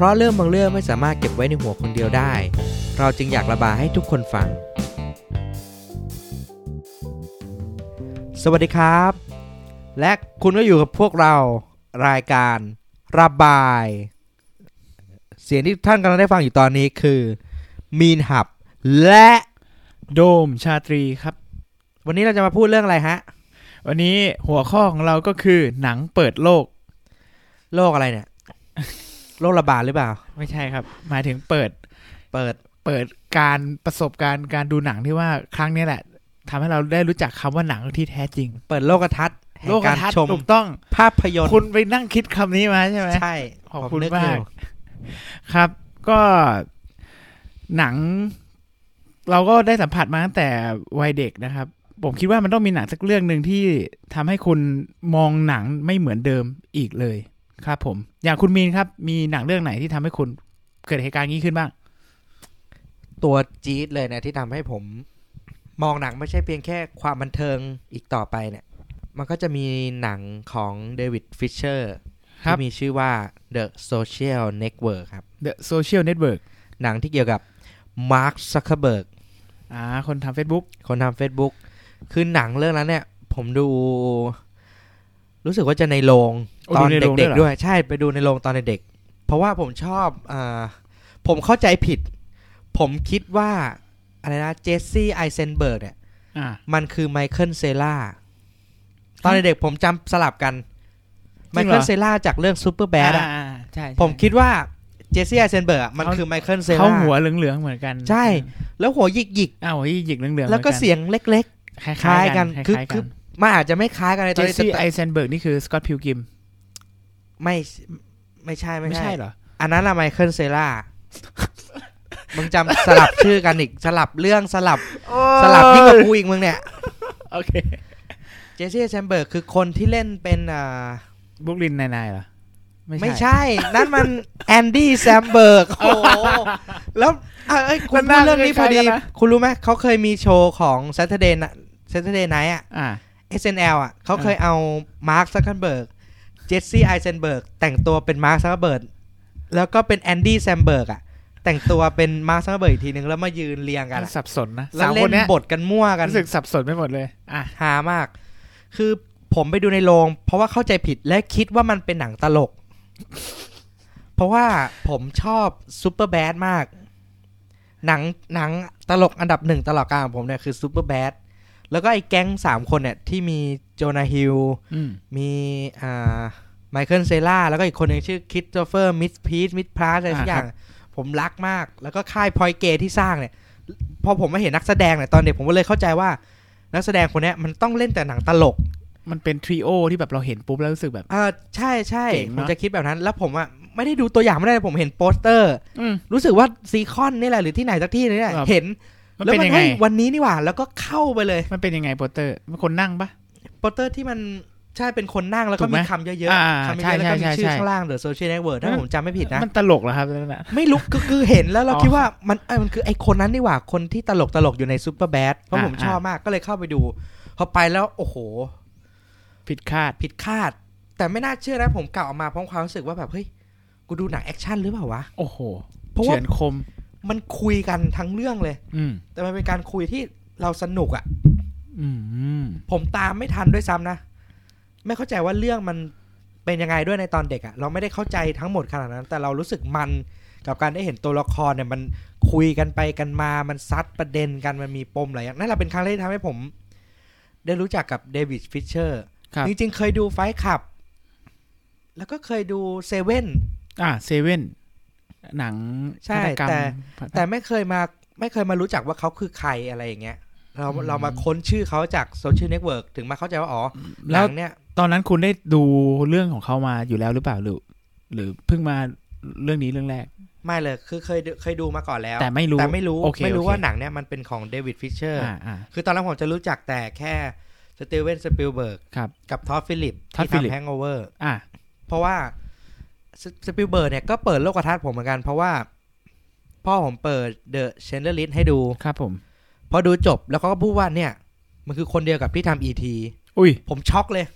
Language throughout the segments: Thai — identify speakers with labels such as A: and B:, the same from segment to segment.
A: ราะเรื่องบางเรื่องไม่สามารถเก็บไว้ในหัวคนเดียวได้ เราจึงอยากระบายให้ทุกคนฟัง สวัสดีครับ และคุณก็อยู่กับพวกเรารายการระบาย เสียงที่ท่านกำลังได้ฟังอยู่ตอนนี้คือมีนหับ และ
B: โดมชาตรีครับ
A: วันนี้เราจะมาพูดเรื่องอะไรฮะ
B: วันนี้หัวข้อของเราก็คือหนังเปิดโลก
A: โรคอะไรเนี่ย โรคระบาดหรือเปล่า
B: ไม่ใช่ครับ หมายถึงเปิด
A: เปิด
B: เปิดการประสบการณ์การดูหนังที่ว่าครั้งเนี้ยแหละทำให้เราได้รู้จักคำว่าหนังที่แท้จริง
A: เปิดโลกทัศน์แห่ง
B: โลก
A: การ
B: ทัศน์
A: ชม
B: ถูกต้อง
A: ภาพยนตร์
B: คุณไปนั่งคิดคำนี้มาใช่ไหม
A: ใช่
B: ขอบคุณ
A: นึ
B: มาก
A: อยู่
B: ครับ ก็หนัง เราก็ได้สัมผัสมาตั้งแต่วัยเด็กนะครับ ผมคิดว่ามันต้องมีหนังสักเรื่องหนึ่งที่ทำให้คุณมองหนังไม่เหมือนเดิมอีกเลย ครับ ผม อย่างคุณมีนครับ มีหนังเรื่องไหนที่ทำให้คุณเกิดเหตุการณ์นี้ขึ้นบ้าง
A: ตัวจี๊ดเลยเนะที่ทำให้ผมมองหนังไม่ใช่เพียงแค่ความบันเทิงอีกต่อไปเนี่ย มันก็จะมีหนังของเดวิดฟิชเชอร์
B: ครับ
A: ที่มีชื่อว่า The Social Network ครับ
B: The Social Network
A: หนังที่เกี่ยวกับมาร์คซักเคเบิร์ก
B: อ่า คนทำ Facebook
A: คนทำ Facebook คือหนังเรื่องนั้นเนี่ย ผมดู รู้สึกว่าจะในโรง
B: โอ้
A: ตอน
B: ดูในโรงด้
A: เด็
B: วย
A: ก
B: เหรอ
A: ๆด้วย ใช่ไปดูในโรงตอนเด็กๆเพราะว่าผมชอบอาผมเข้าใจผิด ผมคิดว่า อะไรนะเจสซี่ไอเซนเบิร์กเนี่ย
B: อ่า
A: มันคือไมเคิลเซล่าตอนเด็กๆผมจำสลับกัน
B: จ
A: ไม
B: ริงเหรอ
A: เคิลเซล่าจากเรื่องซูเปอร์แบดอะ
B: อ่าใช่ใช่
A: ผมคิดว่าเจสซี่ไอเซนเบิร์กอะมัน
B: เขา
A: คือไมเคิลเซ
B: เขา
A: ล่า
B: หัวเหลืองๆเหมือนกัน
A: ใช่ แล้วหัวหยิก
B: อ้าวหยิกๆเหลืองๆหมือน
A: ๆ
B: น
A: แล้วก็เสียงเล็ก
B: คล้ายๆกัน
A: คล้ายๆกัน
B: คล้าย
A: คื
B: ๆกั
A: อ
B: น
A: ๆมันอาจจะไม่คล้ายกันในต
B: เจ
A: อน
B: ส
A: นี้
B: ซี่ไอ
A: แต่
B: เซนเบิร์กนี่คือสกอตพิลกิม
A: ไม่ไม่ใช่ไม่
B: ไม่
A: ใช่
B: ใช่เหรอ
A: อันนั้นอะไมเคิลเซล่า มึงจำสลับชื่อกันอีก สลับเรื่องสลับสลับที่งกับกูอีกมึงเนี่ย
B: โอเค
A: เจสซี่แชมเบิร์กคือคนที่เล่นเป็นอ่า
B: บุกลินนายนายเหรอ
A: ไม่ใช่ นั่นมันแอนดี้แซมเบิร์กโอ้โหแล้วเอ้ยเอ้ยคุณ
B: มั
A: พูด
B: นน่า
A: เรื่องนี้พอดี
B: คล้ายๆกันนะ
A: คุณรู้ไหมเขาเคยมีโชว์ของ Saturday Night- Saturday Night อะ
B: อ่า
A: SNL อ่ะเขาเคยเอามาร์คซัก e คนเบิร์กเจสซี่ไอเซนเบิร์กแต่งตัวเป็นมาร์คซัก e คนเบิร์กแล้วก็เป็นแอนดี้แซมเบิร์กอ่ะ แต่งตัวเป็นมาร์คซัก e คนเบิร์กอีกทีนึง แล้วมายืนเรียงกันอะ
B: สับสนนะ
A: แล้ว
B: สาม
A: เล่
B: คน นเนี้ย
A: บทกันมั่วกัน
B: รู้สึกสับสนไปหมดเลย อ่ะ
A: หามาก คือผมไปดูในโรง เพราะว่าเข้าใจผิดและคิดว่ามันเป็นหนังตลก เพราะว่าผมชอบซูเปอร์แบดมาก หนังหนังตลกอันดับหนึ่งตลอดกาลของผมเนี่ยคือซูเปอร์แบดแล้วก็ไอ้แก๊งสามคนเนี่ยที่มีโจนาฮิล
B: อืม
A: มีอ่าไมเคิลเซล่าแล้วก็อีกคนหนึ่งชื่อคริสโตเฟอร์มิสพีชมิสพลาสอะไรสัก
B: อ่า
A: อย่าง
B: ครับ
A: ผมรักมาก แล้วก็ค่ายพอยเกที่สร้างเนี่ย พอผมมาเห็นนักแสดงเนี่ยตอนเด็กผมก็เลยเข้าใจว่า นักแสดงคนเนี้ยมันต้องเล่นแต่หนังตลก
B: มันเป็นทริโอที่แบบเราเห็นปุ๊บแล้วรู้สึกแบบ
A: อ่าใช่ใช่
B: เจ๋ง
A: ผ
B: เนอะ
A: มจะคิดแบบนั้น แล้วผมอ่ะไม่ได้ดูตัวอย่างไม่ได้ผมเห็นโปสเตอร์
B: อืม
A: รู้สึกว่าซีคอนนี่แหละ หรือที่ไหนสักที่นี่แหละ
B: ครับ
A: เห็น
B: มัน
A: แล้ว
B: เป็น
A: มัน
B: ยังไง
A: ให้ยวันนี้นี่หว่า แล้วก็เข้าไปเลย
B: มันเป็นยังไงโปสเตอร์มันคนนั่งปะ
A: โปสเตอร์ที่มันใช่เป็นคนนั่งแล้ว
B: ถู
A: ก็
B: กไหม
A: มีคำเยอะ
B: อ่า
A: ๆคำเยอะๆแล้วก็มี
B: ใช่ใช่
A: ชื่อ
B: ใช่
A: ข้างล่างเดอะโซเชียลเน็ตเวิร์ถ้า
B: อืม
A: ผมจำไม่ผิดนะ
B: มันตลกเหรอครับนั่นน่ะ
A: ไม่รู้ ก็คือเห็นแล้วเรา
B: อ๋อ
A: คิดว่ามันเอ้ยมันคือไอคนนั้นนี่หว่าคนที่ตลกตลกอยู่ในซูเปอร์แบดเพราะ
B: อ่า
A: ผมชอบมากก็เลยเข้าไปดูพอไปแล้วโอ้โห
B: ผิดคาด
A: ผิดคาด แต่ไม่น่าเชื่อนะผมกล่าวออกมาพร้อมความรู้สึกว่าแบบ เฮ้ย กูดูหนังแอคชั่นหรือเปล่าวะ
B: โอ้โห
A: เพราะว่า
B: เฉือนคม
A: มันคุยกันทั้งเรื่องเลย
B: อืม
A: แต่มันเป็นการคุยที่เราสนุกอะ่ะ
B: อืม
A: ผมตามไม่ทันด้วยซ้ำนะ ไม่เข้าใจว่าเรื่องมันเป็นยังไงด้วยในตอนเด็กอะ่ะ เราไม่ได้เข้าใจทั้งหมดขนาดนั้น แต่เรารู้สึกมันกับการได้เห็นตัวละครเนี่ยมันคุยกันไปกันมา มันซัดประเด็นกันมันมีปมหลายอย่างนั่นแหละเป็นครั้งแรกที่ทำให้ผม ได้รู้จักกับเดวิดฟิชเชอร์
B: ครับ
A: จริงๆ เคยดูไฟขับ แล้วก็เคยดูเซเว่น
B: อ่าเซเว่นหนัง
A: ใช่
B: ฆาตกรรม
A: แต่
B: พัฒนา
A: แต่ไม่เคยมาไม่เคยมารู้จักว่าเขาคือใครอะไรอย่างเงี้ย เรา
B: อืม
A: เรามาค้นชื่อเขาจากโซเชียลเน็ตเวิร์กถึงมาเข้าใจว่าอ๋อห
B: แล้
A: นั
B: ว
A: งเนี่ย
B: ตอนนั้นคุณได้ดูเรื่องของเขามาอยู่แล้วหรือเปล่าหรือ หรือเพิ่งมาเรื่องนี้เรื่องแรก
A: ไม่เลย คือเคยดูเคยดูมาก่อนแล้ว
B: แต่ไม่รู้
A: แต่ไม่รู้
B: โอเค
A: ไม่รู้
B: โอเค
A: ว่าหนังเนี่ยมันเป็นของเดวิดฟิชเชอร์
B: อ่าอ่า
A: คือตอนแรกผมจะรู้จักแต่แค่สตีเวนสปิลเบิร์ก
B: ครับ
A: กับทอดฟิลิป
B: Todd
A: ที่
B: Phillips
A: ทำแฮง g อเวอร์
B: อ่า
A: เพราะว่าสปิลเบิร์กเนี่ยก็เปิดโลกทัศน์ผมเหมือนกัน เพราะว่า พ่อผมเปิดเดอะเชนเดอร์ลิสให้ดู
B: ครับผม
A: พอดูจบแล้วเขาก็พูดว่าเนี่ย มันคือคนเดียวกับที่ทำอีที
B: อุ้ย
A: ผมช็อกเลย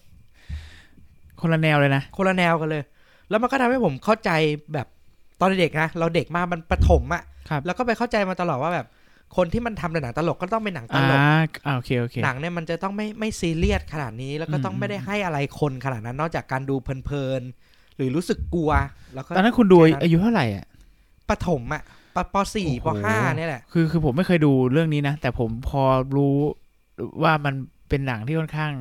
B: คนละแนวเลยนะ
A: คนละแนวกันเลย แล้วมันก็ทำให้ผมเข้าใจแบบ ตอนเด็กๆนะเราเด็กมากมันประถมอะ
B: ครับ
A: แล้วก็ไปเข้าใจมาตลอดว่าแบบ คนที่มันทำแต่หนังตลกก็ต้องเป็นหนังต
B: อ่า
A: ลก
B: อ่าโอเคโอเค
A: หนังเนี่ยมันจะต้องไม่ไม่ซีเรียสขนาดนี้ แล้วก็
B: อืม
A: ต้องไม่ได้ให้อะไรคนขนาดนั้น นอกจากการดูเพลินๆหรือรู้สึกกลัว แล้วก็
B: ตอนนั้นคุณดูอายุเท่าไหร่อ่ะ
A: ปฐมอะปปสี่ป
B: โอ้โห
A: ห้าเนี่ยแหละ
B: คือคือผมไม่เคยดูเรื่องนี้นะ แต่ผมพอรู้ว่ามันเป็นหนังที่ค่อนข้าง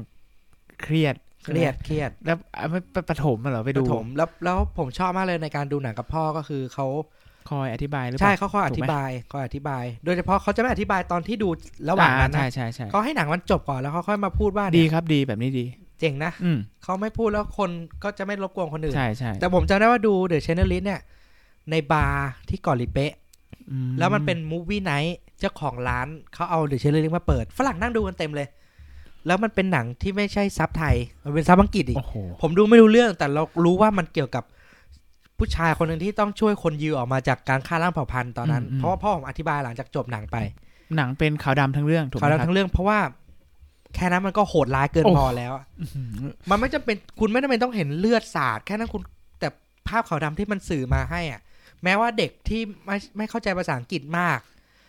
B: เครียด
A: เครียดเครียด
B: แล้วอ่ะไม่ปปฐมอะเหรอไป
A: ป
B: ดู
A: ฐมแล้วแล้วผมชอบมากเลยในการดูหนังกับพ่อก็คือเขา
B: คอยอธิบายหรือเป
A: ใช่
B: ล่า
A: เขาคอยอ
B: ถูกไหม
A: ธิบายคอยอธิบาย โดยเฉพาะเขาจะไม่อธิบายตอนที่ดูระหว่า
B: อ่าง
A: นั้น
B: ใช่
A: นะ
B: ใช่ใช่
A: เขาให้หนังมันจบก่อนแล้วเขาค่อยมาพูดว่า
B: ดี
A: เนี่ย
B: ครับดีแบบนี้ดี
A: เจ๋งนะ
B: อืม
A: เขาไม่พูดแล้วคนก็จะไม่รบกวนคนอื่น
B: ใช่ใช่
A: แต่ผมจำได้ว่าดูเดอะเชนเนอริสเนี่ย ในบาร์ที่เกาะลิเปะ
B: อื
A: แล้วมันเป็นมูฟวี่ไนท์เจ้าของร้านเขาเอาเดอะเชลเลอร์มาเปิด ฝรั่งนั่งดูกันเต็มเลย แล้วมันเป็นหนังที่ไม่ใช่ซับไทย มันเป็นซับอังกฤษอีก
B: โอ้โห
A: ผมดูไม่รู้เรื่องแต่เรารู้ว่ามันเกี่ยวกับผู้ชายคนหนึ่งที่ต้องช่วยคนยิวออกมาจากการฆ่าล้างเผ่าพันธุ์ตอนนั้น เพราะว่าพ่อผมอธิบายหลังจากจบหนังไป
B: หนังเป็นขาวดำทั้งเรื่อง ถูกไหม
A: เขา
B: ค
A: เล่า
B: รับ
A: ทั้งเรื่องเพราะว่าแค่นั้นมันก็โหดร้ายเกิน
B: โอ้
A: พอแล้วอะ
B: อื้อหือ
A: มันไม่จำเป็นคุณไม่จำเป็นต้องเห็นเลือดสาดแค่นั้นคุณแต่ภาพขาวดำที่มันสื่อมาให้อ่ะ แม้ว่าเด็กที่ไม่ไม่เข้าใจภาษาอังกฤษมาก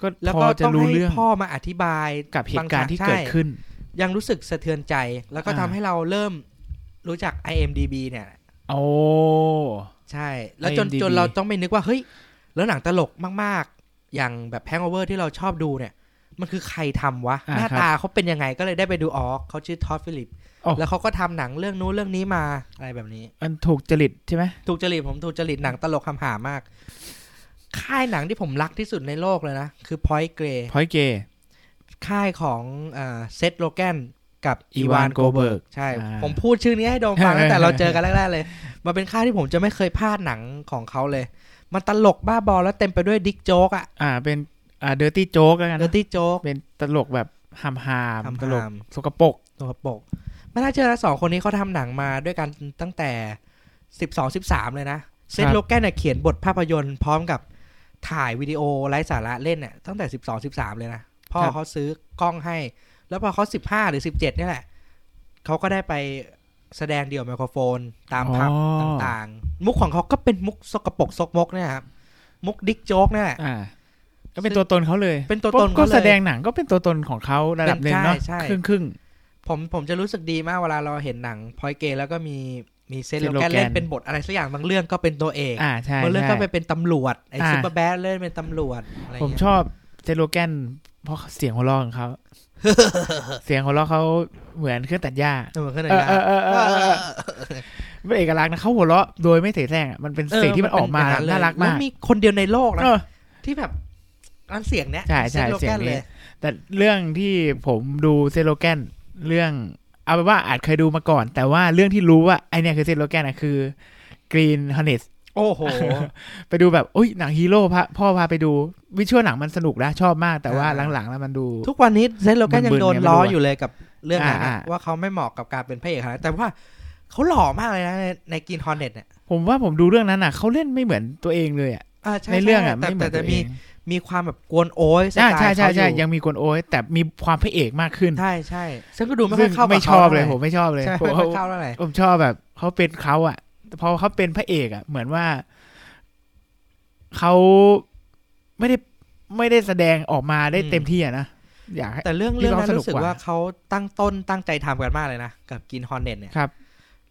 B: ก็
A: แล้ว
B: พ
A: ก็
B: อจะ
A: ต้อง
B: รู้
A: ให้
B: เรื่อง
A: พ่อมาอธิบาย
B: กับเหตุการณ์ที่เกิด
A: บงคง
B: ขึ้น
A: ใช่ยังรู้สึกสะเทือนใจ แล้วก็ทำ
B: อ่า
A: ให้เราเริ่มรู้จัก IMDB เนี่ย
B: โอ้
A: ใช่ แล้วจน
B: IMDb
A: จนเราต้องไปนึกว่า เฮ้ย แล้วหนังตลกมากๆ อย่างแบบแพงโอเวอร์ที่เราชอบดูเนี่ย มันคือใครทำวะ
B: อ่า
A: หน้า
B: ครับ
A: ตาเขาเป็นยังไงก็เลยได้ไปดูอ๋อเขาชื่อท็อดฟิลิป
B: โอ้
A: แล้วเขาก็ทำหนังเรื่องนู้นเรื่องนี้มาอะไรแบบนี้
B: มันถูกจริตใช่ไหม
A: ถูกจริตผมถูกจริตหนังตลกคำหามาก ค่ายหนังที่ผมรักที่สุดในโลกเลยนะคือ Point Grey
B: พอยเกย์
A: ค่ายของเซตโลแกนกับ
B: อีวาว
A: อีาน น
B: โก
A: โก
B: เบิ
A: เบิ
B: ร์
A: ร์
B: ก
A: กใช่
B: อ่า
A: ผมพูดชื่อนี้ให้โดมฟัง ตั้ งแต่เราเจอกันแรก ๆ เลย มันเป็นค่ายที่ผมจะไม่เคยพลาดหนังของเขาเลย มันตลกบ้าบอแล้วเต็มไปด้วยดิกโจ๊กอะ
B: ่าเป็นอ่าเดอร์ตี้โจ๊กแล้วกัน
A: เดอ
B: นะ
A: ร์ตี้โจ๊ก
B: เป็นตลกแบบหามหาม
A: หามๆ
B: ตลกสกปรก
A: ตัวปกไม่น่าเชื่อนะสองคนนี้เขาทำหนังมาด้วยกันตั้งแต่สิบสองสิบสามเลยนะเซตโลแกนเนี่ยเขียนบทภาพยนตร์พร้อมกับถ่ายวิดีโอไร้สาระเล่นเนี่ยตั้งแต่สิบสองสิบสามเลยนะพ่อเขาซื้อกล้องให้ แล้วพอเขาสิบห้าหรือสิบเจ็ดนี่ยแหละเขาก็ได้ไปแสดงเดี่ยวไมโครโฟนตามพับ
B: อ๋อ
A: ต่างๆ มุกของเขาก็เป็นมุกสกปรกซกมกเนี่ยครับมุกดิกโจ๊กเนี่ยแหละ
B: อ่า ก็เป็นตัวตนเขาเลย
A: เป็นตัวตน
B: ก็
A: เขาเลย
B: แสดงหนังก็เป็นตัวตนของเขาระดับหนึ่งเนาะ
A: ใช่ใช่
B: ครึ่งครึ่ง
A: ผมผมจะรู้สึกดีมากเวลาเราเห็นหนังพอยเกย์แล้วก็มีมีเซน
B: เซน
A: โล
B: โล
A: แก
B: แกน
A: นเล่นเป็นบทอะไรสักอย่างบางเรื่องก็เป็นตัวเอก
B: ๆอ่าใช่
A: บางเรื่องก็
B: ใช่
A: ไปเป็นตำรวจไอ้
B: อ่า
A: ซูเปอร์แบทเล่นเป็นตำรวจอะไร
B: ผม
A: เงี้ย
B: ชอบเจโลแกนเพราะเสียงหัวเราะของเขา เสียงหัวเราะเขาเหมือนเครื่องตัดหญ้า
A: เออเอ
B: เออเอ
A: อ
B: อเออเออเออเป็นเอกลักษณ์นะเขาหัวเราะโดยไม่เสแสร้งอะมันเป็นเสียงที่มันออกมา
A: เป็ย่งเลย
B: น่ารัก
A: แล้ว
B: มาก
A: มีคนเดียวในโลกนะ
B: เออ
A: ที่แบบอันเสียงเนี้ย
B: ใช่
A: เซ
B: ใช่
A: นโล
B: เสีย
A: แก
B: ง
A: น
B: นี้
A: เลย
B: แต่เรื่องที่ผมดูเซโลแกนเรื่อง เอาเป็นว่าอาจเคยดูมาก่อน แต่ว่าเรื่องที่รู้ว่าไอเนี่ยคือเซโลแกนอะคือกรีนฮอนเนส
A: โอ้โห
B: ไปดูแบบอุ้ยหนังฮีโร่พะพ่อพาไปดูวิชวลหนังมันสนุกนะชอบมาก แต่ว่า
A: อ่า
B: หลังๆแล้วมันดู
A: ทุกวันนี้เซนโลแกนยัง
B: บึนๆ
A: โดน
B: ไงไม่รู้
A: ล้อ
B: อะ
A: อยู่เลยกับเรื่องนั้น
B: อ่า
A: อะ
B: อ่า
A: ว่าเขาไม่เหมาะกับการเป็นพระเอกขนาดนั้นแต่ว่าเขาหล่อมากเลยนะในในกินฮอนเน็ตเนี่ย
B: ผมว่าผมดูเรื่องนั้นอ่ะเขาเล่นไม่เหมือนตัวเองเลยอ่ะ
A: อ่าช่
B: ในเรื่องอ่ะ
A: ใช่
B: ไม่เหมื
A: แต่
B: อน
A: แต่
B: ตัวเอ
A: มี
B: ง
A: มีความแบบกวนโอ้ยสไต
B: อ่า
A: ล์
B: ใช่ใช่
A: เขาอ
B: ใช่
A: ยู่
B: ยังมีกวนโอ้ยแต่มีความพระเอกมากขึ้น
A: ใช่ใช่ซึ่งก็ดูไม่ค่
B: ซึ่
A: อง ยเข้ากับ
B: ไม่ช
A: ขา
B: อบเลยผ
A: ท่าม ไหร่
B: ไม่ชอบเลย
A: ใช่
B: ผม
A: ไม่ค่อยเข้าเท่าไหร่
B: ผมชอบแบบเขาเป็นเขาอะพอเขาเป็นพระเอกอะเหมือนว่าเขาไม่ได้ไม่ได้แสดงออกมาได้เต็มที่อะนะอยากให้
A: แต่เรื่อง
B: ที่
A: เรื่อง
B: เขา
A: นั้น
B: สนุก
A: รู้สึก
B: กว่า
A: ว่าเขาตั้งต้นตั้งใจทำกันมากเลยนะ กับกินฮอนเน็ตเนี่ย
B: ครับ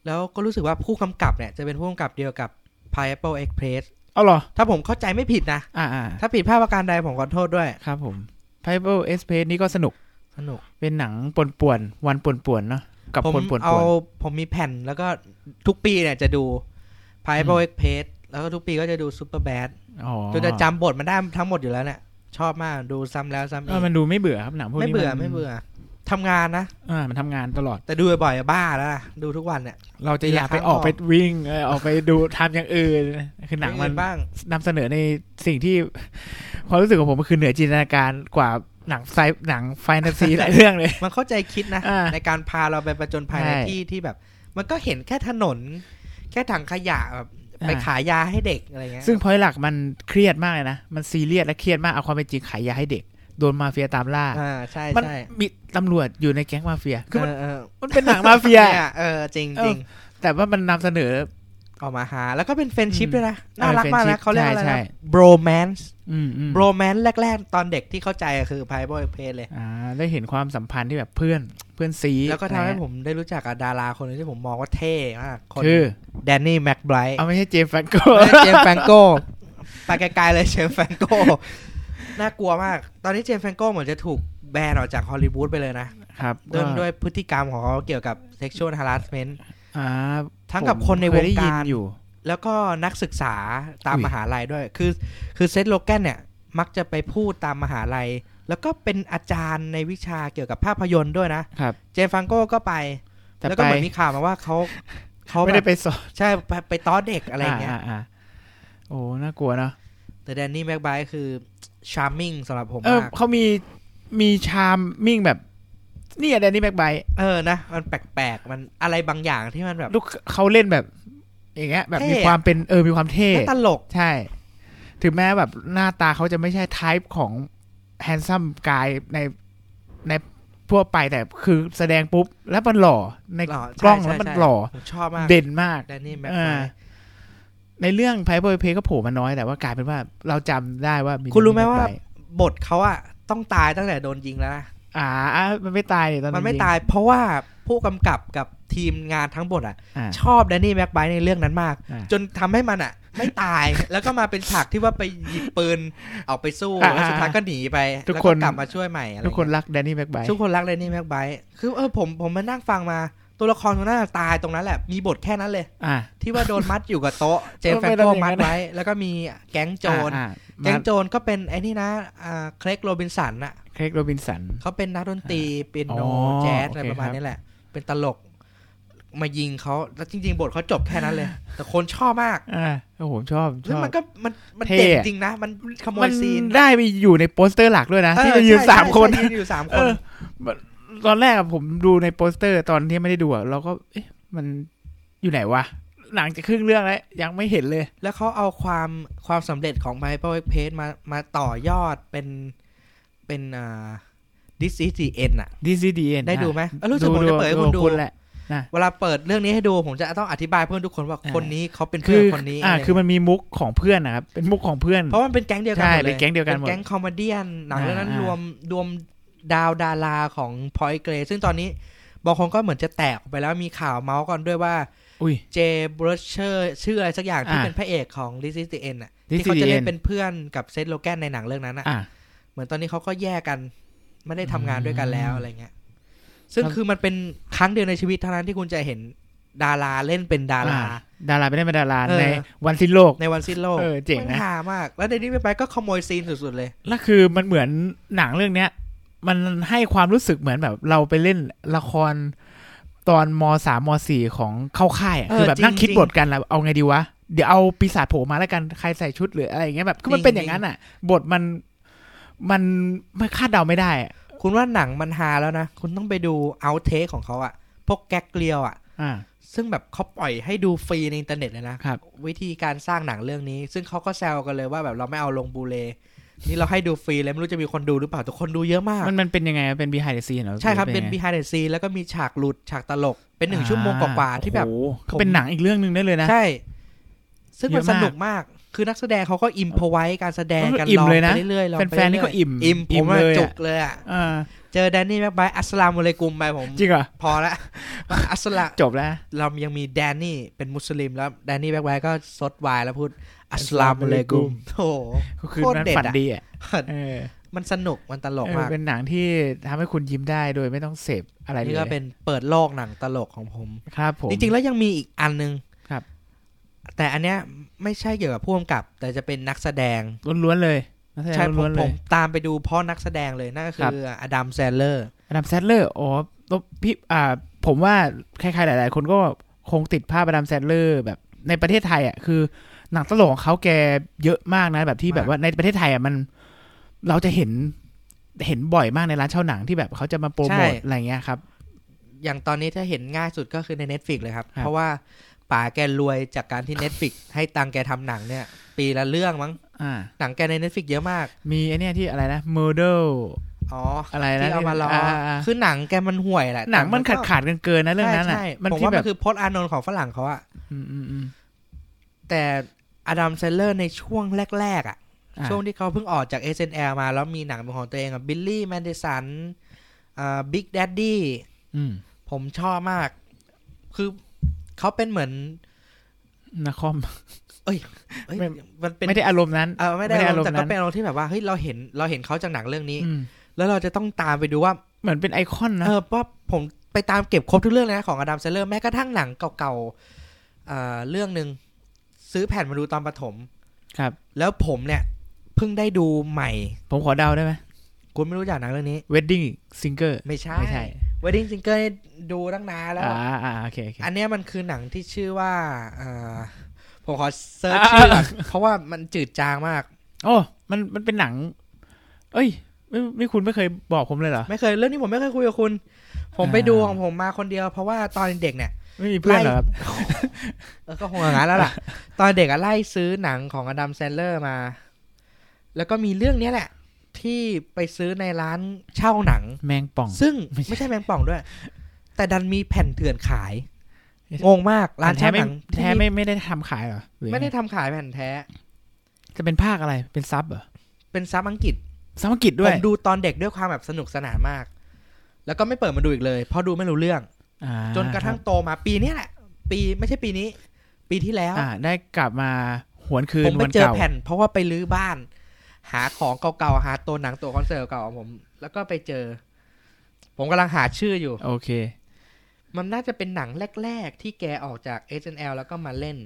A: แล้วก็รู้สึกว่าผู้กำกับเนี่ย จะเป็นผู้กำกับเดียวกับ Pineapple Express
B: เอาเหรอ
A: ถ้าผมเข้าใจไม่ผิดนะ
B: อ่าอ่า
A: ถ้าผิดพลาดประการใดผมขอโทษด้วย
B: ครับผม p i p e r e s p a c e นี่ก็สนุก
A: สนุก
B: เป็นหนังปวนป่วนๆวันปวนป่วนๆเนาะกับ
A: ผม
B: คนป่วน
A: เอา
B: ป่วน
A: ผมมีแผ่นแล้วก็ทุกปีเนี่ยจะดู Pineapple Express แล้วก็ทุกปีก็จะดู Super Bad
B: อ๋อ
A: จนจะจำบทมันได้ทั้งหมดอยู่แล้วเนี่ยชอบมากดูซ้ำแล้วซ้ำ
B: เอ
A: อี
B: อกมันดูไม่เบื่อครับหนังพวก
A: ไม่
B: นี้
A: เบื่อไม่เบื่อทำงานนะ
B: อ่ามันทำงานตลอด
A: แต่ดูบ่อยๆอะบ้าแล้วนะดูทุกวันเนี่ย
B: เราจะอยากไป
A: มีละคร
B: ออกไปวิ่งเออออกไปดูทำอย่างอื่นคือหนังมัน
A: เรื่ออื่บ้าง
B: นำเสนอในสิ่งที่ ความรู้สึกของผมมันคือเหนือจินตนาการกว่าหนังไซหนังแฟนตาซี หลายเรื่อง เลย
A: มันเข้าใจคิดนะ
B: อ่า
A: ในการพาเราไปประจนภัยใน
B: ใช่
A: ที่ที่แบบ มันก็เห็นแค่ถนน แค่ถังขยะแบบ
B: อ่า
A: ไปขายยาให้เด็กอะไรเงี้ย
B: ซึ่งพอยหลักมันเครียดมากเลยนะ มันซีเรียสและเครียดมาก เอาความเป็นจริงขายยาให้เด็ก โดนมาเฟียตามล่า
A: อ่าใช่
B: มัน
A: ใช่
B: มีตำรวจอยู่ในแก๊งมาเฟีย คือมัน
A: เออเออ
B: มันเป็นหนังมาเฟีย
A: นี่เออจริง
B: เออ
A: จริง
B: แต่ว่ามันนำเสนอ
A: ออกมาหา แล้วก็เป็นเฟนชิพ
B: อืม
A: ด้วยนะ
B: เออ
A: น่ารักมาก
B: friendship
A: นะเขาเรียกว่าอะไร
B: ใช่
A: นะ
B: ใช่
A: โบรแมนส์
B: อืมอืม
A: โบรแมนส์แรก ๆ ตอนเด็กที่เข้าใจอะคือไพ่บอยเพลเลย
B: อ่า ได้เห็นความสัมพันธ์ที่แบบเพื่อนเพื่อนซี
A: แล้วก็ทำให้
B: นะฮะ
A: ผมได้รู้จักกับดาราคนหนึงที่ผมมองว่าเท่มากคน
B: คือ
A: แดนนี่แม็กไบรท์
B: เอาไม่ใช่เจมส์แฟรงโก
A: เจมส์แฟรงโก้ไปไกลๆเลยเจมส์แฟรงโก้น่ากลัวมาก ตอนนี้เจมส์แฟรงโก้เหมือนจะถูกแบนออกจากฮอลลีวูดไปเลยนะครับ ด้วย
B: ก็
A: ด้วยพฤติกรรมของเขาเกี่ยวกับ sexual harassment
B: อ่า
A: ทั้งกับ
B: ผม
A: คนใน
B: เยว ได้
A: ง
B: ยิน
A: การ
B: อยู่
A: แล้วก็นักศึกษาตาม
B: อุ๊ย
A: มหาลัยด้วย คือ คือเซธโลแกนเนี่ย มักจะไปพูดตามมหาลัย แล้วก็เป็นอาจารย์ในวิชาเกี่ยวกับภาพยนตร์ด้วยนะ
B: ครับ
A: เจมส์ฟรังโก้ก็ไป
B: แต่
A: แล้ว
B: ไป
A: ก็เหมือนมีข่าวมาว่าเขาเขา
B: ไม่
A: แบ
B: ได้
A: บ
B: ไปสอน
A: ใช่ไปไปต้อเด็กอะไรอย่างเงี้ย
B: าาอ่าโอ้น่ากลัวเนาะ
A: แต่แดนนี่แม็กไบร์ทคือ ชาร์มมิ่งสำหรับผม
B: เออ
A: มาก
B: เขามีมีชามมิ่งแบบนี่อะแดนนี่แบ็กไบ
A: เออนะ มันแปลกๆ มันอะไรบางอย่างที่มันแบบ
B: ลูกเขาเล่นแบบ อย่างเงี้ย แบบ
A: เท่
B: มี
A: อะ
B: ความเป็นเออมีความเท่
A: น่าตลก
B: ใช่ ถึงแม้แบบหน้าตาเขาจะไม่ใช่ไทป์ของแฮนซัมกายในในทั่วไปแต่คือแสดงปุ๊บ แล้วมันหล่อใน
A: หล่อก
B: ล้อง
A: ใช่
B: แล้วมัน
A: ใช่
B: หล่อ
A: ผมชอบมาก
B: เด่นมาก
A: แดนนี่แม็ก
B: เอ
A: ไบ
B: อ
A: ร์ท
B: ในเรื่องไพบอยเพก็โผล่มาน้อยแต่ว่ากลายเป็นว่าเราจำได้ว่า
A: คุณรู้ไหมว่า
B: แบบ
A: บทเขาอะต้องตายตั้งแต่โดนยิงแล้วนะ
B: อ่าอ่ะมันไม่ตายนี่ตอน
A: มันไม่
B: จริง
A: ตายเพราะว่าผู้กำกับกับทีมงานทั้งหมดอ่ะ
B: อ่า
A: ชอบแดนนี่แม็กไบรท์ในเรื่องนั้นมาก
B: อ่า
A: จนทำให้มันอ่ะ ไม่ตาย แล้วก็มาเป็นฉากที่ว่าไปหยิบปืนออกไปสู้
B: อ่า
A: แล้วสุดท้ายก็หนีไป
B: ทุก
A: แล้ว
B: ค
A: ก็
B: น
A: กลับมาช่วยใหม่อะไร
B: ทุกคน
A: เงี้
B: รักแดนนี่แบ็กไบ
A: ยทุกคนรักแดนนี่แม็กไบรท์คือเออผมผมมานั่งฟังมาตัวละครตัวนั้นอะตายตรงนั้นแหละ มีบทแค่นั้นเลย
B: อ่า
A: ที่ว่าโดนมัดอยู่กับโต๊ะ เจมส์แฟ
B: ไม่
A: รง
B: ต้อง
A: โก้
B: อย่างนั้
A: มัด
B: น
A: ไว้ แล้วก็มีแก๊งโจร
B: อ่า
A: แก๊
B: มาง
A: โจรก็เป็นไอ้นี่นะอ่าเครกโรบินสันอะ
B: เครกโรบินสัน
A: เขาเป็นนักดนตรีเปียโน
B: อ๋อ
A: แจ๊สอะไร
B: โอเค
A: ประมาณ
B: ครับ
A: นี้แหละ เป็นตลก มายิงเขาแล้วจริง ๆ บทเขาจบแค่นั้นเลย แต่คนชอบมาก
B: อ่าโอ้โหชอบช
A: แล้ว
B: อบ
A: มันก็มันมัน
B: เท่
A: เจ๋งจริงนะ มันขโม
B: มั
A: ย
B: น
A: ซีน
B: ได้ไปอยู่ในโปสเตอร์หลักด้วยนะ
A: เออ
B: ที่มันยืน
A: ใช่
B: สามคน
A: ใช่ยืนอยู่สามค
B: เอน อมันตอนแรกอะผมดูในโปสเตอร์ตอนที่ไม่ได้ดูอะเราก็ เอ๊ะ มันอยู่ไหนวะ หลังจากครึ่งเรื่องแล้ว ยังไม่เห็นเลย
A: แล้วเขาเอาความความสำเร็จของไ i เ e ิลเพจมามาต่อยอดเป็นเป็นอ่า this is the end อ่ะ
B: DCDN
A: ได้ดูไหมเออรู้สึกผมจะเปิดให้คุณดู
B: แหละ
A: เวลาเปิดเรื่องนี้ให้ดูผมจะต้องอธิบายเพื่อนทุกคนว่า
B: อ่า
A: คนนี้เขาเป็น
B: คื
A: เพื่อ
B: อน ค
A: คน น
B: นี้
A: นี้
B: อ่า
A: อะไร
B: คือมันมีมุกของเพื่อนนะครับ เป็นมุกของเพื่อน
A: เพราะมันเป็นแก๊งเดียวกัน
B: ใช่
A: หมดเลย
B: เป็นแก๊งเดียวกันหมด
A: ป็แก๊งคอมเมดี้หนัง
B: อ่า
A: เรื่องนั้น
B: อ่าร ร
A: วมรวมดาวดาราของพอยเกรซึ่งตอนนี้บางคนก็เหมือนจะแตกออกไปแล้วมีข่าวเมาส์กันด้วยว่า
B: อุ้ย
A: เจบรเชอร์ชื่ออะไรสักอย่างที่
B: อ่า
A: เป็นพระเอกของ This is the end อะที่เขาจะเล่
B: DCDN
A: นเป็นเพื่อนกับเซธโลแกนในหนังเรื่องนั้นอะ
B: อ่า
A: เหมือนตอนนี้เขาก็แยกกัน ไม่ได้ทำงานด้วยกันแล้วอะไรเงี้ย ซึ่ง
B: ครับ
A: คือมันเป็นครั้งเดียวในชีวิตเท่านั้นที่คุณจะเห็นดาราเล่นเป็นดารา
B: ดาราไม่ได้เป็นดารา
A: เออ
B: ในวันสิ้นโลก
A: ในวันสิ้นโลก
B: เออเจ๋งนะ
A: แม่หามาก แล้วเดนนี่ไปไปก็ขโมยซีนสุดๆเลย
B: แล้วคือมันเหมือนหนังเรื่องเนี้ย มันให้ความรู้สึกเหมือนแบบเราไปเล่นละครตอนมสามมสี่ของเข้าค่ายอะ
A: เออ
B: คือแบบนั่งคิด
A: จริงๆ
B: บทกันแล้วเอาไงดีวะ เดี๋ยวเอาปีศาจโผล่มาแล้วกันใครใส่ชุดหรืออะไรอย่างเงี้ยแบบคือมัน
A: จริงๆ
B: เป็นอย่างนั้นอ่ะ บทมันมันไม่คาดเดาไม่ได้อะ
A: คุณว่าหนังมันฮาแล้วนะ คุณต้องไปดูเอาเทคของเขาอะพวกแก๊กเกลียวอะ
B: อ่า
A: ซึ่งแบบเขาปล่อยให้ดูฟรีในอินเทอร์เน็ตเลยนะครับ วิธีการสร้างหนังเรื่องนี้ ซึ่งเขาก็แซวกันเลยว่าแบบเราไม่เอาลงบูเลนี่เราให้ดูฟรีเลยไม่รู้จะมีคนดูหรือเปล่าแต่คนดูเยอะมาก
B: มันมันเป็นยังไงอะเป็น behind the scene เหรอ
A: ใช่ครับเป็น
B: ยังไง
A: behind the scene แล้วก็มีฉากหลุดฉากตลก เป็นหนึ่ง
B: อ่า
A: ชั่วโมงกว่าๆที่แบบ
B: โอ้โห
A: ผม
B: เป็นหนังอีกเรื่องหนึ่งได้เลยนะ
A: ใช่ ซึ่งมันส
B: เยอะมาก
A: นุกมาก คือนักแสดงเขาก็อิมพอไว้การแสดง
B: มันก็
A: กัน
B: อิ่ม
A: ลอง
B: เลยนะ
A: ไปเรื่อยๆลองไป
B: แฟนๆนี่ก็อิ่ม
A: อิ่ม
B: อิ่
A: ผม
B: ม
A: อะ
B: เลยอะ
A: จุกเลยอะ
B: อ่า
A: เจอแดนนี่แม็กไบอัสลามุเลยกุมไปผม
B: จริงเหรอ
A: พอละว่าอัสลาม
B: จบแล้ว
A: เรายังมีแดนนี่เป็นมุสลิมแล้วแดนนี่แบ็คไวท์ก็ซดไวายแล้วพูดอัสลามอะลัยกุมโอ้โห
B: ก็คือ
A: โคตร
B: นั้น
A: เด็ด
B: ฝัน
A: อะ
B: ดีอ่ะเออ
A: มันสนุกมันตลก
B: เออ
A: มาก
B: เป็นหนังที่ทำให้คุณยิ้มได้โดยไม่ต้องเสพอะไรเลย
A: นี่ก็เป็นเปิดโลกหนังตลกของผม
B: ครับผม
A: จริง ๆ แล้วยังมีอีกอันนึง
B: ครับ
A: แต่อันเนี้ยไม่ใช่เกี่ยวกับผู้กำกับ แต่จะเป็นนักแสดง
B: ล้วนๆเลยนักแสด
A: ใช่
B: ง
A: ผ
B: ล้
A: ม
B: วน
A: ผ
B: ๆเล
A: ม
B: ย
A: ตามไปดูเพราะนักแสดงเลยนั่นก็
B: ครับ
A: คืออดัมแซนเลอร์
B: อดัมแซดเลอร์อ๋อตัวพี่อ่า ผมว่าใครๆหลาย ๆ คนก็คงติดภาพอดัมแซดเลอร์แบบในประเทศไทยอ่ะคือหนังตลกของเขาแกเยอะมากนะ แบบที่
A: มาก
B: แบบว่าในประเทศไทยอ่ะมัน เราจะเห็นเห็นบ่อยมากในร้านเช่าหนังที่แบบเขาจะมาโปรโมทอะไรเงี้ยครับ
A: อย่างตอนนี้ถ้าเห็นง่ายสุดก็คือใน Netflix เลยครับ
B: ครับ
A: เพราะว่าป๋าแกรวยจากการที่ Netflix ให้ตังค์แกทำหนังเนี่ย ปีละเรื่องมั้ง
B: อ่า
A: หนังแกใน Netflix เยอะมาก
B: มีไอเนี้ยที่อะไรนะโมเดล
A: อ๋อ
B: อะไรนะ
A: ที่เอามาล้อ
B: อ่าๆ
A: คือหนังแกมันห่วยแหละ
B: หนังมัน
A: แต่
B: ขาดขาดๆเกินๆนะเรื่องนั้นอ่ะ
A: ใช่ใช่
B: มัน
A: ผม
B: ที่
A: ว่า
B: แบ
A: มั
B: บ
A: นคือพจน์อานนท์ของฝรั่งเขาอะ
B: อืมๆๆ
A: แต่อดัมเซเลอร์ในช่วงแรกๆอ่ะ
B: อ่ะ
A: ช่วงที่เขาเพิ่งออกจาก SNL มาแล้วมีหนังเป็นของตัวเองอ่ะบิลลี่แมนเดสันอ่าบิ๊กแดดดี้
B: อืม
A: ผมชอบมาก คือเขาเป็นเหมือน
B: นาคอม
A: เอ้ย
B: ไม่
A: มันเป็น
B: ไม่ได้อารมณ์นั้น
A: เออไม่ได้
B: ไม่ได้
A: อา
B: อาร ร
A: ม
B: ม
A: ณ์
B: ณ์
A: แต่ก็
B: นั้น
A: เป็นอารมณ์ที่แบบว่าเฮ้ยเราเห็นเราเห็นเขาจากหนังเรื่องนี้
B: อืม
A: แล้วเราจะต้องตามไปดูว่า
B: เหมือนเป็นไอคอนนะ
A: เออเพราะผมไปตามเก็บครบทุกเรื่องเลยนะของอดัมเซเลอร์แม้กระทั่งหนังเก่าๆเอ่อเรื่องหนึ่งซื้อแผ่นมาดูตอนประถม
B: ครับ
A: แล้วผมเนี่ยเพิ่งได้ดูใหม่
B: ผมขอเดาได้ไหม
A: คุณไม่รู้จักหนังเรื่องนี้
B: Wedding Singer
A: ไม่ใช่
B: ไม่ใช่
A: Wedding Singer นี่ดูตั้งนานแล้ว
B: อ่าอ่าโอเคโอเค
A: อันเนี้ยมันคือหนังที่ชื่อว่าเอ่อผมขอเซิร์ชชื่อก่อนเพราะว่ามันจืดจางมาก
B: โอ้ มัน มันเป็นหนัง เอ้ย ไม่ ไม่คุณไม่เคยบอกผมเลยเหรอ
A: ไม่เคยเรื่องนี้ผมไม่เคยคุยกับคุณ ผมไป
B: อ่า
A: ดูของผมมาคนเดียว เพราะว่าตอนเด็กเนี่ย
B: ไม่มีเพื่อนเหรอครับ
A: เออก็คงอย่างนั้นแล้วล่ะ ตอนเด็กอะไล่ซื้อหนังของอดัมแซนเลอร์มา แล้วก็มีเรื่องเนี้ยแหละ ที่ไปซื้อในร้านเช่าหนัง
B: แมงป่อง
A: ซึ่ง
B: ไม่
A: ไม่
B: ใช่
A: ใช่แมงป่องด้วย แต่ดันมีแผ่นเถื่อนขาย
B: ไม่ใช่
A: งงมากร้าน
B: แท้
A: เช่าห
B: ไม่
A: นัง
B: แท้
A: ที่
B: ไม่ไม่ได้ทำขายเหรอหรือ
A: ไม่ได้
B: ง
A: ทำขายแผ่นแท้
B: จะเป็นภาคอะไร เป็นซับเหรอ
A: เป็นซับอังกฤษ
B: ซับอังกฤษ
A: ผ
B: ด้วย
A: มดูตอนเด็กด้วยความแบบสนุกสนานมาก แล้วก็ไม่เปิดมาดูอีกเลย เพราะดูไม่รู้เรื่อง
B: อ่า
A: จนกระทั่งโตมาปีเนี้ยแหละ ปีไม่ใช่ปีนี้ ปีที่แล้ว
B: อ่า ได้กลับมาหวนคืน
A: ผมไป
B: วัน
A: เจอ
B: เก่า
A: แผ่น เพราะว่าไปรื้อบ้าน หาของเก่าๆ หาตัวหนังตัวคอนเสิร์ตเก่าของผม แล้วก็ไปเจอ ผมกำลังหาชื่ออยู่
B: โอเค
A: มันน่าจะเป็นหนังแรกๆ ที่แกออกจาก SNL แล้วก็มาเล่น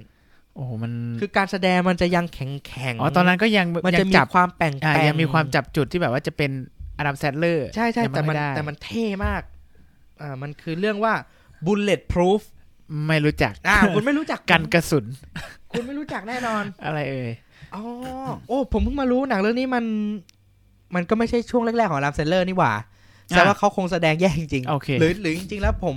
B: โอ้โหมัน
A: คือการแสดงมันจะยังแข็งๆ
B: อ๋อ ตอนนั้นก็ยัง
A: มัน
B: ยั
A: จะ
B: ง
A: มี
B: จับ
A: ความแปลง
B: อ่า
A: แปล
B: ยังมีความจับจุดที่แบบว่าจะเป็นอดัมแซดเลอร์
A: ใช่ใช่แต่มันแต่มันเท่มาก อ่ามันคือเรื่องว่า bullet proof
B: ไม่รู้จัก
A: อ่าคุณไม่รู้จัก
B: กันกระสุน
A: คุณไม่รู้จักแน่นอน
B: อะไรเอ่ย
A: อ๋อโอ้ ผมเพิ่งมารู้หนังเรื่องนี้มัน มันก็ไม่ใช่ช่วงแรกๆของรามเซนเลอร์นี่หว่า
B: อ่ะ
A: แต่ว่าเขาคงแสดงแย่จริงๆ
B: โอเค
A: หรือหรือจริงๆแล้วผม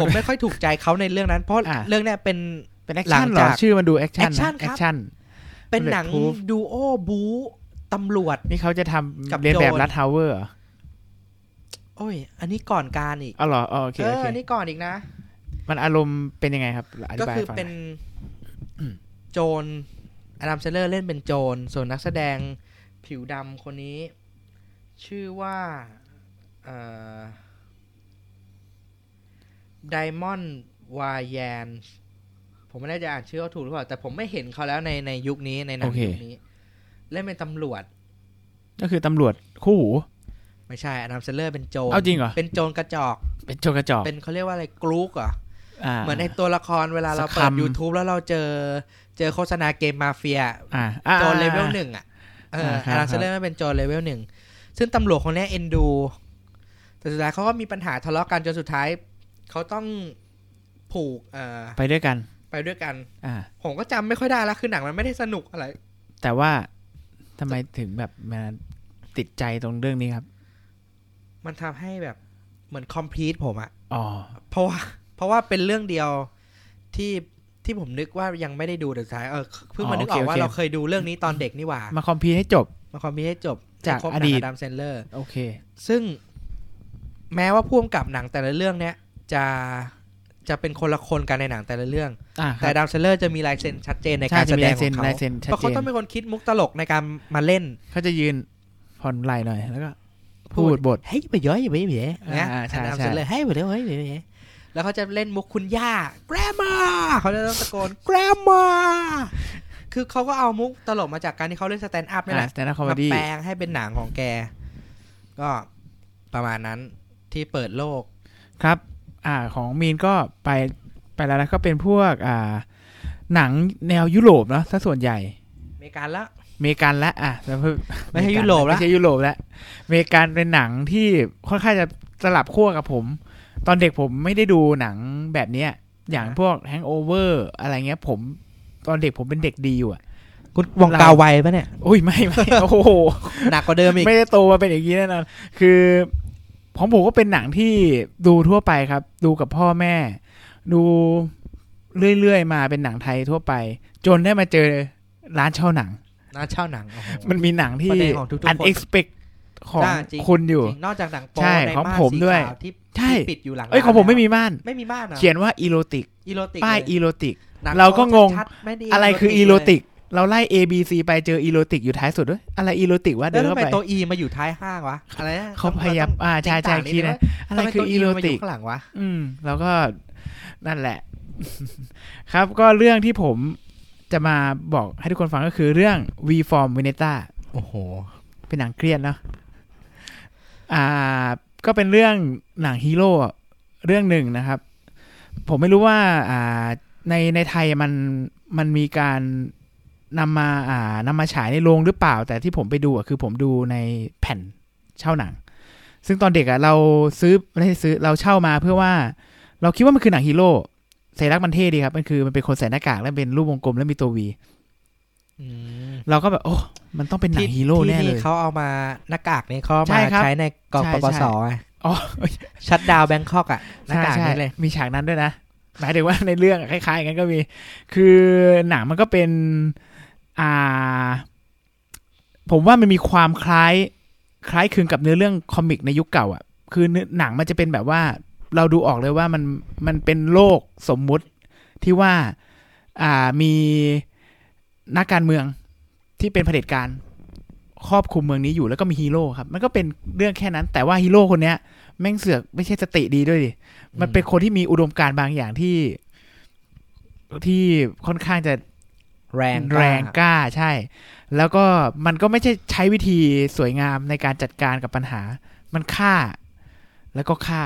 A: ผมไม่ค่อยถูกใจเขาในเรื่องนั้น เพราะ
B: อ่ะ
A: เรื่องเนี้ยเป็น
B: เป็นแอค
A: หลั
B: ชั่
A: ง
B: นเหร
A: จา
B: อก ชื่อมันดูแอคชั่นนะ
A: action ครับ
B: action
A: เป็นหนัง
B: Bulletproof
A: ดูโอบูตำรวจ
B: นี่เขาจะท
A: กับ
B: ำเรียนแบบ
A: โจร
B: รัดทาวเวอร์เหรอ
A: โอ้ย อันนี้ก่อนการอีก
B: อ๋อเหรออ๋อโอเค
A: เอ
B: โอ
A: อ
B: เค
A: อันนี้ก่อนอีกนะ
B: มันอารมณ์เป็นยังไงครับอธิ
A: ก็
B: บาย
A: คือ
B: ให้ฟังห
A: เป็น
B: น่อย
A: โจรอดัมเซนเลอร์เล่นเป็นโจร ส่วนนักแสดงผิวดำคนนี้ ชื่อว่าไดมอนด์วายแยน ผมไม่แน่ใจอ่านชื่อเขาถูกหรือเปล่า แต่ผมไม่เห็นเขาแล้วในในยุคนี้ในหนังยุคนี้ เล่นเป็นตำรวจ
B: ก็คือตำรวจคู่หู
A: ไม่ใช่อดัมเซนเลอร์เป็นโจร
B: เอาจริงเหรอ
A: เป็นโจรกระจอก
B: เป็นโจรกระจอก
A: เป็นเขาเรียกว่าอะไรกรุ๊กเหรอ
B: า
A: เหมือนในตัวละครเวลาเรา
B: สัก
A: เปิด
B: คำ
A: YouTube แล้วเราเจอเจอโฆษณาเกมมาเฟีย
B: อ่าอ่า
A: โจรเลเวลหนึ่งอ่ะ เออ
B: อ่าครั
A: อา
B: บ
A: ราเซเลอร์มันเป็นโจรเลเวลหนึ่ง ซึ่งตำรวจคนเนี้ยเอ็นดู แต่สุดท้ายเขาก็มีปัญหาทะเลาะกันจนสุดท้าย เขาต้องผูกเอ่อ
B: ไปด้วยกัน
A: ไปด้วยกัน
B: อ่า
A: ผมก็จำไม่ค่อยได้แล้วคือหนังมันไม่ได้สนุกอะไร
B: แต่ว่าทำไมถึงแบบมาติดใจตรงเรื่องนี้ครับ
A: มันทำให้แบบเหมือนคอมพลีทผมอะ
B: อ๋อ
A: เพราะว่าเพราะว่าเป็นเรื่องเดียวที่ที่ผมนึกว่ายังไม่ได้ดูแต่สุดท้ายเออเพิ่งมานึกออก
B: อ๋อโอเค
A: ว่า
B: โอเค
A: เราเคยดูเรื่องนี้ตอนเด็กนี่หว่า
B: มาคอมพีให้จบ
A: มาความมีให้จบ
B: จาก
A: ครบหนั
B: อง ดีต
A: ดัมเซนเลอร์
B: โอเค
A: ซึ่งแม้ว่าพ่วงกับหนังแต่ละเรื่องเนี้ยจะจะเป็นคนละคนกันในหนังแต่ละเรื่อง
B: อ่า
A: แต่ดัมเซนเลอร์จะมีลายเซ็นชัดเจนใน
B: ใช่
A: การ
B: จะ
A: แส
B: มี
A: ด
B: ลาง ย
A: ข
B: เซ็น
A: องเขา
B: ลายเซ็นชัด
A: เพราะ
B: เจ
A: เขา
B: น
A: ต้องเป็นคนคิดมุกตลกในการมาเล่น
B: เขาจะยืนผ่อนไหลหน่อย แล้วก็ พูดบท
A: เฮ้ยไปเยอะอย่าไปเยอะนะ
B: อ่าใช่
A: ดัม
B: ใช่
A: เซนเลอร์เฮ้ยไปเยอะเฮ้ยไปเยอะแล้วเขาจะเล่นมุกคุณย่า grandma เขาจะต้องตะโกน grandma คือเขาก็เอามุกตลกมาจากการที่เขาเล่นสแตนด์อัพนี่แหละ
B: แต่นะคอม
A: มา
B: ดี้
A: แปลงให้เป็นหนังของแก ก็ประมาณนั้นที่เปิดโลก
B: ครับ อ่า ของมีนก็ไปไปแล้วนะก็เป็นพวก อ่า หนังแนวยุโรปเนาะถ้าส่วนใหญ่
A: อเมริกันละ
B: อเมริกันละอ่ะแล้วเพิ่ง
A: ไม่ใช่ยุโรปละ
B: ไม่ใช่ยุโรปละอเมริกันเป็นหนังที่ค่อนข้างจะสลับขั้วกับผม ตอนเด็กผมไม่ได้ดูหนังแบบเนี้ย อย่างพวกแฮง g อเวอร์อะไรเงี้ย ผมตอนเด็กผมเป็นเด็กดีอยู่อ่ะ
A: คุณวองกาวไวปะเนี่ย
B: อุ้ยไม่ไม่ โอ้โห
A: หนักกว่าเดิมอีก
B: ไม่ได้โตมาเป็นอย่างนี้แน่นอนคือของผมก็เป็นหนังที่ดูทั่วไปครับ ดูกับพ่อแม่ ดูเรื่อยๆมาเป็นหนังไทยทั่วไป จนได้มาเจอร้านเช่าหนัง
A: น่าเช่าหนังโอ้โห
B: มันมีหนังที่
A: ประเด็นของทุกๆคน
B: unexpected ของ
A: จ้าจริง
B: คุณอยู่
A: จริงนอกจากหนังโป๊
B: ใช่
A: ใน
B: ของ
A: ม่าน
B: ผม
A: สี
B: ด้วย
A: ขาวที่
B: ใช่
A: ที่ปิดอยู่หลัง
B: เอ้ยของผมไม่มีม่าน
A: ไม่มีม่านหรอ
B: เขียนว่าอีโรติก
A: อีโรติก
B: ป้าย
A: เล
B: อีโรติก
A: หนั
B: เราก็งง
A: ชัดๆม่ด้
B: อะไรคืออีโรติก เราไล่ A B C ไปเจออีโรติกอยู่ท้ายสุดด้วยอะไรอีโรติกว่า
A: แล้
B: เดิ
A: วน
B: เข้า
A: ทำไม
B: ไป
A: ตัวอีมาอยู่ท้ายห้างวะอะไรนะ
B: เขาพยายามอ่าใช่ใช่คิดนะอะไร
A: ทำไม
B: คื
A: ตั
B: อ
A: ว
B: อีโร
A: มา
B: ติก
A: ข้างหลังวะ
B: อืม แล้วก็นั่นแหละ ครับก็เรื่องที่ผมจะมาบอกให้ทุกคนฟังก็คือเรื่อง V Form Veneta
A: โอ้โห
B: เป็นหนังเครียดเนาะอ่า ก็เป็นเรื่องหนังฮีโร่เรื่องหนึ่งนะครับ ผมไม่รู้ว่า อ่า ในในไทยมันมันมีการนำมา อ่านำมาฉายในโรงหรือเปล่า แต่ที่ผมไปดูอ่ะคือผมดูในแผ่นเช่าหนัง ซึ่งตอนเด็กอ่ะเราซื้อไม่ใช่ซื้อเราเช่ามาเพื่อว่า เราคิดว่ามันคือหนังฮีโร่เสรักษณ์มันเท่ดีครับ มันคือมันเป็นคนใส่หน้ากากแล้วเป็นรูปวงกลมแล้วมีตัววีเราก็แบบโอ้ มันต้องเป็นหนังฮีโร่แน่
A: ที่
B: เลย
A: นี่เขาเอามาหน้ากากนี้เขาเอา
B: ใช่
A: มา
B: ครับ
A: ใช้ในกอง
B: ใช่
A: ปป
B: ใช่
A: สอ่ะ
B: อ๋อ
A: ชัดดาวน์แบงคอกอ่ะหน้ากาก
B: ใช่
A: นี้
B: ใช่
A: เลย
B: มีฉากนั้นด้วยนะ หมายถึงว่า ในเรื่องอะคล้ายๆกันก็มี คือหนังมันก็เป็น อ่า ผมว่ามันมีความคล้าย คล้ายคลึงกับเนื้อเรื่องคอมิกในยุคเก่าอ่ะ คือเนื้อหนังมันจะเป็นแบบว่า เราดูออกเลยว่ามันมันเป็นโลกสมมุติที่ว่า อ่ามีนักการเมืองที่เป็นเผด็จการครอบคลุมเมืองนี้อยู่แล้วก็มีฮีโร่ครับ มันก็เป็นเรื่องแค่นั้น แต่ว่าฮีโร่คนเนี้ย แม่งเสือกไม่ใช่สติดีด้วยดิ มันเป็นคนที่มีอุดมการณ์บางอย่างที่ ที่ค่อนข้างจะ
A: แรง
B: แรงกล้าใช่ แล้วก็มันก็ไม่ใช่ใช้วิธีสวยงามในการจัดการกับปัญหา มันฆ่า แล้วก็ฆ่า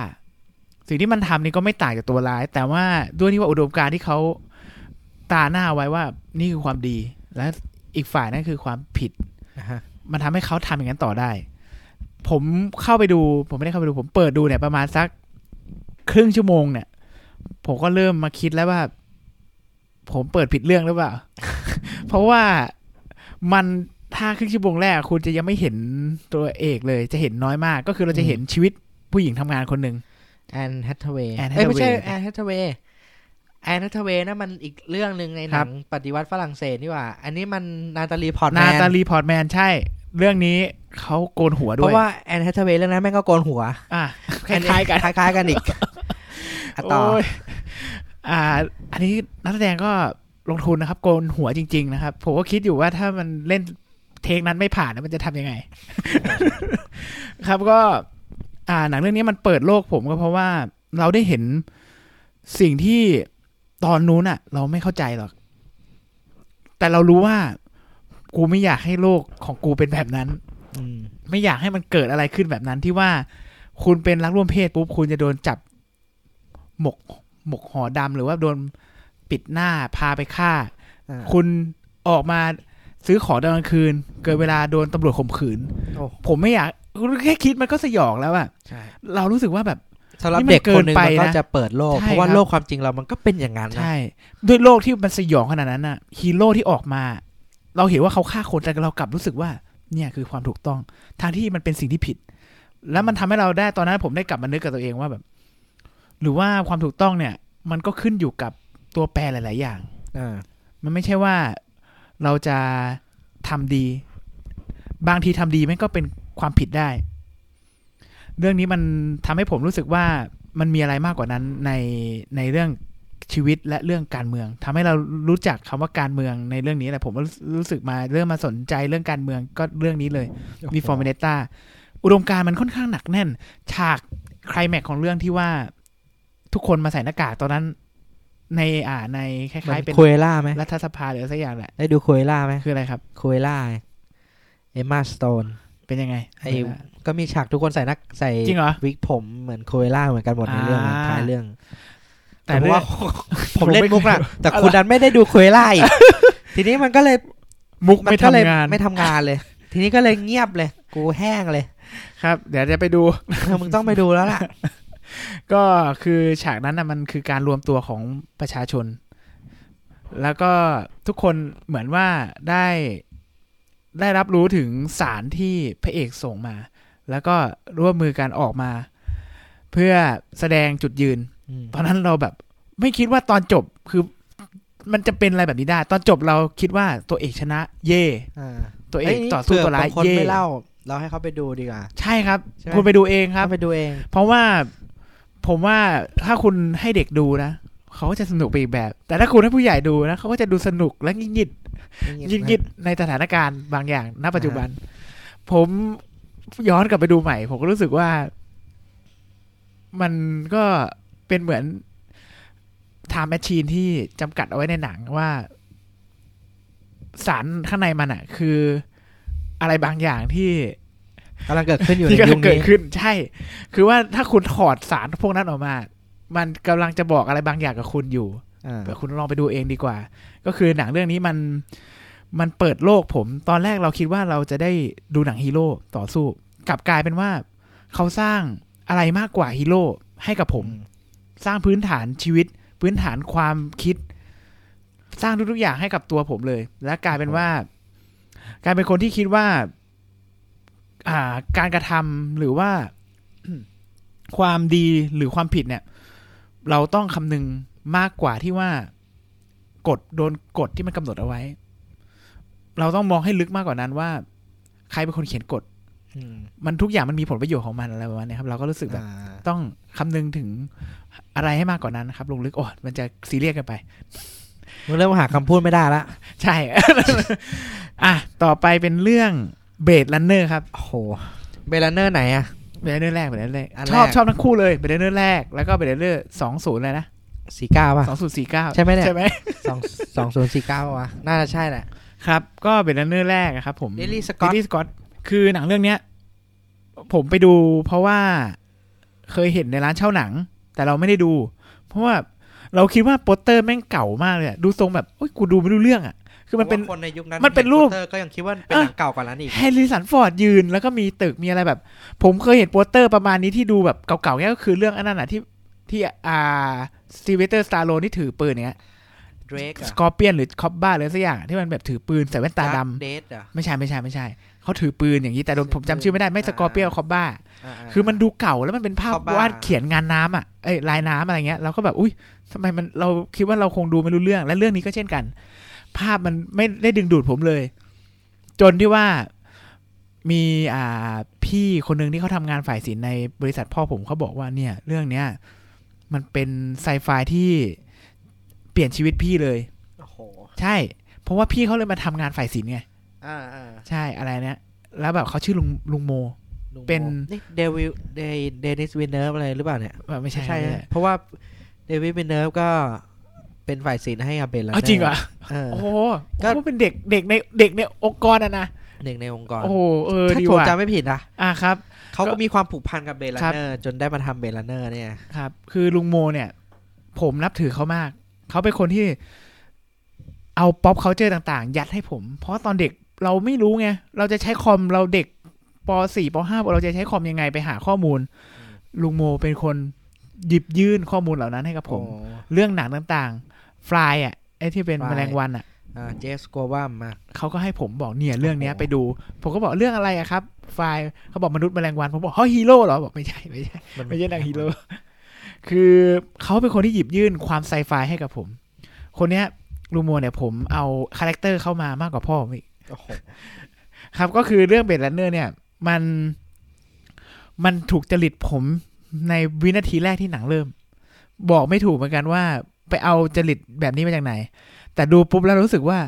B: สิ่งที่มันทำนี่ก็ไม่ต่างจากตัวร้าย แต่ว่าด้วยที่ว่าอุดมการณ์ที่เขาตาหน้าไว้ว่านี่คือความดี และอีกฝ่ายนั่นคือความผิด
A: นะฮะ
B: มันทำให้เขาทำอย่างนั้นต่อได้ ผมเข้าไปดู ผมไม่ได้เข้าไปดู ผมเปิดดูเนี่ยประมาณสักครึ่งชั่วโมงเนี่ย ผมก็เริ่มมาคิดแล้วว่า ผมเปิดผิดเรื่องหรือเปล่า เพราะว่ามันถ้าครึ่งชั่วโมงแรก คุณจะยังไม่เห็นตัวเอกเลย จะเห็นน้อยมาก ก็คือเราจะเห็นชีวิตผู้หญิงทำงานคนหนึ่ง
A: แอนแฮทเวย์
B: Anne
A: ไม่ใช่
B: Hathaway
A: แอนแฮทเวย์แอนแฮทเวย์นั่นมันอีกเรื่องหนึ่งในห
B: ครั
A: นั
B: บ
A: งปฏิวัติฝรั่งเศสนี่หว่า อันนี้มันนาตาลีพอร์ตแม
B: นาน ตาลีพอร์ตแมนใช่ เรื่องนี้เขาโกนหัว
A: เพ
B: ด้วย
A: ราะว่าแอนแฮทเวย์เรื่องนั้นแม่งก็โกนหัว
B: อ่ะค
A: อันนี้
B: ล้ายๆกัน
A: คล้ายๆกันอีกอ่ะต่อ
B: โยอ่า อันนี้นักแสดงก็ลงทุนนะครับ โกนหัวจริง ๆ นะครับ ผมก็คิดอยู่ว่าถ้ามันเล่นเทคนั้นไม่ผ่านนะมันจะทำยังไง ครับก็ อ่า หนังเรื่องนี้มันเปิดโลกผมก็เพราะว่าเราได้เห็นสิ่งที่ตอนนู้นอะเราไม่เข้าใจหรอก แต่เรารู้ว่า กูไม่อยากให้โลกของกูเป็นแบบนั้น
A: อืม
B: ไม่อยากให้มันเกิดอะไรขึ้นแบบนั้นที่ว่าคุณเป็นรักร่วมเพศปุ๊บคุณจะโดนจับหมกหมกหอดำหรือว่าโดนปิดหน้าพาไปฆ่า
A: อ่ะ
B: คุณออกมาซื้อของตอนกลางคืน เกิดเวลาโดนตำรวจข่มขืน
A: โอ้
B: ผมไม่อยากแค่คิดมันก็สยองแล้วอะ
A: ใช่
B: เรารู้สึกว่าแบบ
A: สำหรับ
B: นี่มัน
A: เด็กคนหนึ่ง
B: เกินไป
A: มันก็
B: นะ
A: จะเปิดโลก
B: ใช่
A: เพราะว่า
B: ครับ
A: โลกความจริงเรามันก็เป็นอย่างนั้นนะ
B: ใช่ ด้วยโลกที่มันสยองขนาดนั้นน่ะฮีโร่ที่ออกมา เราเห็นว่าเขาฆ่าคนแต่เรากลับรู้สึกว่า เนี่ยคือความถูกต้องทางที่มันเป็นสิ่งที่ผิด แล้วมันทำให้เราได้ตอนนั้นผมได้กลับมานึกกับตัวเองว่าแบบ หรือว่าความถูกต้องเนี่ย มันก็ขึ้นอยู่กับตัวแปรหลาย ๆ อย่าง
A: อ่า
B: มันไม่ใช่ว่าเราจะทำดี บางทีทำดีมันก็เป็นความผิดได้ เรื่องนี้มันทำให้ผมรู้สึกว่ามันมีอะไรมากกว่านั้นในในเรื่องชีวิตและเรื่องการเมืองทำให้เรารู้จักคำว่าการเมืองในเรื่องนี้แหละผมก็รู้รู้สึกมาเริ่มมาสนใจเรื่องการเมืองก็เรื่องนี้เลย มีฟอร์มเนต้าอุดมการณ์มันค่อนข้างหนักแน่น ฉากไคลแม็กซ์ของเรื่องที่ว่าทุกคนมาใส่หน้ากากตอนนั้น ในอ่าในคล้ายๆเป็น
A: คุยล่าไหม
B: รัฐสภาหรือสักอย่างแหละ
A: ได้ดูคุยล่าไหม
B: คืออะไรครับ
A: คุยล่าเอมมาสโตน
B: เป็นยังไง
A: ไอ้ก็มีฉากทุกคนใส่หนักใส่
B: จริงเหรอ
A: วิกผมเหมือนคุยล่าเหมือนกันหมดใน
B: อ่า
A: เรื่องอะท้ายเรื่อง แต่
B: แต่
A: ผม
B: เรื่
A: ว่าง ผม
B: อ
A: เล่นมุกละ แต่
B: อะไร
A: คุณดันไม่ได้ดูคุยล่า อีก ทีนี้มันก็เลย
B: มุก
A: มั
B: ไม่
A: ก็เลย
B: ทำงาน
A: ไม่ทำงานเลย ทีนี้ก็เลยเงียบเลย กูแห้งเลย
B: ครับ เดี๋ยวจะไปดู
A: เออมึงต้องไปดูแล้ว ล่ะ
B: ก็คือฉากนั้นนะมันคือการรวมตัวของประชาชน แล้วก็ทุกคนเหมือนว่าได้ได้รับรู้ถึงสารที่พระเอกส่งมา แล้วก็ร่วมมือกันออกมา เพื่อแสดงจุดยืน
A: อืม
B: ตอนนั้นเราแบบ ไม่คิดว่าตอนจบคือ มันจะเป็นอะไรแบบนี้ได้ ตอนจบเราคิดว่าตัวเอกชนะ เย่
A: อ่า
B: ตัวเอ
A: เอ้
B: ก
A: ย
B: ต่อสู้ตัวร้าย
A: เผื่อบงคน
B: เย่
A: ไม่เล่า เราให้เขาไปดูดีกว่า
B: ใช่ครับ
A: ใช่ไหม
B: คุณไปดูเองครับ
A: เขาไปดูเอง
B: เพราะว่าผมว่าถ้าคุณให้เด็กดูนะเขาก็จะสนุกไปอีกแบบ แต่ถ้าคุณให้ผู้ใหญ่ดูนะเขาก็จะดูสนุกและยิ่งยิดยิ่งยิดในสถานการณ์บางอย่างณปัจจุบัน ผมย้อนกลับไปดูใหม่ ผมก็รู้สึกว่า มันก็เป็นเหมือนไทม์แมชชีนที่จำกัดเอาไว้ในหนังว่า สารข้างในมันอะคืออะไรบางอย่างที่
A: กำลังเกิดขึ้นอยู่
B: ที่
A: ใน
B: กำลั
A: ยุ
B: ง
A: ค
B: เกิด
A: นี้
B: ขึ้นใช่ คือว่าถ้าคุณถอดสารพวกนั้นออกมา มันกำลังจะบอกอะไรบางอย่างกับคุณอยู่
A: อ่า
B: แต่คุณลองไปดูเองดีกว่า ก็คือหนังเรื่องนี้มันมันเปิดโลกผม ตอนแรกเราคิดว่าเราจะได้ดูหนังฮีโร่ต่อสู้ กลับกลายเป็นว่า เขาสร้างอะไรมากกว่าฮีโร่ให้กับผม สร้างพื้นฐานชีวิต พื้นฐานความคิด สร้างทุกๆอย่างให้กับตัวผมเลย และกลายเป็นว่า กลายเป็นคนที่คิดว่า อ่า การกระทำหรือว่า ความดีหรือความผิดเนี่ย เราต้องคำนึงมากกว่าที่ว่ากฎโดนกฎที่มันกำหนดเอาไว้ เราต้องมองให้ลึกมากกว่านั้นว่า ใครเป็นคนเขียนกฎ
A: อืม
B: มันทุกอย่างมันมีผลประโยชน์ของมันอะไรประมาณเนี้ยครับ เราก็รู้สึกแบบ
A: อ่า
B: ต้องคำนึงถึงอะไรให้มากกว่านั้นนะครับ ลงลึกโอ้มันจะซีเรียสกันไป
A: มึงเริ่มหาคำพูดไม่ได้ละ
B: ใช่ อ่ะ ต่อไปเป็นเรื่องเบด e ันเนอร์ครับ
A: โอ้โหเบลเนอร์ไหนอะ
B: เบด e ันเนอร์แรกเบด e ันเนอร์แรก
A: อัน
B: ชอบ
A: แรก
B: ชอบทั้งคู่เลยเบด e ันเนอร์แรก แล้วก็เบด e ันเนอร์สองศูนย์เลยนะ
A: สี่เก้าป่ะ
B: สองศูนย์สี่เก้า
A: ใช่ไหมเนี่ย
B: ใช่ไหม
A: สองสองศูนย์สี่เก้าวะน่าจะใช่แหละ
B: ครับ ก็เบด e ันเนอร์แรกอะครับผม
A: Ridley Scott
B: ลิลลี่สกอตคือหนังเรื่องเนี้ย ผมไปดูเพราะว่าเคยเห็นในร้านเช่าหนัง แต่เราไม่ได้ดู เพราะว่าเราคิดว่าโปสเตอร์แม่งเก่ามากเลยอะดูทรงแบบโอ้ยกูดูไม่รู้เรื่องอะคือมันเป็น
A: พราะว่าคนในยุคนั้น
B: มันเป็นรูป
A: ห็โตอก็ยังคิดว่าเป็น
B: เออ
A: หนังเก่ากว่านั้นอีก
B: แฮร์รี่สันฟอร์ดยืนแล้วก็มีตึกมีอะไรแบบ ผมเคยเห็นโปสเตอร์ประมาณนี้ที่ดูแบบเก่าๆเนี่ยก็คือเรื่องอันนั้นน่ะที่ที่อ่าสตีเวเตอร์สตาร์โลนี่ถือปืนเนี้ย
A: Drake
B: สกอร์เปียนหรือคอปบ้าหรือสักอย่างที่มันแบบถือปืนใส่แว่นตาดำ
A: เดทอ่ะ
B: ไม่ใช่ไม่ใช่ไม่ใช่ เขาถือปืนอย่างนี้แต่โดนผมจำชื่อไม่ได้ไม่
A: อ่า
B: สกอร์เปียนคอปบ้า
A: อ่าๆ
B: คือมันดูเก่าแล้วมันเป็นภาพ
A: Coppa
B: วาดเขียนงานน้ำอ่ะเอ้ยลายน้ำอะไรเงี้ยเราก็แบบอุ้ยทำไมมันเราคิดว่าเราคงดูไม่รู้เรื่องและเรื่องนี้ก็เช่นกัน ภาพมันไม่ได้ดึงดูดผมเลย จนที่ว่ามีอ่าพี่คนหนึ่งที่เขาทำงานฝ่ายศิลป์ในบริษัทพ่อผมเขาบอกว่าเนี่ย เรื่องเนี้ยมันเป็นไซไฟที่เปลี่ยนชีวิตพี่เลย
A: โอ้โห
B: ใช่ เพราะว่าพี่เขาเลยมาทำงานฝ่ายศิลป์ไง
A: อ่าอ่า
B: ใช่อะไรเนี้ยแล้วแบบเขาชื่อลุงลุงโม
A: ลุง
B: เป็น
A: โมนี่เดวิลเดเดนิสวินเนอร์อะไรหรือเปล่าเนี่ย
B: เอ่อไม่ใช่
A: ใช่
B: ไม่ใช่
A: เพราะว่าเดวิดวินเนอร์ก็เป็นฝ่ายศิลป์ให้กับเบลแล้ว
B: เอาจริงเหรอ
A: เออ
B: โอ้โห
A: ก็
B: ก็เป็นเด็กเด็กในเด็กในองค์กรอะนะ
A: หนึ่งในองค์กร
B: โอ้โหเออ
A: ถ้า
B: ดี
A: ผม
B: ว่ะ
A: จำไม่ผิดนะ
B: อ่ะครับ
A: เขา
B: ก็
A: ก็มีความผูกพันกับเบล
B: ครับ
A: เนอร์จนได้มาทำเบลเนอร์เนี่ย
B: ครับ คือลุงโมเนี่ย ผมนับถือเขามาก เขาเป็นคนที่ เอาป๊อปเคาเจอร์ต่างๆ ยัดให้ผม เพราะตอนเด็กเราไม่รู้ไง เราจะใช้คอมเราเด็กป .4 ป .5 เราจะใช้คอมยังไงไปหาข้อมูล ลุงโมเป็นคนหยิบยื่นข้อมูลเหล่านั้นให้กับผม
A: โอ้
B: เรื่องหนังต่างๆฟลายอ่ะไอ้ที่เป็น
A: Fly
B: แมลงวันอ่ะ
A: อ่าเจสกัวว่ามา
B: เขาก็ให้ผมบอกเนี่ยเรื่องเนี้ย
A: โอ้โห
B: ไปดู ผมก็บอกเรื่องอะไรอะครับ ไฟล์เขาบอกมนุษย์แมลงวันผมบอกเฮ้ยฮีโร่เหรอบอกไม่ใช่ไม่ใช่
A: มั
B: ไม่ใช่หนางฮีโร่คือเขาเป็นคนที่หยิบยื่นความไซไฟให้กับผม คนเนี้ยลูโมเนี่ยผมเอาคาแรคเตอร์เข้ามามากกว่าพ่อผมอีก
A: โอ้โห
B: ครับ ก็คือเรื่องเบดแลนเนอร์เนี่ย มันมันถูกจริตผมในวินาทีแรกที่หนังเริ่ม บอกไม่ถูกเหมือนกันว่า ไปเอาจริตแบบนี้มาจากไหน แต่ดูปุ๊บแล้วรู้สึกว่า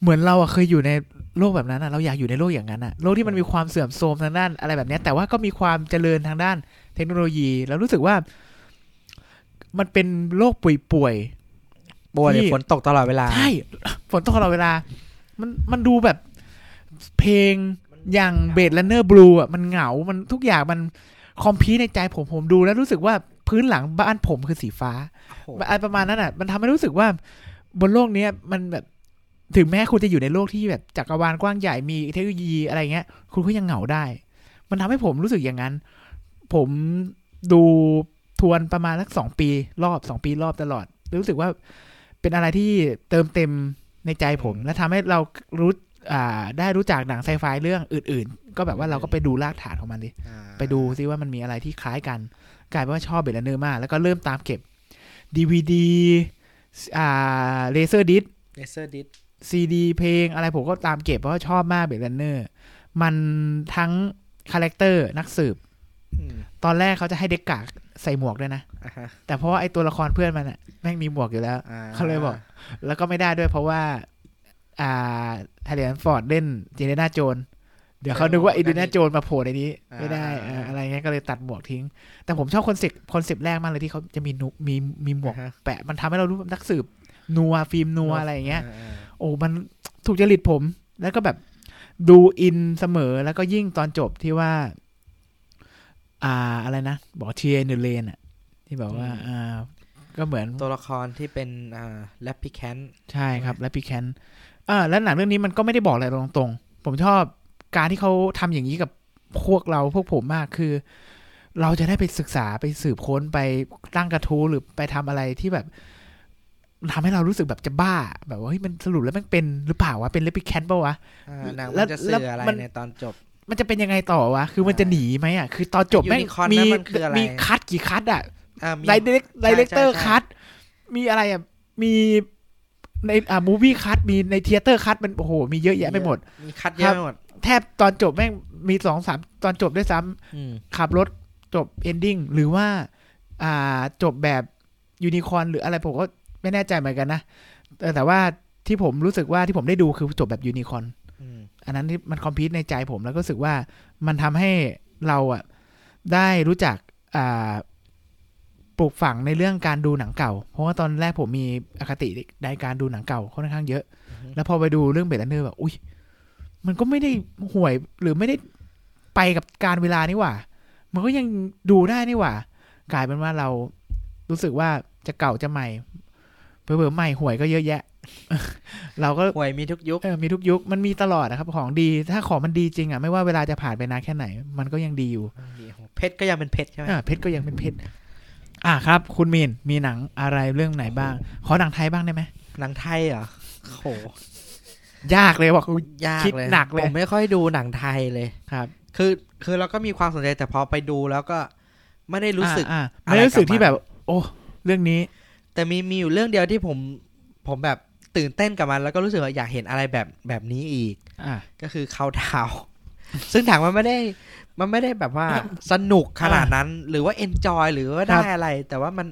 B: เหมือนเราอะเคยอยู่ในโลกแบบนั้นอะเราอยากอยู่ในโลกอย่างนั้นอะโลกที่มันมีความเสื่อมโทรมทางด้านอะไรแบบเนี้ยแต่ว่าก็มีความเจริญทางด้านเทคโนโลยี แล้วรู้สึกว่า มันเป็นโลกป่วย
A: บัวเนี่ยฝนตกตลอดเวลา
B: ๆใช่ ฝนตกตลอดเวลา มันมันดูแบบเพลงอย่างเบดแลนเนอร์บลูอะมันเหงา มันทุกอย่างมันคอมพีในใจผมผมดูแล้วรู้สึกว่าพื้นหลังบ้านผมคือสีฟ้า
A: โอ้โห
B: อะไรประมาณนั้นอ่ะ มันทำให้รู้สึกว่าบนโลกเนี้ยมันแบบถึงแม้คุณจะอยู่ในโลกที่แบบจักรวาลกว้างใหญ่มีเทคโนโลยีอะไรเงี้ย คุณก็ยังเหงาได้ มันทำให้ผมรู้สึกอย่างนั้น ผมดูทวนประมาณสักสองปี รอบสองปีรอบตลอด รู้สึกว่าเป็นอะไรที่เติมเต็มในใจผม และทำให้เรารู้อ่าได้รู้จักหนังไซไฟเรื่องอื่น ๆ ก็แบบว่าเราก็ไปดูรากฐานของมันดิ ไปดูซิว่ามันมีอะไรที่คล้ายกัน กลายเป็นว่าชอบเบลเนอร์มาก แล้วก็เริ่มตามเก็บ DVD อ่าเลเซอร์ดิส
A: เลเซอร์ดิส
B: ซีดีเพลงอะไรผมก็ตามเก็บเพราะว่าชอบมากเบลเนอร์ มันทั้งคาแรคเตอร์นักสืบ
A: อืม
B: ตอนแรกเขาจะให้เด็กกากใส่หมวกด้วยนะ
A: อ่ะฮะ
B: แต่เพราะว่าไอ้ตัวละครเพื่อนมันอะแม่งมีหมวกอยู่แล้ว
A: อ่
B: เขาเลยบอก แล้วก็ไม่ได้ด้วยเพราะว่า อ่าไทเลียนฟอร์ดเล่นเจเนน่าโจน เดี๋ยวเขานึกว่าไอเดน่าโจนมาโผล่ในนี้ ไม่ได้เอออะไรเงี้ยก็เลยตัดหมวกทิ้ง แต่ผมชอบคอนเซ็ปต์คอนเซ็ปต์แรกมากเลยที่เขาจะมีนุมีมีหมวก
A: อ่ะฮะ
B: แปะมันทำให้เรารู้แบบนักสืบ นัวฟิล์มนัวอะไรอย่างเงี้ย
A: อ่า
B: โอ้ มันถูกจริตผม แล้วก็แบบดูอินเสมอ แล้วก็ยิ่งตอนจบที่ว่า อ่า อะไรนะ บอกเทียนเลนอ่ะ ที่บอกว่า อ่า ก็เหมือน
A: ตัวละครที่เป็นอ่าแลปปี้แคน
B: ใช่ครับ และพี่แคนอ่าแล้วหนังเรื่องนี้มันก็ไม่ได้บอกอะไรเราตรงๆ ผมชอบการที่เขาทำอย่างนี้กับพวกเราพวกผมมากคือ เราจะได้ไปศึกษาไปสืบค้นไปตั้งกระทู้หรือไปทำอะไรที่แบบทำให้เรารู้สึกแบบจะบ้า แบบว่าเฮ้ยมันสรุปแล้วมันเป็นหรือเปล่าวะเป็นเลปิแคนปะวะ
A: อ่านาง
B: แล้
A: มั
B: วน
A: จะสื่ออะไร
B: แล้วมัน
A: ในตอนจบ
B: มันจะเป็นยังไงต่อวะ คือมันจะหนีไหมอ่ะ คือตอนจบแม่ง
A: ยูนิคอร์น
B: มี
A: นั้นมันคืออะไร
B: มีคัดกี่คัดอ่ะ
A: อ่ามี
B: ไลเด็กไลเด็กเตอร์
A: ใช่
B: คัดมีอะไรอ่ะ มีในอ่ามูวี่คัดมีในเทเตอร์คัดมันโอ้โห มีเยอะแยะไปหมด
A: มีคัดเยอะไปหมด
B: แทบตอนจบแม่งมีสองสามตอนจบด้วยซ้ำ
A: อืม
B: ขับรถจบเอนดิ้งหรือว่า อ่าจบแบบยูนิคอ n หรืออะไรผมก็ไม่แน่ใจเหมือนกันนะเออแต่ว่าที่ผมรู้สึกว่าที่ผมได้ดูคือจบแบบยูนิคอ n
A: อืม
B: อันนั้นที่มันคอมพิวในใจผมแล้วก็รู้สึกว่ามันทำให้เราอ่ะได้รู้จักอ่าปลูกฝังในเรื่องการดูหนังเก่า เพราะว่าตอนแรกผมมีอคติในการดูหนังเก่าค่อนข้างเยอะ แล้วพอไปดูเรื่องเบรดเนอร์แบบอุ้ยมันก็ไม่ได้ห่วยหรือไม่ได้ไปกับการเวลานี่หว่า มันก็ยังดูได้นี่หว่า กลายเป็นว่าเรารู้สึกว่าจะเก่าจะใหม่เผลอๆใหม่ห่วยก็เยอะแยะ เราก็
A: หวยมีทุกยุค
B: เออมีทุกยุค มันมีตลอดนะครับ ของดี ถ้าของมันดีจริงอ่ะ ไม่ว่าเวลาจะผ่านไปนานแค่ไหน มันก็ยังดีอยู่
A: เพชรก็ยังเป็นเพชรใช่ไหม
B: อ่าเพชรก็ยังเป็นเพชร อ่าครับ คุณมีน มีหนังอะไรเรื่องไหนบ้าง ขอหนังไทยบ้างได้ไหม
A: หนังไทยเหรอโห
B: ยากเลยว่ะคุณ
A: ยาก
B: คิด
A: เลย
B: หนักเลย
A: ผมไม่ค่อยดูหนังไทยเลย
B: ครับ
A: คือ คือเราก็มีความสนใจแต่พอไปดูแล้วก็ไม่ได้รู้สึก
B: อ่าอ่า
A: อะไร
B: ไม่รู้สึ
A: กั
B: ก
A: บมัน
B: ที่แบบ โอ้ เรื่องนี้
A: แต่มีมีอยู่เรื่องเดียวที่ผม ผมแบบตื่นเต้นกับมัน แล้วก็รู้สึกว่าอยากเห็นอะไรแบบแบบนี้อีก
B: อ่า
A: ก็คือเขาดาว ซึ่งถังมันไม่ได้ มันไม่ได้แบบว่าสนุกขนาดนั้น หรือว่าเอนจอยหรือว่าได้
B: ครับ
A: อะไร แต่ว่ามัน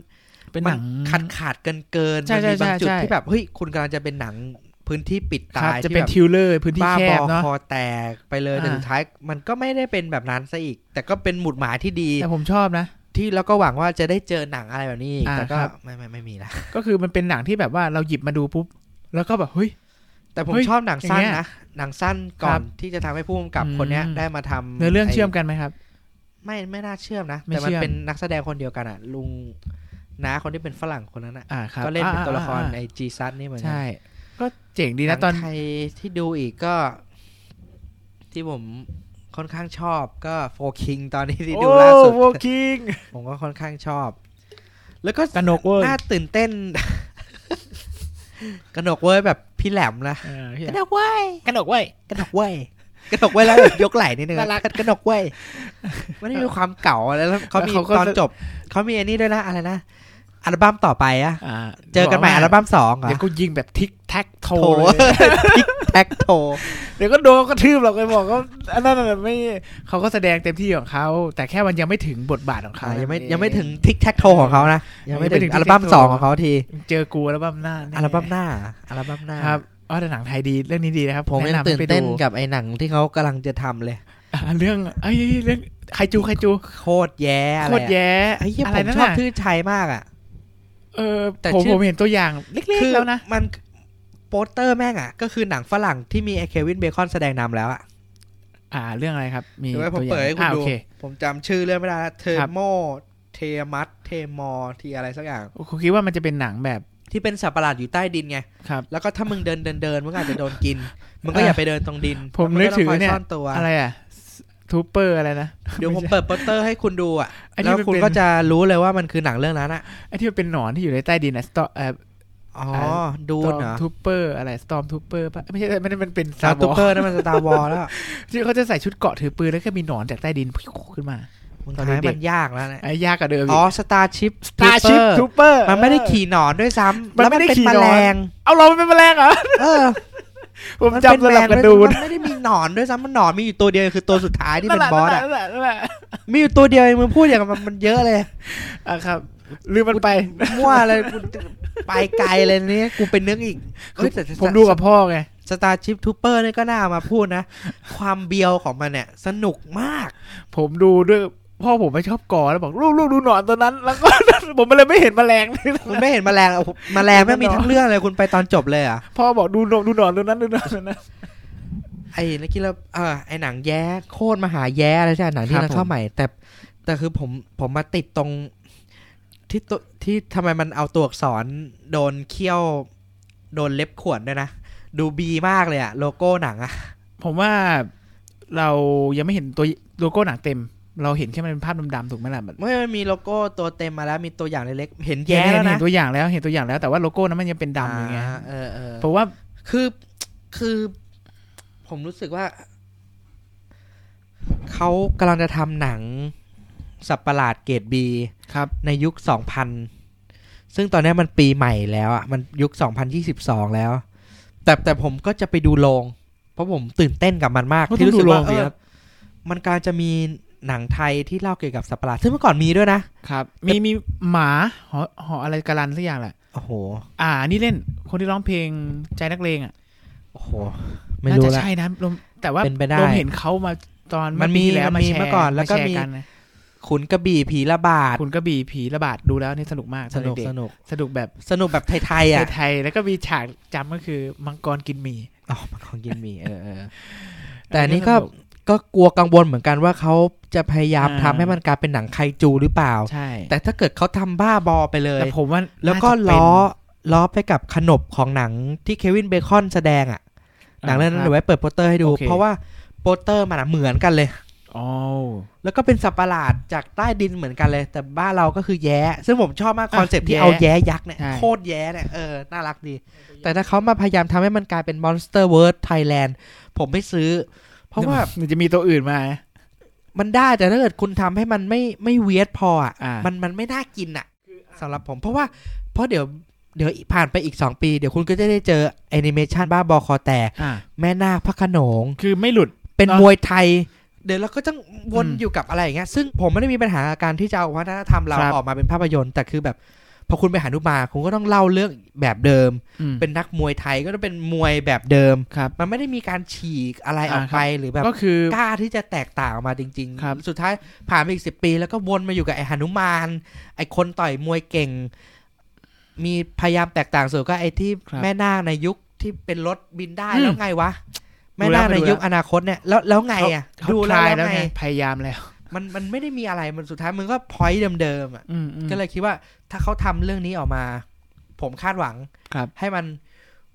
B: เป็นหนัง
A: มัขาดขาดเกินเกินๆ
B: ใช่
A: มันมี
B: ใช่
A: บางจุด
B: ใช่
A: ที่แบบเฮ้ยคุณกำลังจะเป็นหนังพื้นที่ปิด
B: ครั
A: ตา
B: บ
A: ย
B: จะ
A: ที่
B: เป็น
A: แบบ
B: ทิวเลอร์พื้นที่
A: บ้า
B: แค
A: บอบ
B: เนาะ
A: คอแตกไปเลยแต่
B: อ่า
A: สุดท้ายมันก็ไม่ได้เป็นแบบนั้นซะอีก แต่ก็เป็นหมุดหมายที่ดี
B: แต่ผมชอบนะ
A: ที่แล้วก็หวังว่าจะได้เจอหนังอะไรแบบนี้อีก
B: อ่า
A: แต่ก็
B: ครับ
A: ไม่ไม่ไม่มีละ
B: ก็คือมันเป็นหนังที่แบบว่าเราหยิบมาดูปุ๊บ แล้วก็แบบ เฮ้ย
A: แต่ผม
B: เฮ้ย
A: ชอบหนังสั้น
B: อย่างเงี้ย
A: นะหนังสั้นก่อ
B: ครั
A: น
B: บ
A: ที่จะทำให้ผู้กำกับคนเนี้ย
B: อืม
A: ได้มาทำ
B: เนื้อเรื่องเชื่อม
A: ไ
B: กันไหมครับ
A: ไม่ไม่น่าเชื่อมนะ
B: ไม่
A: แต่มัน
B: เชื่อม
A: เป็นนักแสดงคนเดียวกันอ่ะ ลุงน้าคนที่เป็นฝรั่งคนนั้นอ่ะ
B: อ่าครับ
A: ก็เล่นเป็น
B: อ่า
A: ตัวละคร
B: อ่า
A: ในจีซัสนี่เหมือนกัน
B: ใช่ ก็เจ๋งดีนะ
A: ห
B: ต
A: นั
B: อง น
A: ไทยที่ดูอีกก็ ที่ผมค่อนข้างชอบก็โฟคิงตอนนี้ที่ดูล่าสุด
B: โวคิง
A: ผมก็ค่อนข้างชอบ แล้วก็
B: กนกเว้ย
A: น่าตื่น เต้น กระหนกเว้ยแบบพี่แหลมนะกระหนกเว้ย
B: กนกเว้ย
A: กระหนกเว้ยกระหนกเว้ยแล้วแบบยกไหล่นิดนึง
B: น่ารัก
A: กระหนกเว้ยมันไม่มีความเก่าอะไรแล้วเขามี
B: แล้วเขาก็
A: ตอนจบเขามีอันนี้ด้วยนะอะไรนะอัลบั้มต่อไปอะ
B: อ่า
A: เจอกันใหม่อัลบั้มสองเหร
B: เดี๋ย
A: อ่ะ
B: วกูยิงแบบทิกแท็กโท
A: โถ
B: เลย
A: แท็กโถ
B: เดี๋ยวก็โดนกระทืบหรอกไปบอกก็อันนั้นน่ะไม่เขาก็แสดงเต็มที่ของเขา แต่แค่มันยังไม่ถึงบทบาทของเขา
A: อ่ายังไม่
B: นั่นเอ
A: ยังไม่ถึงทิกแท็กโทของเขานะยังไม่
B: ยังไม่ถึ
A: ถึ
B: ง
A: ง
B: Tic
A: อัลบั้ม
B: Tac Toe
A: สองของเขาที
B: เจอกูอัลบั้มหน้าแน่
A: อัลบั้มหน้าอัลบั้มหน้า
B: ครับอ๋อแต่หนังไทยดีเรื่องนี้ดีนะครับ
A: ผม
B: แะ
A: ยัง
B: นำให้
A: ตื่น
B: ไป
A: เต้น
B: ดู
A: กับไอ้หนังที่เขากำลังจะทำเลย
B: อ่าเรื่องเอ้ยเรื่องไคจูไคจู
A: โคตรแย่อะ
B: โค
A: ไร
B: ตร
A: อะ
B: แย่
A: ไอ้เหี้ย
B: อะ
A: ผ
B: ไร
A: ม
B: นั่น
A: ชอบ
B: น่ะ
A: ชื่อชัยมากอ่ะ
B: เออ
A: แต่
B: ผม
A: ชื่อ
B: ผมเห็นตัวอย่างเล็ก
A: คื
B: ๆแล้วนะ
A: มันโปสเตอร์แม่งอ่ะ ก็คือหนังฝรั่งที่มีไอ้เควินเบคอนแสดงนำแล้วอ่ะ
B: อ่าเรื่องอะไรครับ มี
A: เดี๋ยวไว้ผม
B: ตัวอย่า
A: เปิด
B: ง
A: ให้คุณ
B: อ่า
A: ดู
B: โอเค
A: ผมจำชื่อเรื่องไม่ได้ละเทอ
B: ครับ
A: ร์โมเทมัสเทมอทีอะไรสักอย่าง
B: คุณคิดว่ามันจะเป็นหนังแบบ
A: ที่เป็นสัตว์ประหลาดอยู่ใต้ดินไง
B: ครับ
A: แล้วก็ถ้ามึงเดินเดินเดินมึงอาจจะโดน กินมึงก็อย่าไปเดินตรงดิน
B: ผมนึกถึง
A: มัก็ต้อคอย
B: เนี่ย
A: ซ่อนตัว
B: อะไรอ่ะทูเปอร์อะไรนะ
A: เดี๋ยวผม
B: ไใช่
A: เปิดโปสเตอร์ให้คุณดูอ่ะ
B: ไอ้
A: แล้
B: ที่
A: ว
B: มัน
A: คุณ
B: เป็น
A: ก็จะรู้เลยว่ามันคือหนังเรื่องนั้นอ่ะ
B: ไอ้ที่มันเป็นหนอนที่อยู่ในใต้ดินนะสตอเอ่อ
A: อ๋อ ดูนเหรอ
B: ทูเปอร์อะไรสตอมทูเปอร์ปะไม่ใช่ไม่ได้มันเป็น
A: สตา
B: สา
A: ร์ทู
B: วอ
A: เปอร์นั่นมันสตาร์วอลแล้ว
B: ที่เขาจะใส่ชุดเกราะถือปืนแล้วก็มีหนอนจากใต้ดินขึ้นมา
A: มึง
B: ตอน
A: ทำให้
B: เด็ก
A: มันยากแล้วนะ
B: ไอ้ยากกว่าเดิม
A: อ๋อ
B: อีก
A: สตาร์ชิพ
B: สตาร์ชิพทูเปอร์
A: มันไม่ได้ขี่หนอนด้วยซ้ำ
B: มัน
A: แล้ว
B: ไม่
A: มัน
B: ได้
A: เป็น
B: ขี่
A: แม
B: หนอ
A: ลง
B: นเอาเราเป็นแมลงเหรอ
A: เออ
B: ผม
A: มัน
B: จำสลับ
A: เป็
B: กัน
A: แม
B: ดู
A: มัไม่ได้มีหนอนด้วยซ้ำมันหนอนมีอยู่ตัวเดียวคือตัวสุดท้ายที่เป็นบอสอะ
B: นั่นแหละนั่นแหละ
A: มีอยู่ตัวเดียวเองมึงพูดอย่างกับมันมันเยอะเลย
B: อ่ะครับลืมมันไป
A: มั่วเลยกูไปไกลเลยนี่กูเป็นนึกอีกเฮ้ยแต่
B: ผมดูกับพ่อไง
A: สตาร์ชิพทูเปอร์นี่ก็น่าเอามาพูดนะ ความเบียวของมันเนี่ย สนุกมาก
B: ผมดูด้วยพ่อผมไม่ชอบกอแล้วบอกลูกลูกดูหนอนตัวนั้น แล้วก็ ผมเลยไม่เห็นแมลง
A: คุณไม่เห็นแมลงเอาแมลงไม่มีทั้งเรื่องเลยคุณไปตอนจบเลยเหรอ่ะ
B: พ่อบอกดูหนอนดูหนอนตัวนั้นดูหนอนตัวนั้น
A: ไอ้นักกีฬาเออไอ้หนังแย้โคตรมหาแย้อะไรใช่ไหมหนังที่
B: ครับ
A: นักเข้า
B: ผม
A: ใหม่ แต่แต่คือผมผมมาติดตรงที่ตัวที่ทำไมมันเอาตัวอักษรโดนเขี้ยว โดนเล็บขวนด้วยนะ ดูบีมากเลยอะโลโก้หนังอะ
B: ผมว่าเรายังไม่เห็นตัวโลโก้หนังเต็ม เราเห็นแค่มันเป็นภาพดำๆถูกไหมล่ะแบบ
A: เมื่อมันมีโลโก้ตัวเต็มมาแล้วมีตัวอย่างเล็กๆเห็น
B: เห็
A: แย้
B: นเห็
A: แล้
B: น
A: ว
B: เห็
A: นะ
B: นตัวอย่างแล้วเห็นตัวอย่างแล้วแต่ว่าโลโก้นั้นมันยังเป็นดำอย่างเงี้ย
A: อ่าเออเออ
B: ผมว่า
A: คือคือผมรู้สึกว่า เขากำลังจะทำหนังสับประหลาดเกรดบี
B: ครับ
A: ในยุค 2000 ซึ่งตอนนี้มันปีใหม่แล้วอะมันยุค 2022 แล้ว แต่แต่ผมก็จะไปดูโรง เพราะผมตื่นเต้นกับมันมาก
B: ก็ต้อง
A: ที่รู้สึกว่า
B: ดูโรงสิ
A: เออ
B: ครับ
A: มันกำลังจะมีหนังไทยที่เล่าเกี่ยวกับสัตว์ประหลาด ซึ่งเมื่อก่อนมีด้วยนะ
B: ครับ มีมีหมาหอหออะไรกะลันสักอย่างแหละ
A: โอ้โห
B: อ่า นี่เล่นคนที่ร้องเพลงใจนักเลงอ่ะ
A: โอ้โห ไม่
B: น่า
A: รู้
B: จะ
A: ละ
B: ใช่นะลมแต่ว่า
A: เป็นไปได้
B: ลมเห็นเขามาตอน
A: มันมี
B: ปีที่แล้ว
A: มั
B: มาน
A: มี
B: แชร์
A: เมื่อก่อนแล้วก็
B: าชร์
A: มี
B: นะ
A: ขุนกระบี่ผีระบาด
B: คุณกระบี่ผีระบาดดูแล้วนี่สนุกมาก
A: สนุก
B: ตอเด็ก
A: สนุก
B: ๆสนุกแบบ
A: สนุกแบบไทยๆอ่ะ
B: ไทยๆแล้วก็มีฉากจำก็คือมังกรกินหมี
A: อ๋อมันของกินมีเออเออ แต่อันนี้ก็ก็กลัวกังวลเหมือนกันว่าเขาจะพยายามทำให้มันกลายเป็นหนังไคจูหรือเปล่า
B: ใช่
A: แต่ถ้าเกิดเขาทำบ้าบอไปเลย
B: แต่ผมว่า
A: แล้วก็
B: น่าจะเป็น
A: ล้อล้อไปกับขนบของหนังที่เควินเบคอนแสดงอะ่ะ หนังเรื่องนั้นเดี๋ยว
B: า
A: ไว้เปิดโปสเตอร์ให้ดู
B: โอเค
A: เพราะว่าโปสเตอร์มันอะเหมือนกันเลย
B: อ๋อ
A: แล้วก็เป็นสัตว์ประหลาดจากใต้ดินเหมือนกันเลย แต่บ้านเราก็คือแย้ ซึ่งผมชอบมากคอนเซ็ปต์ที่เอาแย้ยักษ์เนี่ยโคตรแย้เนี่ยเออน่ารักดี แต่ถ้าเขามาพยายามทำให้มันกลายเป็นมอนสเตอร์เวิร์ดไทยแลนด์ผมไม่ซื้อ เพราะว่า
B: มันจะมีตัวอื่นมา
A: มันได้แต่ถ้าเกิดคุณทำให้มันไม่ไม่เวียดพออ่ะ
B: อ่ามั
A: มันมันไม่น่ากินอ่ะสำหรับผมเพราะว่าเพราะเดี๋ยวเดี๋ยวผ่านไปอีก 2 ปี เดี๋ยวคุณก็จะได้เจอแอนิเมชันบ้าบอคอแตก
B: อ่า
A: แม่นาคพระโขนง
B: คือไม่หลุด
A: เป็น
B: เนอะ
A: มวยไทย เดี๋ยวเราก็ต้องวน
B: อืม
A: อยู่กับอะไรอย่างเงี้ยซึ่งผมไม่ได้มีปัญหากับการที่จะเอาวัฒนธรรมเรา
B: ครับ
A: ออกมาเป็นภาพยนตร์แต่คือแบบพอคุณไปหานุมาคุณก็ต้องเล่าเรื่องแบบเดิม
B: อืม
A: เป็นนักมวยไทยก็ต้องเป็นมวยแบบเดิม
B: ครับ
A: มันไม่ได้มีการฉีกอะไรออก
B: อ่าครับ
A: ไปหรือแบบ
B: ก็คือ
A: กล้าที่จะแตกต่างออกมาจริง
B: ครับ
A: สุดท้ายผ่านไปอีกสิปี แล้วก็วนมาอยู่กับไอ้หนุมาน ไอ้คนต่อยมวยเก่ง มีพยายามแตกต่างสุดก็ไอ้ที่แม่นาคในยุคที่เป็นรถบินได้แล้วไงวะ แม่นาคในยุคอนาคตเนี่ยแล้วแล้วไงอ่ะ
B: ดู
A: ดู
B: ท
A: แล้ว
B: ลายแล้
A: แล้ว ว
B: ไง
A: ไง
B: พยายามแล้ว
A: มันมันไม่ได้มีอะไรมันสุดท้ายมันก็พอยต์เดิมๆอ่ะ
B: อืมอืม
A: ก็เลยคิดว่าถ้าเขาทำเรื่องนี้ออกมา ผมคาดหวัง
B: ครับ
A: ให้มัน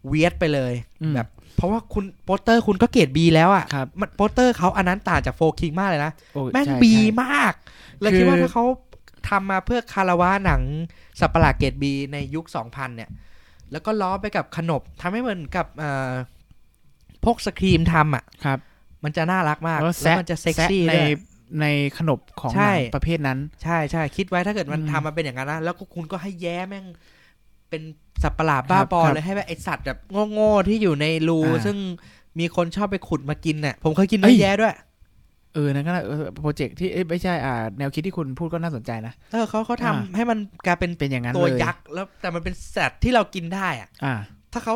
A: เวียดไปเลย
B: อืม
A: แบบ เพราะว่าคุณโปสเตอร์คุณก็เกรดบีแล้วอ่ะ
B: ครับ
A: มันโปสเตอร์เขาอันนั้นต่างจากโฟคิงมากเลยนะ
B: โอ้ย
A: แม่ง
B: ใช่
A: บี
B: ใช่
A: มาก เลย
B: คือ
A: คิดว่าถ้าเขาทำมาเพื่อคาราวะหนังสัตว์ประหลาดเกรดบีในยุค 2000 เนี่ย แล้วก็ล้อไปกับขนบทำให้เหมือนกับเอ่อพวกสครีมทำอ่ะ
B: ครับ
A: มันจะน่ารักมาก
B: แล้ว
A: แล้
B: แซะ
A: วมันจะเซ็ก
B: แซะ
A: ซี่
B: ใน
A: ด้วย
B: ในขนบของห
A: ใช่
B: นังประเภทนั้น
A: ใช่ใช่คิดไว้ถ้าเกิดมัน
B: อืม
A: ทำมาเป็นอย่างนั้นนะแล้วก็คุณก็ให้แย้แม่ง เป็นสัตว์ประหลาดบ้า
B: ครับ
A: บอ
B: ครับ
A: เลยให้แบบไอสัตว์แบบโง่ๆที่อยู่ในรู
B: อ่า
A: ซึ่งมีคนชอบไปขุดมากินน่ะผมเคยกิน
B: เอ้
A: เนื้อย แย้ด้วย
B: เออนั่นก็โปรเจกต์ที่เอ้ยไม่ใช่อ่า แนวคิดที่คุณพูดก็น่าสนใจนะ
A: เออเขาเขา
B: อ่า
A: ทำให้มันกลายเป็น
B: เป็นอย่างนั้นเลย
A: ตัวยักษ์แล้วแต่มันเป็นสัตว์ที่เรากินได้อะ
B: อ่า
A: ถ้าเขา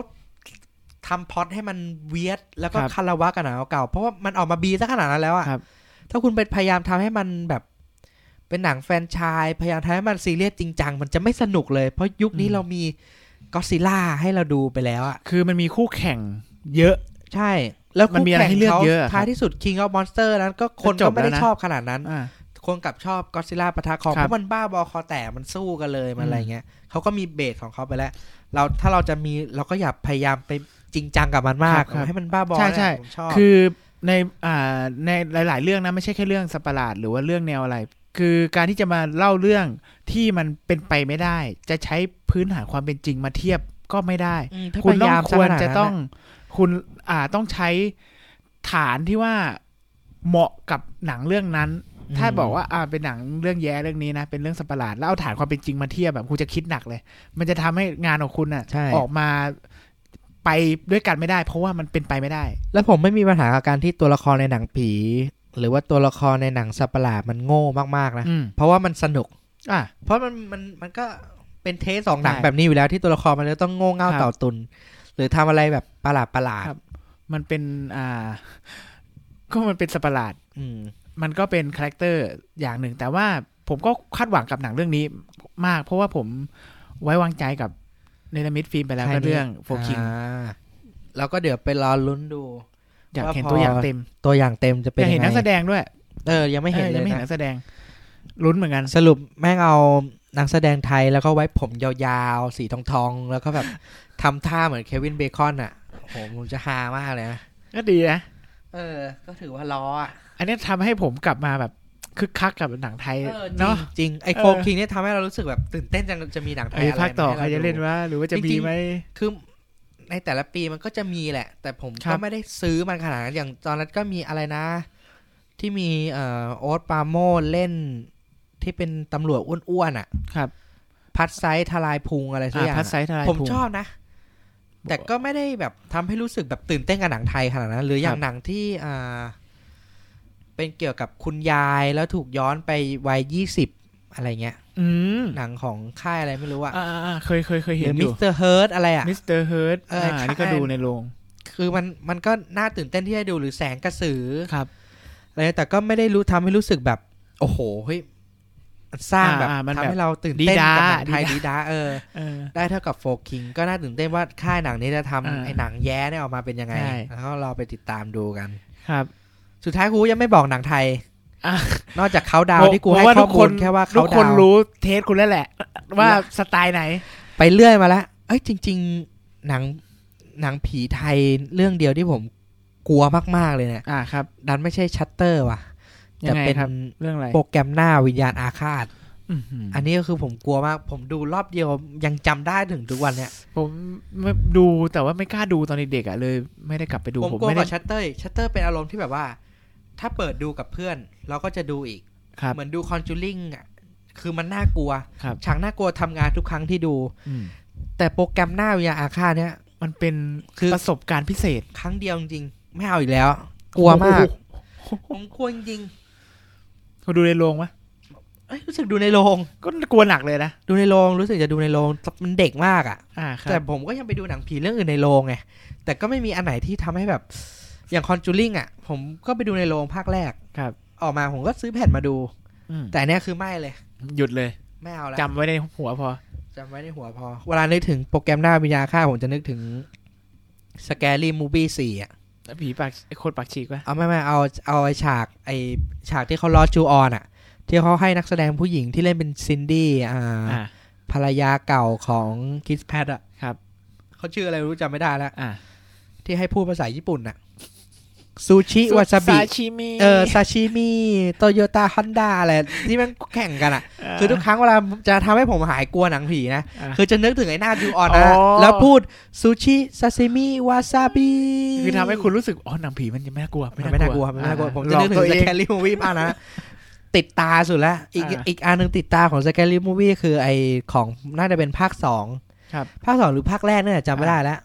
A: ทำพล็อตให้มันเวียด แล้วก็
B: ครับ
A: คาราวะกับหนังเก่าๆเพราะว่ามันออกมาบีซะขนาดนั้นแล้วอะ
B: ครับ
A: ถ้าคุณไปพยายามทำให้มันแบบเป็นหนังแฟรนไชาย พยายามทำให้มันซีเรียสจริงจัง มันจะไม่สนุกเลย เพราะยุคนี้เรามีก็ซิล่าให้เราดูไปแล้วอะ
B: คือมันมีคู่แข่งเยอะ
A: ใช่ แล้ว
B: มันมีอะไรให้เลือกเยอะครับ
A: ท้ายที่สุด King of Monster นั้นก็คน
B: ก็จ
A: ก็
B: บ
A: ไม่ได้
B: แล้วนะ
A: ชอบขนาดนั้น
B: อ่า
A: คนกลับชอบก็ซิล่าปะทะคอง
B: ครับ
A: เพราะมันบ้าบอคอแตกมันสู้กันเลยมัน
B: อืม
A: อะไรเงี้ยเขาก็มีเบสของเขาไปแล้ว เราถ้าเราจะมีเราก็อย่าพยายามไปจริงจังกับมันมากให้มันบ้าบอ
B: ใช่ใช่
A: ผมชอบ
B: คือในอ่าในหลาย ๆ เรื่องนะไม่ใช่แค่เรื่องสัตว์ประหลาดหรือว่าเรื่องแนวอะไร คือการที่จะมาเล่าเรื่องที่มันเป็นไปไม่ได้ จะใช้พื้นฐานความเป็นจริงมาเทียบก็ไม่ได้
A: อืมถ้า
B: คุณ
A: พยา
B: ต้อง
A: ยาม
B: ควรจะ
A: ขนาดนั้น
B: ต้องคุณอ่าต้องใช้ฐานที่ว่าเหมาะกับหนังเรื่องนั้น
A: ม
B: ถ้าบอกว่าอ่าเป็นหนังเรื่องแย้เรื่องนี้นะเป็นเรื่องสัตว์ประหลาดแล้วเอาฐานความเป็นจริงมาเทียบแบบคุณจะคิดหนักเลย มันจะทำให้งานของคุณอ่ะ
A: ใช่
B: ออกมา ไปด้วยกันไม่ได้ เพราะว่ามันเป็นไปไม่ได้
A: แล้วผมไม่มีปัญหากับการที่ตัวละครในหนังผี หรือว่าตัวละครในหนังสัตว์ประหลาดมันโง่มากๆนะ
B: อืม
A: เพราะว่ามันสนุก
B: อ่ะ
A: เพราะมันมันมันก็เป็นเทสสองหนัง
B: ใช่
A: แบบนี้อยู่แล้วที่ตัวละครมันจะต้องโง่เง่า
B: ครับ
A: เต่าตุน หรือทำอะไรแบบประหลาดประหลาด
B: มันเป็นอ่า ก็มันเป็นสัตว์ประหลาด
A: อืม
B: มันก็เป็นคาแรคเตอร์อย่างหนึ่ง แต่ว่าผมก็คาดหวังกับหนังเรื่องนี้มาก เพราะว่าผมไว้วางใจกับเนลมิดฟิล์มไปแล้ว
A: ใคร
B: ก็
A: นี่
B: เรื่องโฟคิง
A: อ่าแล้วก็เดี๋ยวไปรอลุ้นดู
B: อยาก
A: ว่า
B: เห็น
A: พอ
B: ตัวอย่างเต็ม
A: ตัวอย่างเต็มจะ
B: อ
A: เป็น
B: ยาก
A: ยั
B: เห็น
A: งไง
B: นักแสดงด้วย
A: เออยังไม่เห็น
B: ออ
A: เลย
B: งไม่เห็น
A: นะ
B: นักแสดงลุ้นเหมือนกัน
A: สรุปแม่งเอานักแสดงไทยแล้วก็ไว้ผมยาวๆ สีทองๆ แล้วก็แบบ ทำท่าเหมือนเควินเบคอนอ่ะโอ้โหผมจะฮามากเลยนะ
B: ก็ดีนะ
A: เออ ก็ถือว่าล้ออ่ะ
B: อันนี้ทำให้ผมกลับมาแบบคึกคักกับหนังไทย
A: เออจริง
B: เนาะ
A: จริงไอโฟคิงเนี่ยทำให้เรารู้สึกแบบตื่นเต้นจังจะมีหนังไท
B: ไอ้
A: ย
B: ย
A: อะไร
B: ภาคต่อ
A: ม
B: ใคร
A: ห้า
B: จะ
A: ดู
B: เล่นว่า หรือว่าจะ
A: จ
B: มี
A: ริงๆ
B: ไหม
A: คือในแต่ละปีมันก็จะมีแหละ แต่ผม
B: ครั
A: ก็
B: บ
A: ไม่ได้ซื้อมันขนาดนั้นอย่างตอนนั้นก็มีอะไรนะ ที่มีเอ่อโอ๊ตปาโมดเล่น ที่เป็นตำรวจอ้วนๆอ่ะ
B: ครับ
A: พัดไซส์ทลายพุงอะไรสัก
B: อ่า
A: อย่าง
B: พัดไซส์ทลาย
A: ผม
B: ภู
A: ชอบนะ แต่ก็ไม่ได้แบบทำให้รู้สึกแบบตื่นเต้นกับหนังไทยขนาดนั้นหรืออย่า
B: ค
A: ง
B: รับ
A: หนังที่อ่าเป็นเกี่ยวกับคุณยายแล้วถูกย้อนไปวัยยี่สิบอะไรเงี้ย
B: อืม
A: หนังของค่ายอะไรไม่รู้อะ
B: อ่าอ่าเคยเคยเค
A: ห
B: ยเห็
A: รื
B: น
A: อ
B: อ
A: มิ
B: ยู่
A: สเตอร์เฮิร์ตอะไรอะ
B: มิสเตอร์เฮิร์ต
A: เออ
B: อ่าอันนี่ก็
A: ใช่
B: ดูในโรง
A: คือมันมันก็น่าตื่นเต้นที่ได้ดูหรือแสงกระสือ
B: ครับ
A: อะไรแต่ก็ไม่ได้รู้ทำให้รู้สึกแบบ โอ้โหเฮ้ยมันสร้างแบบ
B: อ่มัน
A: ทำ
B: แบบ
A: ให้เราตื่นเต้น
B: ดีด้า
A: กับหนังไทย
B: ดีด้า
A: ดีด้าเออ
B: เออ
A: ได้เท่ากับโฟกิงก็น่าตื่นเต้นว่าค่ายหนังนี้จะทำ
B: อ่า
A: ไอ้หนังแย้เนี่ยออกมาเป็นยังไง
B: ใช่
A: แล้วก็เราไปติดตามดูกัน
B: ครับ
A: สุดท้ายกูยังไม่บอกหนังไทย
B: อ่ะ
A: นอกจากเขาดาวน์ที่กูให้
B: ผมว่
A: ข้อมูล
B: ทุก
A: แค่ว่า
B: ทุ
A: เขา
B: กคน
A: ดาวน์
B: รู้เทสคุณแล้วแหละ ว่าสไตล์ไหน
A: ไปเรื่อยมาแล้วเอ้ยจริง ๆ หนังหนังผีไทยเรื่องเดียวที่ผมกลัวมากๆเลยเนี่ย
B: อ่าครับ
A: ดันไม่ใช่ชัตเตอร์ว่ะ
B: ยั
A: แต่
B: งไง
A: เป็น
B: ครับ เรื่องอะไร
A: โปรแกรมหน้าวิญญาณอาฆาต
B: อื้อหืออ
A: อันนี้ก็คือผมกลัวมาก ผมดูรอบเดียวยังจำได้ถึงทุกวันเนี่ย
B: ผมไม่ดูแต่ว่าไม่กล้าดูตอนเด็กๆอ่ะเลย ไม่ได้กลับไปดู
A: ผม
B: ผม
A: กลัว
B: ไม่
A: กั
B: ได้
A: บชัตเตอร์ชัตเตอร์เป็นอารมณ์ที่แบบว่า ถ้าเปิดดูกับเพื่อน เราก็จะดูอีก
B: ครับ
A: เหมือนดูคอนจูริงอ่ะ คือมันน่ากลัว
B: ครับ
A: ฉากน่ากลัวทำงานทุกครั้งที่ดู
B: อืม
A: แต่โปรแกรมหน้าวิญญาณอาฆาตเนี่ย
B: มันเป็น
A: คือ
B: ประสบการณ์พิเศษ
A: ครั้งเดียวจริงๆไม่เอาอีกแล้ว กลัวมาก ผมกลัวจริง
B: เขาดูในโรงปะ
A: ๆเอ้ยรู้สึกดูในโรง
B: ก็กลัวหนักเลยนะ
A: ดูในโรงรู้สึกจะดูในโรงมันเด็กมากอ่ะ
B: อ่าค
A: แต่
B: รับ
A: ผมก็ยังไปดูหนังผีเรื่องอื่นในโรงไง แต่ก็ไม่มีอันไหนที่ทำให้แบบ อย่างคอนจูริงอ่ะ ผมก็ไปดูในโรงภาคแรก
B: ครับ
A: ออกมาผมก็ซื้อแผ่นมาดู
B: อืม
A: แต่อันเนี้ยคือไม่เลย
B: หยุดเลย
A: ไม่เอาแล้ว
B: จำไว้ในหัวพอ
A: จำไว้ในหัวพอ เวลานึกถึงโปรแกรมหน้าวิญญาณค่าผมจะนึกถึงสแกรี่มูบี้สี่อ่ะ
B: ผีปากไอ้คนปากฉีกปะ
A: เอาไม่ไม่เอาเอาไอฉากไอฉากที่เขาล้อจูออนอ่ะ ที่เขาให้นักแสดงผู้หญิงที่เล่นเป็นซินดี้อ่า
B: อ่า
A: ภรรยาเก่าของคิสแพทอ่ะ
B: ครับ
A: เขาชื่ออะไรไม่รู้จำไม่ได้แล้ว
B: อ่า
A: ที่ให้พูดภาษาญี่ปุ่นน่ะ ซูชิวาซาบิ
B: ซชิมิ
A: เอ อซาชิมิโตโยต้าฮอนด้าอะไรที่มันแข่งกันอ่ะ คือทุกครั้งเวลาจะทำให้ผมหายกลัวหนังผีนะ
B: อ่ะ
A: คือจะนึกถึงไอ้หน้าจูออนนะ
B: อ๋อ
A: แล้วพูดซูชิซาซิมิวาซาบิ
B: คือทำให้คุณรู้สึก อ๋อ หนังผีมันจะไม่น่ากลัว
A: มันไม่น่ากลัวมันไม่น่ากลัว ผมจะนึกถึ
B: หลอตัว
A: ง
B: เอ
A: ส
B: ง
A: แกรี่มูวี่มากนะ ติดตาสุดละอีก
B: อ่า
A: อีกอันหนึ่งติดตาของสแกรี่มูวี่คือไอของน่าจะเป็นภาคสอง
B: ครับ
A: ภาคสองหรือภาคแรกเนี่ยจำไม่ได้แล้ว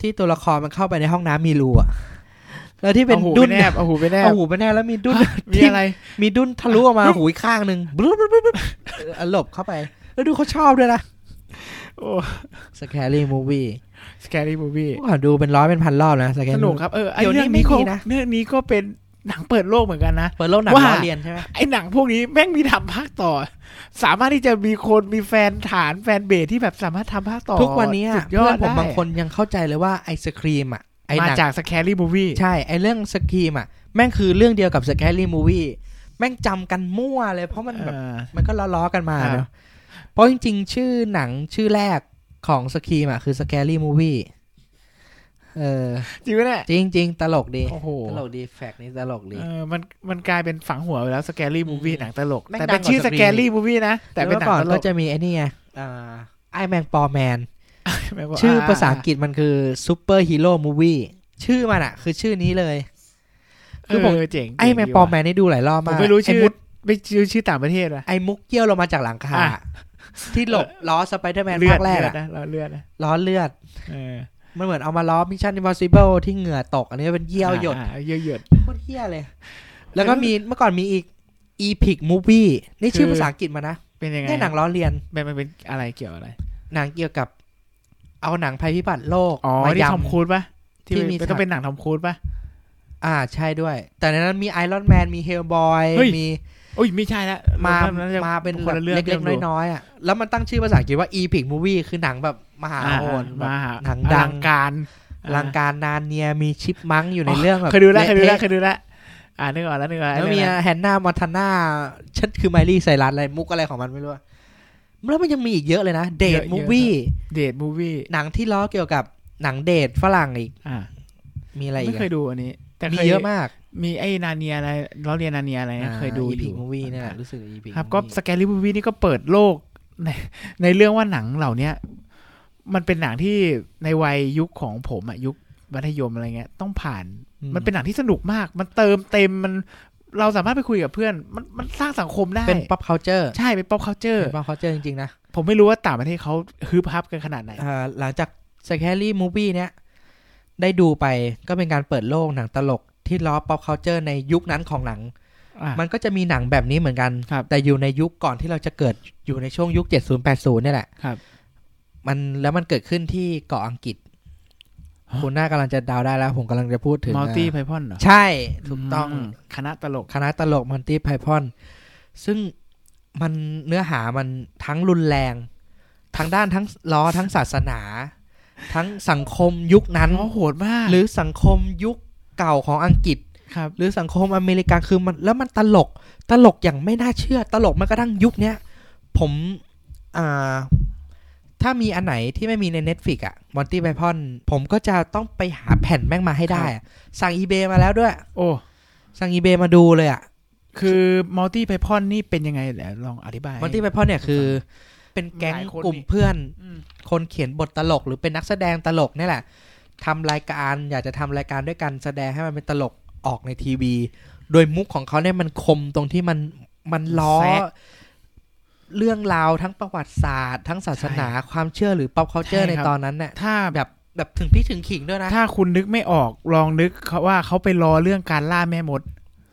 A: ที่ตัวละครมันเข้าไปในห้องน้ำมีรูอะแล้วที่เป็น
B: อาหู
A: ดุ
B: ไป
A: น
B: แนบเอาหูไปแนบ
A: เอาหูไปแน่แล้วมีดุ้น
B: มี
A: ที่
B: อะไร
A: มีดุ้นทะลุออกมาหูอีกข้างหนึ่งบลุ๊บลุ๊บลุ๊บลุ๊บเออหลบเข้าไป แล้วดูเขาชอบด้วยนะ
B: โอ้
A: สแครี่มูวี่
B: scary movie
A: ก่อนดูเป็นร้อยเป็นพันรอบนะสแค
B: ส
A: รี่
B: นุกครับ เออไอ้
A: เดี๋ยวนี้
B: เรื่องนี้
A: ไม่
B: ก็
A: มีนะ
B: เรื่องนี้ก็เป็นหนังเปิดโลกเหมือนกันนะ
A: เปิดโลกหนัง
B: ว่า
A: ล้อเรียนใช่ไหม
B: ไอ้หนังพวกนี้แม่งมีทำภาคต่อ สามารถที่จะมีคนมีแฟนฐานแฟนเบสที่แบบสามารถทำภาคต่อ
A: ทุกวันนี้อะ
B: สุดยอ
A: เพื่อ
B: ด
A: นผม
B: ได้
A: บางคนยังเข้าใจเลยว่าไอศครีมอ่ะไอ
B: มา
A: หนัง
B: จากสแครี่บูวี่
A: ใช่ไอเรื่องสครีมอ่ะแม่งคือเรื่องเดียวกับสแครี่มูวี่แม่งจำกันมั่วเลยเพราะมันแบบ มันก็ล้อๆกันมาเนาะเพราะจริงๆ ชื่อหนังชื่อแรกของสครีมอ่ะคือสแครี่มูวี่เออ
B: จริงไหมเนี่ย
A: จริงจริงๆ ตลกดี
B: โอ้โห
A: ตลกดี แฟกต์นี้ตลกดี
B: เออมันมันกลายเป็นฝังหัวไปแล้วสแกรี่มูวี่
A: อืม
B: หนังตลก
A: แม่ง
B: แต่เป็น
A: ดังกว่า
B: ชื่อสแก
A: Scary
B: รี่มูวี่นะ แต่
A: แต่
B: เป็น
A: เมื่อ
B: หนั
A: ก่อง น
B: ตล
A: ก็
B: ก
A: จะมีไอ้นี่ไงอ่าไอแมงปอแมน
B: แม่งบอก
A: ชื่อภาษาอังกฤษมันคือซูเปอร์ฮีโร่มูวี่ชื่อมันอะคือชื่อนี้เลย
B: เ
A: คือผม
B: เจ๋ง
A: ไอแมงปอแมนนี่ดูหลายรอ
B: ผม
A: บาก
B: มไม่รู้ชื่อ
A: อ้มุก
B: ไม่รู้ชื่อต่างประเทศนะ
A: ไอมุกเกี้ยวลงมาจากหลังคา
B: อ่ะ
A: ที่หลบล้อสไปเดอร์แมน
B: เลือ
A: ภา
B: ด
A: คแรก
B: เลือด
A: อะ
B: นะเราเลือดนะ
A: ล้อเลือด
B: เออ
A: มันเหมือนเอามาล้อมิชชั่นอิมพอสิเบิลที่เหงื่อตก อันนี้เป็นเยี่ยวหยด
B: อ่าเยี่ยวหยด
A: โคตรเหี้ยเลย แล้วก็มีเมื่อก่อนมีอีก Epic Movie นี่ชื่อ
B: คือ
A: ภาษาอังกฤษมานะ
B: เป็นยังไง
A: เนี่ยหนังล้อเลียน
B: เป็นมันเป็นอะไรเกี่ยวอะไร
A: หนังเกี่ยวกับ เอาหนังภัยพิบัติโลก
B: อ๋อ
A: มา
B: ที่
A: ย
B: ทอมครูซปะที่
A: ที่มี
B: มี
A: ฉาก
B: ต้องเป็นหนังทอมครูซปะ
A: ำอ่าใช่ด้วย แต่ในนั้นมีไอรอนแมนมีเฮลบอย
B: เฮ้ย
A: มี
B: อุ้ยไม่ใช่ละ
A: มา
B: เริ่แล้วจะ
A: มาเป็น
B: คนละเรื่อง
A: เล็ก
B: ที่
A: ๆ
B: ราดู
A: น้อยๆอ่ะ แล้วมันตั้งชื่อภาษาอังกฤษว่า Epic Movie คือหนังแบบมหา
B: อ่า
A: โหดแบ
B: มา
A: บ
B: หา
A: หนัง
B: อ
A: ดั
B: ลั
A: ง
B: การ
A: อลังการนานเนียมีชิปมังอยู่ในเรื่องแบบ
B: เคยดูแล้วเคยดูแล้ว
A: เะ
B: เคยดูแล้วอ่านึกออกแล้วนึกออก
A: ๆ
B: แล้ว
A: แล้วมี
B: เรื่องนั้น
A: แฮนนามาทาน่าชัดคือไมลี่ไซรัสอะไรมุกอะไรของมันไม่รู้อะแล้วมันยังมีอีกเยอะเลยนะเดทมูวี่
B: เดทมูวี่
A: หนังที่ล้อเกี่ยวกับหนังเดทฝรั่งอีก
B: อ่า
A: มีอะไรอี
B: ไม่
A: ก
B: เคย
A: อะ
B: ดูอันนี้ แต่
A: มี
B: ค
A: เยอะมาก
B: มีไอ้นาเนียอะไรล้อเรียนนาเนียอะไรนะเคยดู
A: อี
B: อ
A: พิก
B: ยู่
A: มูวี่า Epic Movie เนี่ยแหละรู้สึกอีพิก
B: ครับก็สแกลลี่บูวี่นี่ก็เปิดโลก ในในเรื่องว่าหนังเหล่าเนี้ยมันเป็นหนังที่ในวัยยุคของผมอะยุคมัธยมอะไรเงี้ยต้องผ่าน มันเป็นหนังที่สนุกมาก มันเติมเต็มมันเราสามารถไปคุยกับเพื่อน มันมันสร้างสังคมได้
A: เป็น pop culture
B: ใช่เป็น pop
A: เป็
B: culture
A: น pop culture จริงๆนะ
B: ผมไม่รู้ว่าต่างประเทศเขาฮึบฮับกันขนาดไหน
A: อ่าหลังจาก Scary Movie เนี้ยได้ดูไปก็เป็นการเปิดโลกหนังตลกที่ล้อ pop culture ในยุคนั้นของหนัง
B: อ่ะ
A: มันก็จะมีหนังแบบนี้เหมือนกัน
B: ครับ
A: แต่อยู่ในยุคก่อนที่เราจะเกิดอยู่ในช่วงยุค 70 80เนี่ยแหละ
B: ครับ
A: มันแล้วมันเกิดขึ้นที่เกาะอังกฤษ
B: ฮะ
A: คุณหน้ากำลังจะเดาวได้แล้ว ผมกำลังจะพูดถึง
B: มัลตี้
A: อ่ะ
B: ไพพอนเหรอ
A: ใช่ถูกต้อง
B: มคณะตลก
A: คณะตลกมันตี้ไพพอน ซึ่งมันเนื้อหามันทั้งรุนแรงทั้งด้านทั้งล้อทั้งศาสนา ทั้งสังคมยุคนั้น
B: อ๋อโหดมาก
A: หรือสังคมยุคเก่าของอังกฤษ
B: ครับ
A: หรือสังคมอเมริกันคือมันแล้วมันตลกตลกอย่างไม่น่าเชื่อ ตลกแม้กระทั่งยุคเนี้ยผมอ่าถ้ามีอันไหนที่ไม่มีใน Netflix อะมอนตี้ไพพอนผมก็จะต้องไปหาแผ่นแม่งมาให้ได้อะสั่งอีเบมาแล้วด้วย
B: โอ้
A: สั่งอีเบมาดูเลยอะ
B: คือมัลตี้ไพพอนนี่เป็นยังไงเดี๋ยวลองอธิบาย
A: มอนตี้ไพพอนเนี่ยคือ เป็นแก๊ง
B: หลายคน
A: กลุ่ม
B: นี่
A: เพื่อน
B: อืม
A: คนเขียนบทตลก หรือเป็นนักแสดงตลกเนี่ยแหละทำรายการอยากจะทำรายการด้วยกันแสดงให้มันเป็นตลกออกในทีวี โดยมุกของเขาเนี่ยมันคมตรงที่มันมันล้อ
B: แซะ
A: เรื่องราวทั้งประวัติศาสตร์ ทั้งศาสนาความเชื่อหรือ pop culture
B: ใช่
A: ใน
B: ครับ
A: ตอนนั้นเนี่ย
B: ถ้า
A: แบบแบบถึงพี่ถึงขิงด้วยนะ
B: ถ้าคุณนึกไม่ออกลองนึกเขาว่าเขาไปรอเรื่องการล่าแม่มด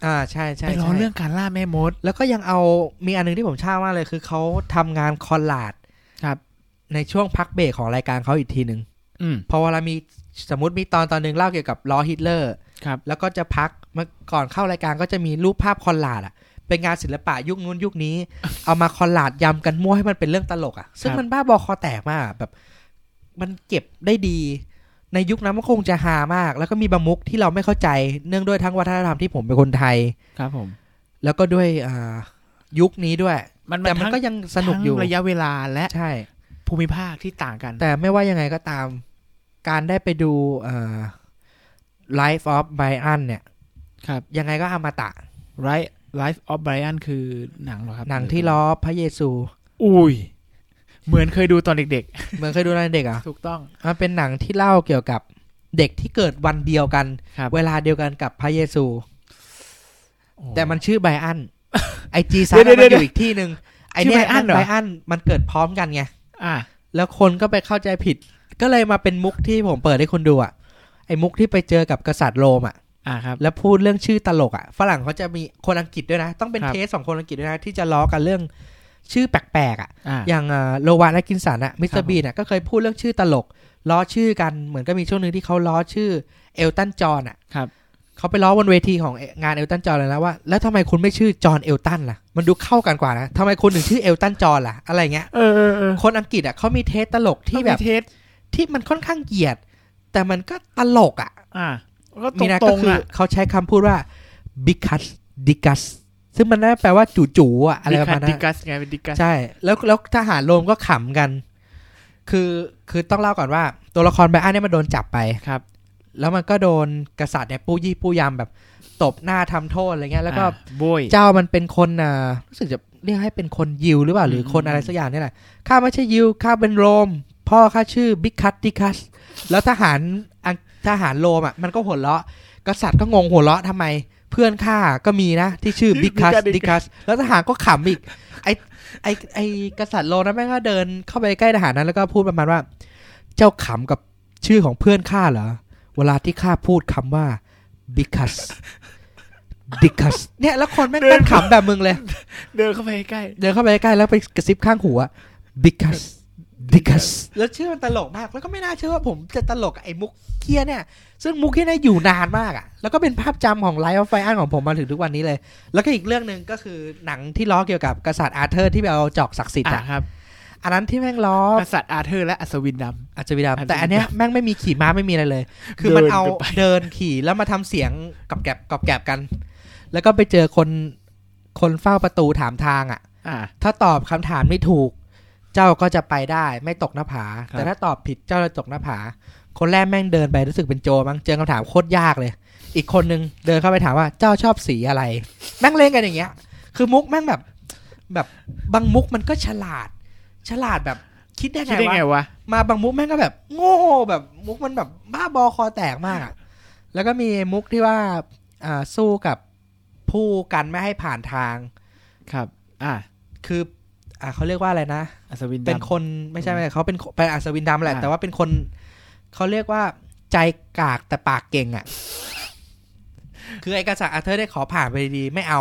A: อ่าใช่ใช่
B: ไปรอ
A: ใช่
B: เรื่องการล่าแม่มด
A: แล้วก็ยังเอามีอันหนึงที่ผมชอบมากเลยคือเขาทำงานคอลลาด
B: ครับ
A: ในช่วงพักเบรกของรายการเขาอีกทีหนึ่ง
B: อืม
A: พอเวลามีสมมติมีตอนตอนหนึ่งเล่าเกี่ยวกับล้อฮิตเลอร์
B: ครับ
A: แล้วก็จะพักเมื่อก่อนเข้ารายการก็จะมีรูปภาพคอลลาดอ่ะ เป็นงานศิลปะยุคนู้นยุคนี้ เอามาคอลลาดยำกันมั่วให้มันเป็นเรื่องตลกอ่ะ ซึ่ง
B: ครับ
A: มันบ้าบอคอแตกมากอะแบบ มันเก็บได้ดี ในยุคนั้นมันคงจะฮามาก แล้วก็มีบางมุกที่เราไม่เข้าใจ เนื่องด้วยทั้งวัฒนธรรมที่ผมเป็นคนไทย
B: ครับผม
A: แล้วก็ด้วยอ่ายุคนี้ด้วย
B: มัน
A: แต่มัน
B: ทั้ง
A: ก็ยังสนุกอยู่
B: ทั้งระยะเวลาและ
A: ใช่
B: ภูมิภาคที่ต่างกัน
A: แต่ไม่ว่ายังไงก็ตาม การได้ไปดูเอ่อ Life of Brian เนี่ย
B: ครับ
A: ยังไงก็อมตะ
B: right life of Brian คือหนังเหรอครับ
A: หนังที่ล้อพระเยซู
B: อุ้ย เหมือนเคยดูตอนเด็ก
A: เหมือนเคยดูตอนเด็กอ่ะ
B: ๆ ถูกต้อง
A: มันเป็นหนังที่เล่าเกี่ยวกับเด็กที่เกิดวันเดียวกัน
B: ครับ
A: เวลาเดียวกันกับพระเยซู
B: โอ้
A: แต่มันชื่อไบ อันไอจีซา
B: เดี๋
A: มัน
B: ยวเดี๋ย
A: อ
B: ว
A: ยู่อีกที่หนึ่งไอเนี่
B: ชื่
A: ย
B: อ Bryan เหรอ
A: ไบอันมันเกิดพร้อมกันไง
B: อ่ะ
A: แล้วคนก็ไปเข้าใจผิด ก็เลยมาเป็นมุกที่ผมเปิดให้คุณดูอ่ะไอมุกที่ไปเจอกับกษัตริย์โรมอ่ะ
B: อ่ะครับ
A: แล้วพูดเรื่องชื่อตลกอ่ะฝรั่งเขาจะมีคนอังกฤษด้วยนะ ต้องเป็น
B: ครับ
A: เทสสองคนอังกฤษด้วยนะ ที่จะล้อกันเรื่องชื่อแปลกๆอ่ะ
B: อ่ะ
A: อย่างเอ่อโลวานและกินสันอ่ะมิสเต
B: ครั
A: อบ ร์
B: ผม
A: บีนอ่ะก็เคยพูดเรื่องชื่อตลก ล้อชื่อกันเหมือนก็มีช่วงหนึ่งที่เขาล้อชื่อเอลตันจอห์นอ่ะ
B: ครับ
A: เขาไปล้อบนเวทีของงานเอลตันจอห์นเลยนะว่า แล้วทำไมคุณไม่ชื่อจอห์นเอลตันล่ะ มันดูเข้ากันกว่านะทำไมคุณถึงชื่อเอลตันจอห์นล่ะอะไรเงี้ย
B: เออเออเออ
A: คนอังกฤษอ่ะเขามีเทสตลกที่แบบ
B: ต้องมีเทส
A: ที่มันค่อนข้างเหยียด แต่มันก็ตลกอ่ะ
B: อ่ะก็ต
A: มีนะ
B: ร
A: ก็
B: ง
A: คื
B: ๆ
A: อ
B: อ่ะ
A: เขาใช้คำพูดว่า because discuss ซึ่งมันน่าแปลว่าจู่ๆอะอะไรประมาณนั้
B: ดิ
A: น
B: กัสไงเป็นดิกัส
A: ใช่ แล้วแล้วทหารโรมก็ขำกัน คือคือต้องเล่าก่อนว่า ตัวละครไบรอันเนี่ยมันโดนจับไป
B: ครับ
A: แล้วมันก็โดนกษัตริย์เนี่ยปู้ยี่ปู้ยำแบบตบหน้าทำโทษอะไรเงี้ยแล้วก็
B: อ่ะโบย
A: เจ้ามันเป็นคนอ่ารู้สึกจะเรียกให้เป็นคนยิวหรือเปล่าหรือคน
B: อืม
A: อะไรสักอย่างเนี่ยแหละข้าไม่ใช่ยิวข้าเป็นโรม พ่อข้าชื่อบิคัตติคัสแล้วทหารอังทหารโรมอ่ะมันก็หัวเราะ กษัตริย์ก็งงหัวเราะทำไม เพื่อนข้าก็มีนะ ที่ชื่อบิคัส
B: Bikas
A: ดิคัสแล้วทหารก็ขำอีก ไอไอไอกษัตริย์โรมนั้นแม่งก็เดินเข้าไปใกล้ทหารนั้นแล้วก็พูดประมาณว่า เจ้าขำกับ ชื่อของเพื่อนข้าเหรอ เวลาที่ข้าพูดคำว่า because because เนี่ยแล้วคนแม่งตั้งขำแบบมึงเลย
B: เดินเข้าไปใกล้
A: เดินเข้าไปใกล้ๆแล้วไปกระซิบข้างหูอะ because because แล้วชื่อมันตลกมาก แล้วก็ไม่น่าเชื่อว่าผมจะตลกกับไอ้มุกเคียเนี่ย ซึ่งมุกเคียเนี่ยอยู่นานมากอะแล้วก็เป็นภาพจำของไลฟ์ไฟอันของผมมาถึงทุกวันนี้เลย แล้วก็อีกเรื่องหนึ่งก็คือหนังที่ล้อเกี่ยวกับกษัตริย์อาร์เธอร์ที่ไปเอาจอกศักดิ์สิทธิ์
B: อ่ะ
A: อะ
B: ครับ
A: อันนั้นที่แม่งล้อ
B: กษัตริย์อาเธอร์และอัศวินดำ
A: อาจจะวิดา
B: อาจจะ
A: แต่อันเนี้ยแม่งไม่มี ขี่ม้าไม่มีอะไรเลย คือมันเอา
B: เดินไป
A: เดินขี่แล้วมาทำเสียงกับแกบกับแกบกัน แล้วก็ไปเจอคนคนเฝ้าประตูถามทางอ่ะ
B: อ่า
A: ถ้าตอบคำถามไม่ถูก เจ้าก็จะไปได้ไม่ตกหน้าผา
B: ครับ
A: แต่ถ้าตอบผิดเจ้าจะตกหน้าผา คนแรกแม่งเดินไปรู้สึกเป็นโจรมั้งเจอคำถามโคตรยากเลย อีกคนนึงเดินเข้าไปถามว่าเจ้าชอบสีอะไร แม่งเล่นกันอย่างเงี้ย คือมุกแม่งแบบ แบบบางมุกมันก็ฉลาด ฉลาดแบบคิดได้
B: คิด
A: ไง
B: ได้
A: วะ
B: ไงวะ
A: มาบางมุกแม่งก็แบบ โง่แบบมุกมันแบบบ้าบอคอแตกมากอะแล้วก็มีมุกที่ว่าอ่าสู้กับผู้กันไม่ให้ผ่านทาง
B: ครับ อ่า
A: คืออ่าเขาเรียกว่าอะไรนะ
B: อัศวินดำ
A: เป็นคนไม่ใช่ไม่ใช่เขาเป็นคนเป็นอัศวินดำแหละ
B: อ่า
A: แต่ว่าเป็นคนเขาเรียกว่าใจกากแต่ปากเก่งอะ่ะ คือไอ้กษัตริย์อาร์เธอร์ได้ขอผ่านไปดีๆไม่เอา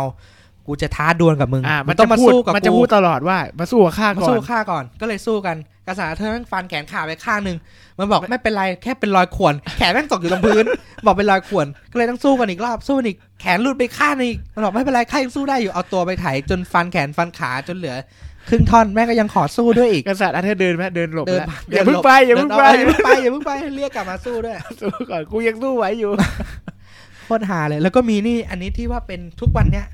A: กูจะท้าดวลกับมึง
B: อ่า มัน
A: ต้
B: จะ
A: องมา
B: พูด
A: สู้กับ
B: มันจะ
A: กู
B: พูดตลอดว่า มาสู้กับข้า
A: มา
B: ก่อน
A: สู้ข้าก่อนก็เลยสู้กันกษัตริย์อาร์เธอร์แม่งฟันแขนขาไปข้างหนึ่งมันบอกไม่เป็นไรแค่เป็นรอยข่วนแขนแม่งตกอยู่ตรงพื้น บอกเป็นรอยข่วนก็เลยต้องสู้กันอีกรอบสู้กันอีกแขนหลุดไปข้างหนึงอีกมันบอกไม่เป็นไรข้ายังสู้ได้อยู่เอาตัวไปไถจนฟันแขนฟันขาจนเหลือ ครึ่งท่อนแม่งก็ยังขอสู้ด้วยอีก
B: กษัตริย์อาเธอร์เดินไหมเดินหลบ
A: เดิน
B: แล้ว
A: ผ่น
B: อย่าเพิ่งไปอย่าเพิ่งไป
A: เดินออกอย่าเพิ่งไปอย่าเพิ่งไปเรียกกลับมาสู้ด้วย
B: สู้ก่อน กูยังสู้ไหวอยู่
A: โคตรฮาเลย แล้วก็มีนี่อันนี้ที่ว่าเป็นทุกวันเนี้ย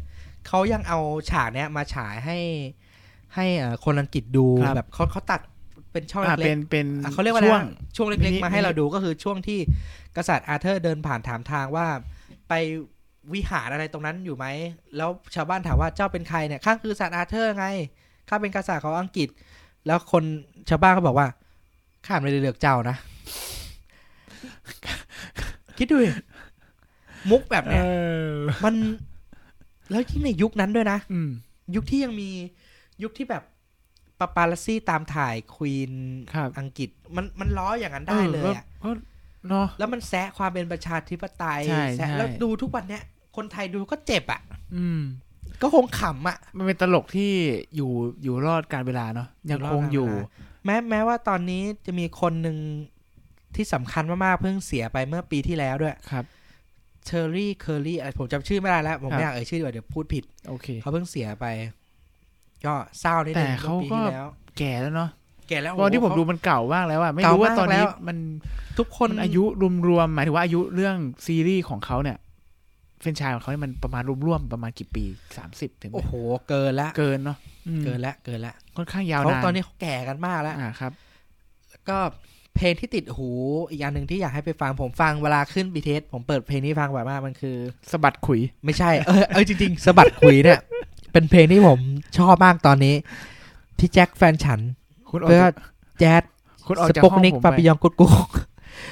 A: เขายังเอาฉากเนี้ยมาฉายให้ให้เอ่อคนอังกฤษดู
B: ครับ
A: แบบเขาเขาตัดเป็นช่อง
B: อ่า
A: เล็กๆ
B: เป็น เป็น
A: อ่ะเขาเรียกว่าอะไร
B: ช่วง
A: นะช่วงเล็ก
B: มินิ
A: ๆ มาให้
B: มินิ
A: เราดูก็คือช่วงที่กษัตริย์อาเธอร์เดินผ่านถามทางว่าไปวิหารอะไรตรงนั้นอยู่ไหม แล้วชาวบ้านถามว่าเจ้าเป็นใครเนี่ยข้าคือศาสตร์อาเธอร์ไงข้าเป็นกษัตริย์ของอังกฤษ แล้วคนชาวบ้านเขาบอกว่าข้าไม่ได้เลือกเจ้านะ คิดดูดิมุกแบบ
B: เอ
A: เนี้ย
B: อ
A: มันแล้วที่งในยุคนั้นด้วยนะ
B: อืม
A: ยุคที่ยังมียุคที่แบบปาปาลัสซี่ตามถ่ายควีน
B: ครับ
A: อังกฤษมันมันล้ออย่างนั้นได้เลยอะ
B: ออก็ก็เนาะ
A: แล้วมันแซะความเป็นประชาธิปไตย
B: ใช่
A: แซะ
B: ใช่
A: แล้วดูทุกวันเนี้ยคนไทยดูก็เจ็บอ่ะ
B: อืม
A: ก็คงขำอ่ะ
B: มันเป็นตลกที่อยู่อยู่รอดการเวลาเนาะยังคงอยู่
A: รอดกาลเวลา แม้แม้ว่าตอนนี้จะมีคนหนึ่งที่สำคัญมากๆ เพิ่งเสียไปเมื่อปีที่แล้วด้วย
B: ครับ
A: เชอรี่เคอรี่อะไรผมจำชื่อไม่ได้แล้ว ผม
B: ครั
A: ไม่
B: บ
A: อยากเอ่ยชื่อดีกว่าเดี๋ยวพูดผิด
B: โอเค
A: เขาเพิ่งเสียไป ก็เศร้านิดนึง
B: แต่
A: มื่อ
B: เขา
A: ปี
B: ก็
A: ที่แล้ว
B: แก่แล้วเนาะ
A: แก่แล้ว
B: ตอนที่ผม
A: โโห
B: ดูมันเก่ามากแล้วอะไม่
A: เก่า
B: รู้ว่าตอนนี้
A: มากแล้ว
B: มัน
A: ทุกค
B: คน นอายุรวมๆหมายถึงว่าอายุเรื่องซีรีส์ของเขาเนี่ยเฟรนไชายของเขาเนี่ยมันประมาณรวมๆประมาณกี่ปีสามสิบถึงไหม
A: โอ้โห เกินละ
B: เกินเนาะอืม
A: เกินละ เกินละ
B: ค่อนข้างยาว
A: เขา
B: นาน
A: ตอนนี้เขาแก่กันมากแล้ว
B: อ่าครับ
A: ก็เพลงที่ติดหูอีกอันหนึ่งที่อยากให้ไปฟังผมฟังเวลาขึ้นบีเทสผมเปิดเพลงนี้ฟังบ่อยมากมันคือ
B: สะบัดขุย
A: ไม่ใช่ เออเออจริงๆสะบัดคุยเนี่ย เป็นเพลงที่ผมชอบมากตอนนี้ ที่แจ็คแฟนฉัน
B: คุณออก
A: เพื่อ
B: จาก
A: แจ๊ด
B: คุณออก
A: ส
B: จาก
A: ป
B: ห้
A: อ
B: อก ง
A: นิก
B: ผม
A: ปา
B: ไป
A: ปิยองกุดกุก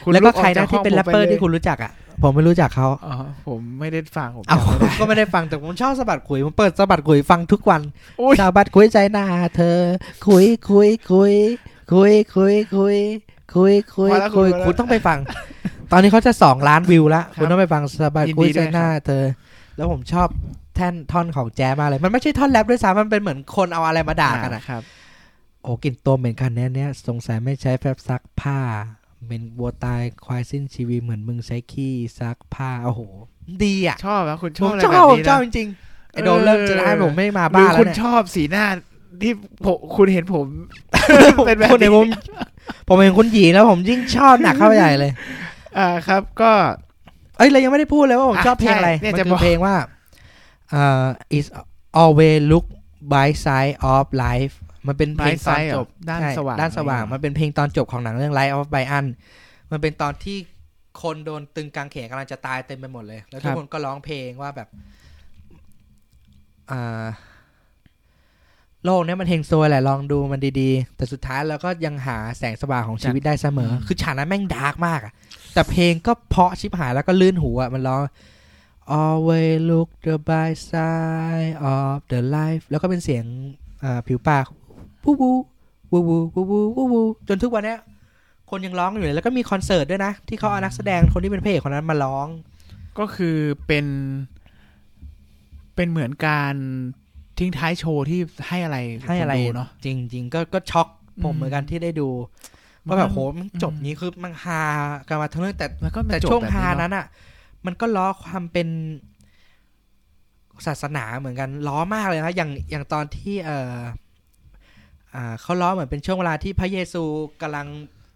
B: คุณ
A: แล้วก็
B: ออ
A: ใคร
B: จา
A: นะที่
B: ห้อง
A: เป็น
B: ผม
A: แรปเปอร์
B: ไลย
A: ที่คุณรู้จักอ่ะ ผมไม่รู้จักเขา
B: อ๋อผมไม่ได้ฟังผม
A: เอ้า
B: จำไม่ได้
A: ก็ไม่ได้ฟังแต่ผมชอบสะบัดคุยผมเปิดสะบัดคุยฟังทุกวัน
B: โอ้ย
A: สาวบัดคุยใจหน้าเธอ คุยคุยคุยคุยคุยคุยคุยคุยคุยคุณต้องไปฟัง ตอนนี้เขาจะสองล้านวิวละคุณต้องไปฟังสาวบัดคุยใจหน้าเธอ แล้วผมชอบแท่นท่อนของแจ๊มากเลย มันไม่ใช่ท่อนแรปด้วยซ้ำมันเป็นเหมือนคนเอาอะไรมาด่ากันอะ
B: ครับ
A: โอ้กลินตัวเหม็นขนาดเนี้ยสงสัยไม่ใช้แฟบซักผ้าเหม็นวัวตายควายสิ้นชีวิตเหมือนมึงใช้ขี้ซักผ้าโอ้โห ดีอ่ะ
B: ชอบนะคุณช
A: ผ
B: อบ
A: ม
B: อะไร
A: ชอ
B: แบบ บ
A: ผม
B: นี้
A: ชอ
B: นะ
A: บจริงๆไอโดนเริ่มจะได้ผมไม่มา
B: หรื
A: บ้า
B: อ
A: แล้ว
B: คุณ
A: เนี่ย
B: ชอบสีหน้าที่ผมคุณเห็นผม เป็นแบบ
A: คนใน
B: นี้
A: ผมผมเห็นคุณหยีแล้วผมยิ่งชอบหนักเข้าไปใหญ่เลย
B: อ่าครับ ก็
A: เอ้ยเรายังไม่ได้พูดเลยว่าผม
B: อ่ะ
A: ชอบเพลงอะไร
B: ใช่เนี่ย
A: มัน
B: จะ
A: คื
B: บ
A: อ
B: อก
A: เพลงว่าเอ่อ is always look by side of life มันเป็นเพลงตอนจบ
B: ด้าน
A: ใช่
B: สว่าง
A: ด้านสว่าง มันเป็นเพลงตอนจบของหนังเรื่อง Life of Brian มันเป็นตอนที่คนโดนตึงกางเขนกำลังจะตายเต็มไปหมดเลย แล้วทุกคนก็ร้องเพลงว่าแบบอ่าโลกเนี้ยมันเฮงซวยแหละลองดูมันดีๆ แต่สุดท้ายเราก็ยังหาแสงสว่างของชีวิตได้เสมอ คือฉากนั้นแม่งดาร์กมากอะแต่เพลงก็เพราะชิบหายแล้วก็ลื่นหูอะมันร้อง always look the by side of the life แล้วก็เป็นเสียงอ่าผิวปาก วูบูวูบูวูบูวูบูจนทุกวันเนี้ย คนยังร้องอยู่เลยแล้วก็มีคอนเสิร์ตด้วยนะ ที่เขาเอานักแสดงคนที่เป็นพระเอกคนนั้นมาร้อง
B: ก็คือเป็น เป็นเหมือนการทิ้งท้ายโชว์ที่ให้อะไร
A: ให้อะไร
B: คนดูเนาะ
A: จริงจริง ๆ ก็ก็ช็อกผมเหมือนกันที่ได้ดูว่าแบบ
B: มัน
A: โหมันจบ
B: อืม
A: นี้คือมันฮากันมาทั้งเรื่องแต่
B: แล้วก็มา
A: แต่
B: จบ
A: ช่วง
B: บบ
A: ฮา
B: เอะ
A: นั้นอ่ะ มันก็ล้อความเป็นศาสนาเหมือนกัน ล้อมากเลยนะอย่างอย่างตอนที่เอออ่าเขาล้อเหมือนเป็นช่วงเวลาที่พระเยซูกำลัง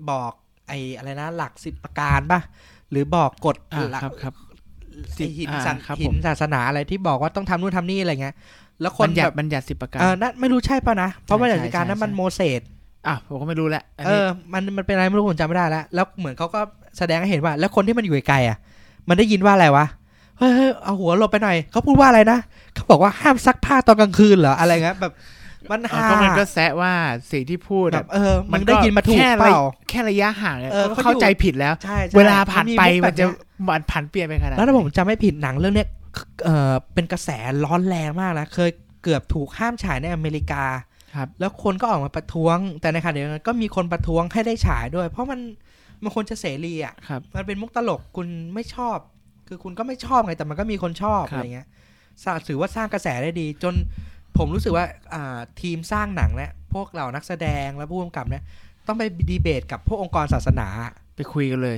A: บอกไอ้อะไรนะ หลักสิบประการปะหรือบอกกฎ
B: อ่า
A: หลัก
B: ครับครับ
A: ไอ้หิน
B: อ่า
A: สัง
B: ครับผม
A: หินศาสนาอะไรที่บอกว่าต้องทำนู่นทำนี่อะไรเงี้ย แล้วคน
B: บัญญั
A: แบ
B: ติ
A: บ
B: บัญญัติสิบประการ
A: เออนั่นไม่รู้ใช่ป่ะนะ เพราะว่าอย่างการนั้น
B: ใช่
A: มันโมเสส
B: อ่ะผมก็ไม่รู้แหละอัน
A: เอ
B: นี้
A: อ มัน มันเป็นอะไรไม่รู้ผมจำไม่ได้แล้ว แล้วเหมือนเขาก็แสดงให้เห็นว่า แล้วคนที่มันอยู่ไกลๆอ่ะ มันได้ยินว่าอะไรวะ เฮ้ยเฮ้ยเอาหัวหลบไปหน่อย เขาพูดว่าอะไรนะ เขาบอกว่าห้ามซักผ้าตอนกลางคืนเหรอ อะไรเงี้ย แบบ มัน
B: เออ
A: หา
B: ก็มันก็แซะว่าสิ่งที่พูด
A: แบ
B: อะ
A: บเออ
B: มั
A: มัน น
B: ก็
A: ได้ยินมาถูก
B: แค่ระ
A: เปล่า
B: แค่ระยะห่างเนี่ย
A: เออ
B: ก็
A: เขาอยู่
B: เข้าใจผิดแล้ว
A: ใช่ใช่
B: เวลาผ่านไป
A: มั
B: มัน
A: นจะ
B: จะมันผันเปลี่ยนไปขนาด
A: แล้ว
B: ไหน
A: ถ้าผมจำไม่ผิดหนังเรื่องเนี้ย เออเป็นกระแสร้อนแรงมากนะ เคยเกือบถูกห้ามฉายในอเมริกา
B: ครับ
A: แล้วคนก็ออกมาประท้วง แต่ในขณะเดียวกันก็มีคนประท้วงให้ได้ฉายด้วย เพราะมัน มันควรจะเสรีอ่ะ
B: ครับ
A: มันเป็นมุกตลกคุณไม่ชอบ คือคุณก็ไม่ชอบไงแต่มันก็มีคนชอบ
B: ครั
A: อะ
B: บ
A: ไรเงี้ยสร้างถือว่าสร้างกระแสได้ดี จนผมรู้สึกว่าอ่าทีมสร้างหนังและพวกเหล่านักแสดงและผู้กำกับเนี่ยต้องไปดีเบตกับพวกองค์กรศาสนา
B: ไปคุยกันเลย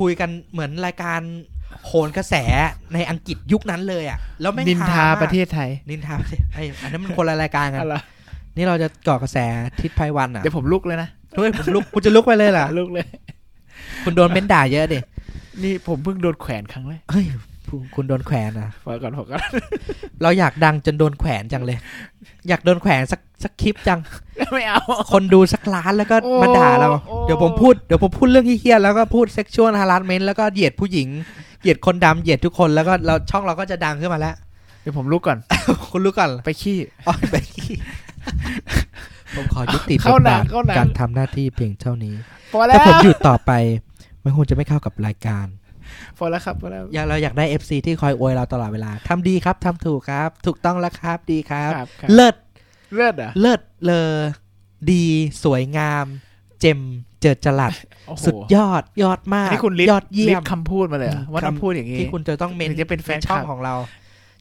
A: คุยกันเหมือนรายการโหนกระแสในอังกฤษยุคนั้นเลยอะ่ะแล้วไม่ง
B: นินทา
A: ฮมก
B: ประเทศไทย
A: นินทาประเทศไอ้ยอันนั้นมันคนละรายการกัน
B: อะไร
A: นี่เราจะก่อกระแสทิศไพวันอ่ะ
B: เดี๋ยวผมลุกเลยนะ
A: เฮ้ยผมลุกคุณจะลุกไปเลยเหรอ
B: ลุกเลย
A: คุณโดนเม้นด่าเยอะดิ
B: นี่ผมเพิ่งโดนแขวนครั้งแรก
A: เฮ้ยคุณโดนแขวนอ่ะ
B: พอก่อนพอก่อน
A: เราอยากดังจนโดนแขวนจังเลย อยากโดนแขวนสักสักคลิปจั ง
B: ไม่เอา
A: คนดูสักล้านแล้วก็
B: โอ้
A: มาด่าเรา
B: โอ้
A: เดี๋ยวผมพูดเดี๋ยวผมพูดเรื่องเฮี้ยๆแล้วก็พูดเซ็กชวลฮาร์ดเมนต์แล้วก็เหยียดผู้หญิง เหยียดคนดำเหยียดทุกคนแล้วก็เราช่องเราก็จะดังขึ้นมาแล้ว
B: เดี๋ยวผมลุกก่อน
A: คุณรู้ก่อน
B: ไปขี้
A: อ๋อไป ผมขอยุติบ
B: เข้า
A: ท
B: หนั
A: บาง ท
B: เข้าหนัง
A: การทำหน้าที่เพียงเท่านี้
B: พอแล้
A: ถ้าว ผมหยุดต่อไปมันคงจะไม่เข้ากับรายการ
B: พอแล้วครับพอแล้ว
A: อยากเราอยากได้ FC ที่คอยอวยเราตลอดเวลาทำดีครับทำถูกครับ ถูกต้องแล้วครับดีครับ
B: ครับครับ
A: เลิศ
B: เลือดเหรอ่ะ
A: เลิศเลอดีสวยงาม เจมเจิดจรัสสุดยอดยอดมาก
B: นี่คุณลิฟ
A: ยอดเยี่
B: ลิ
A: ย
B: ฟ
A: ม
B: คำพูดมาเลยเหรอ
A: อืม
B: ว่า
A: คำ
B: คำพูดอย่างนี้
A: ที่คุณจะต้องเมน
B: ถึงจะเป็นแฟน
A: ใช่อง
B: คลับ
A: ของเรา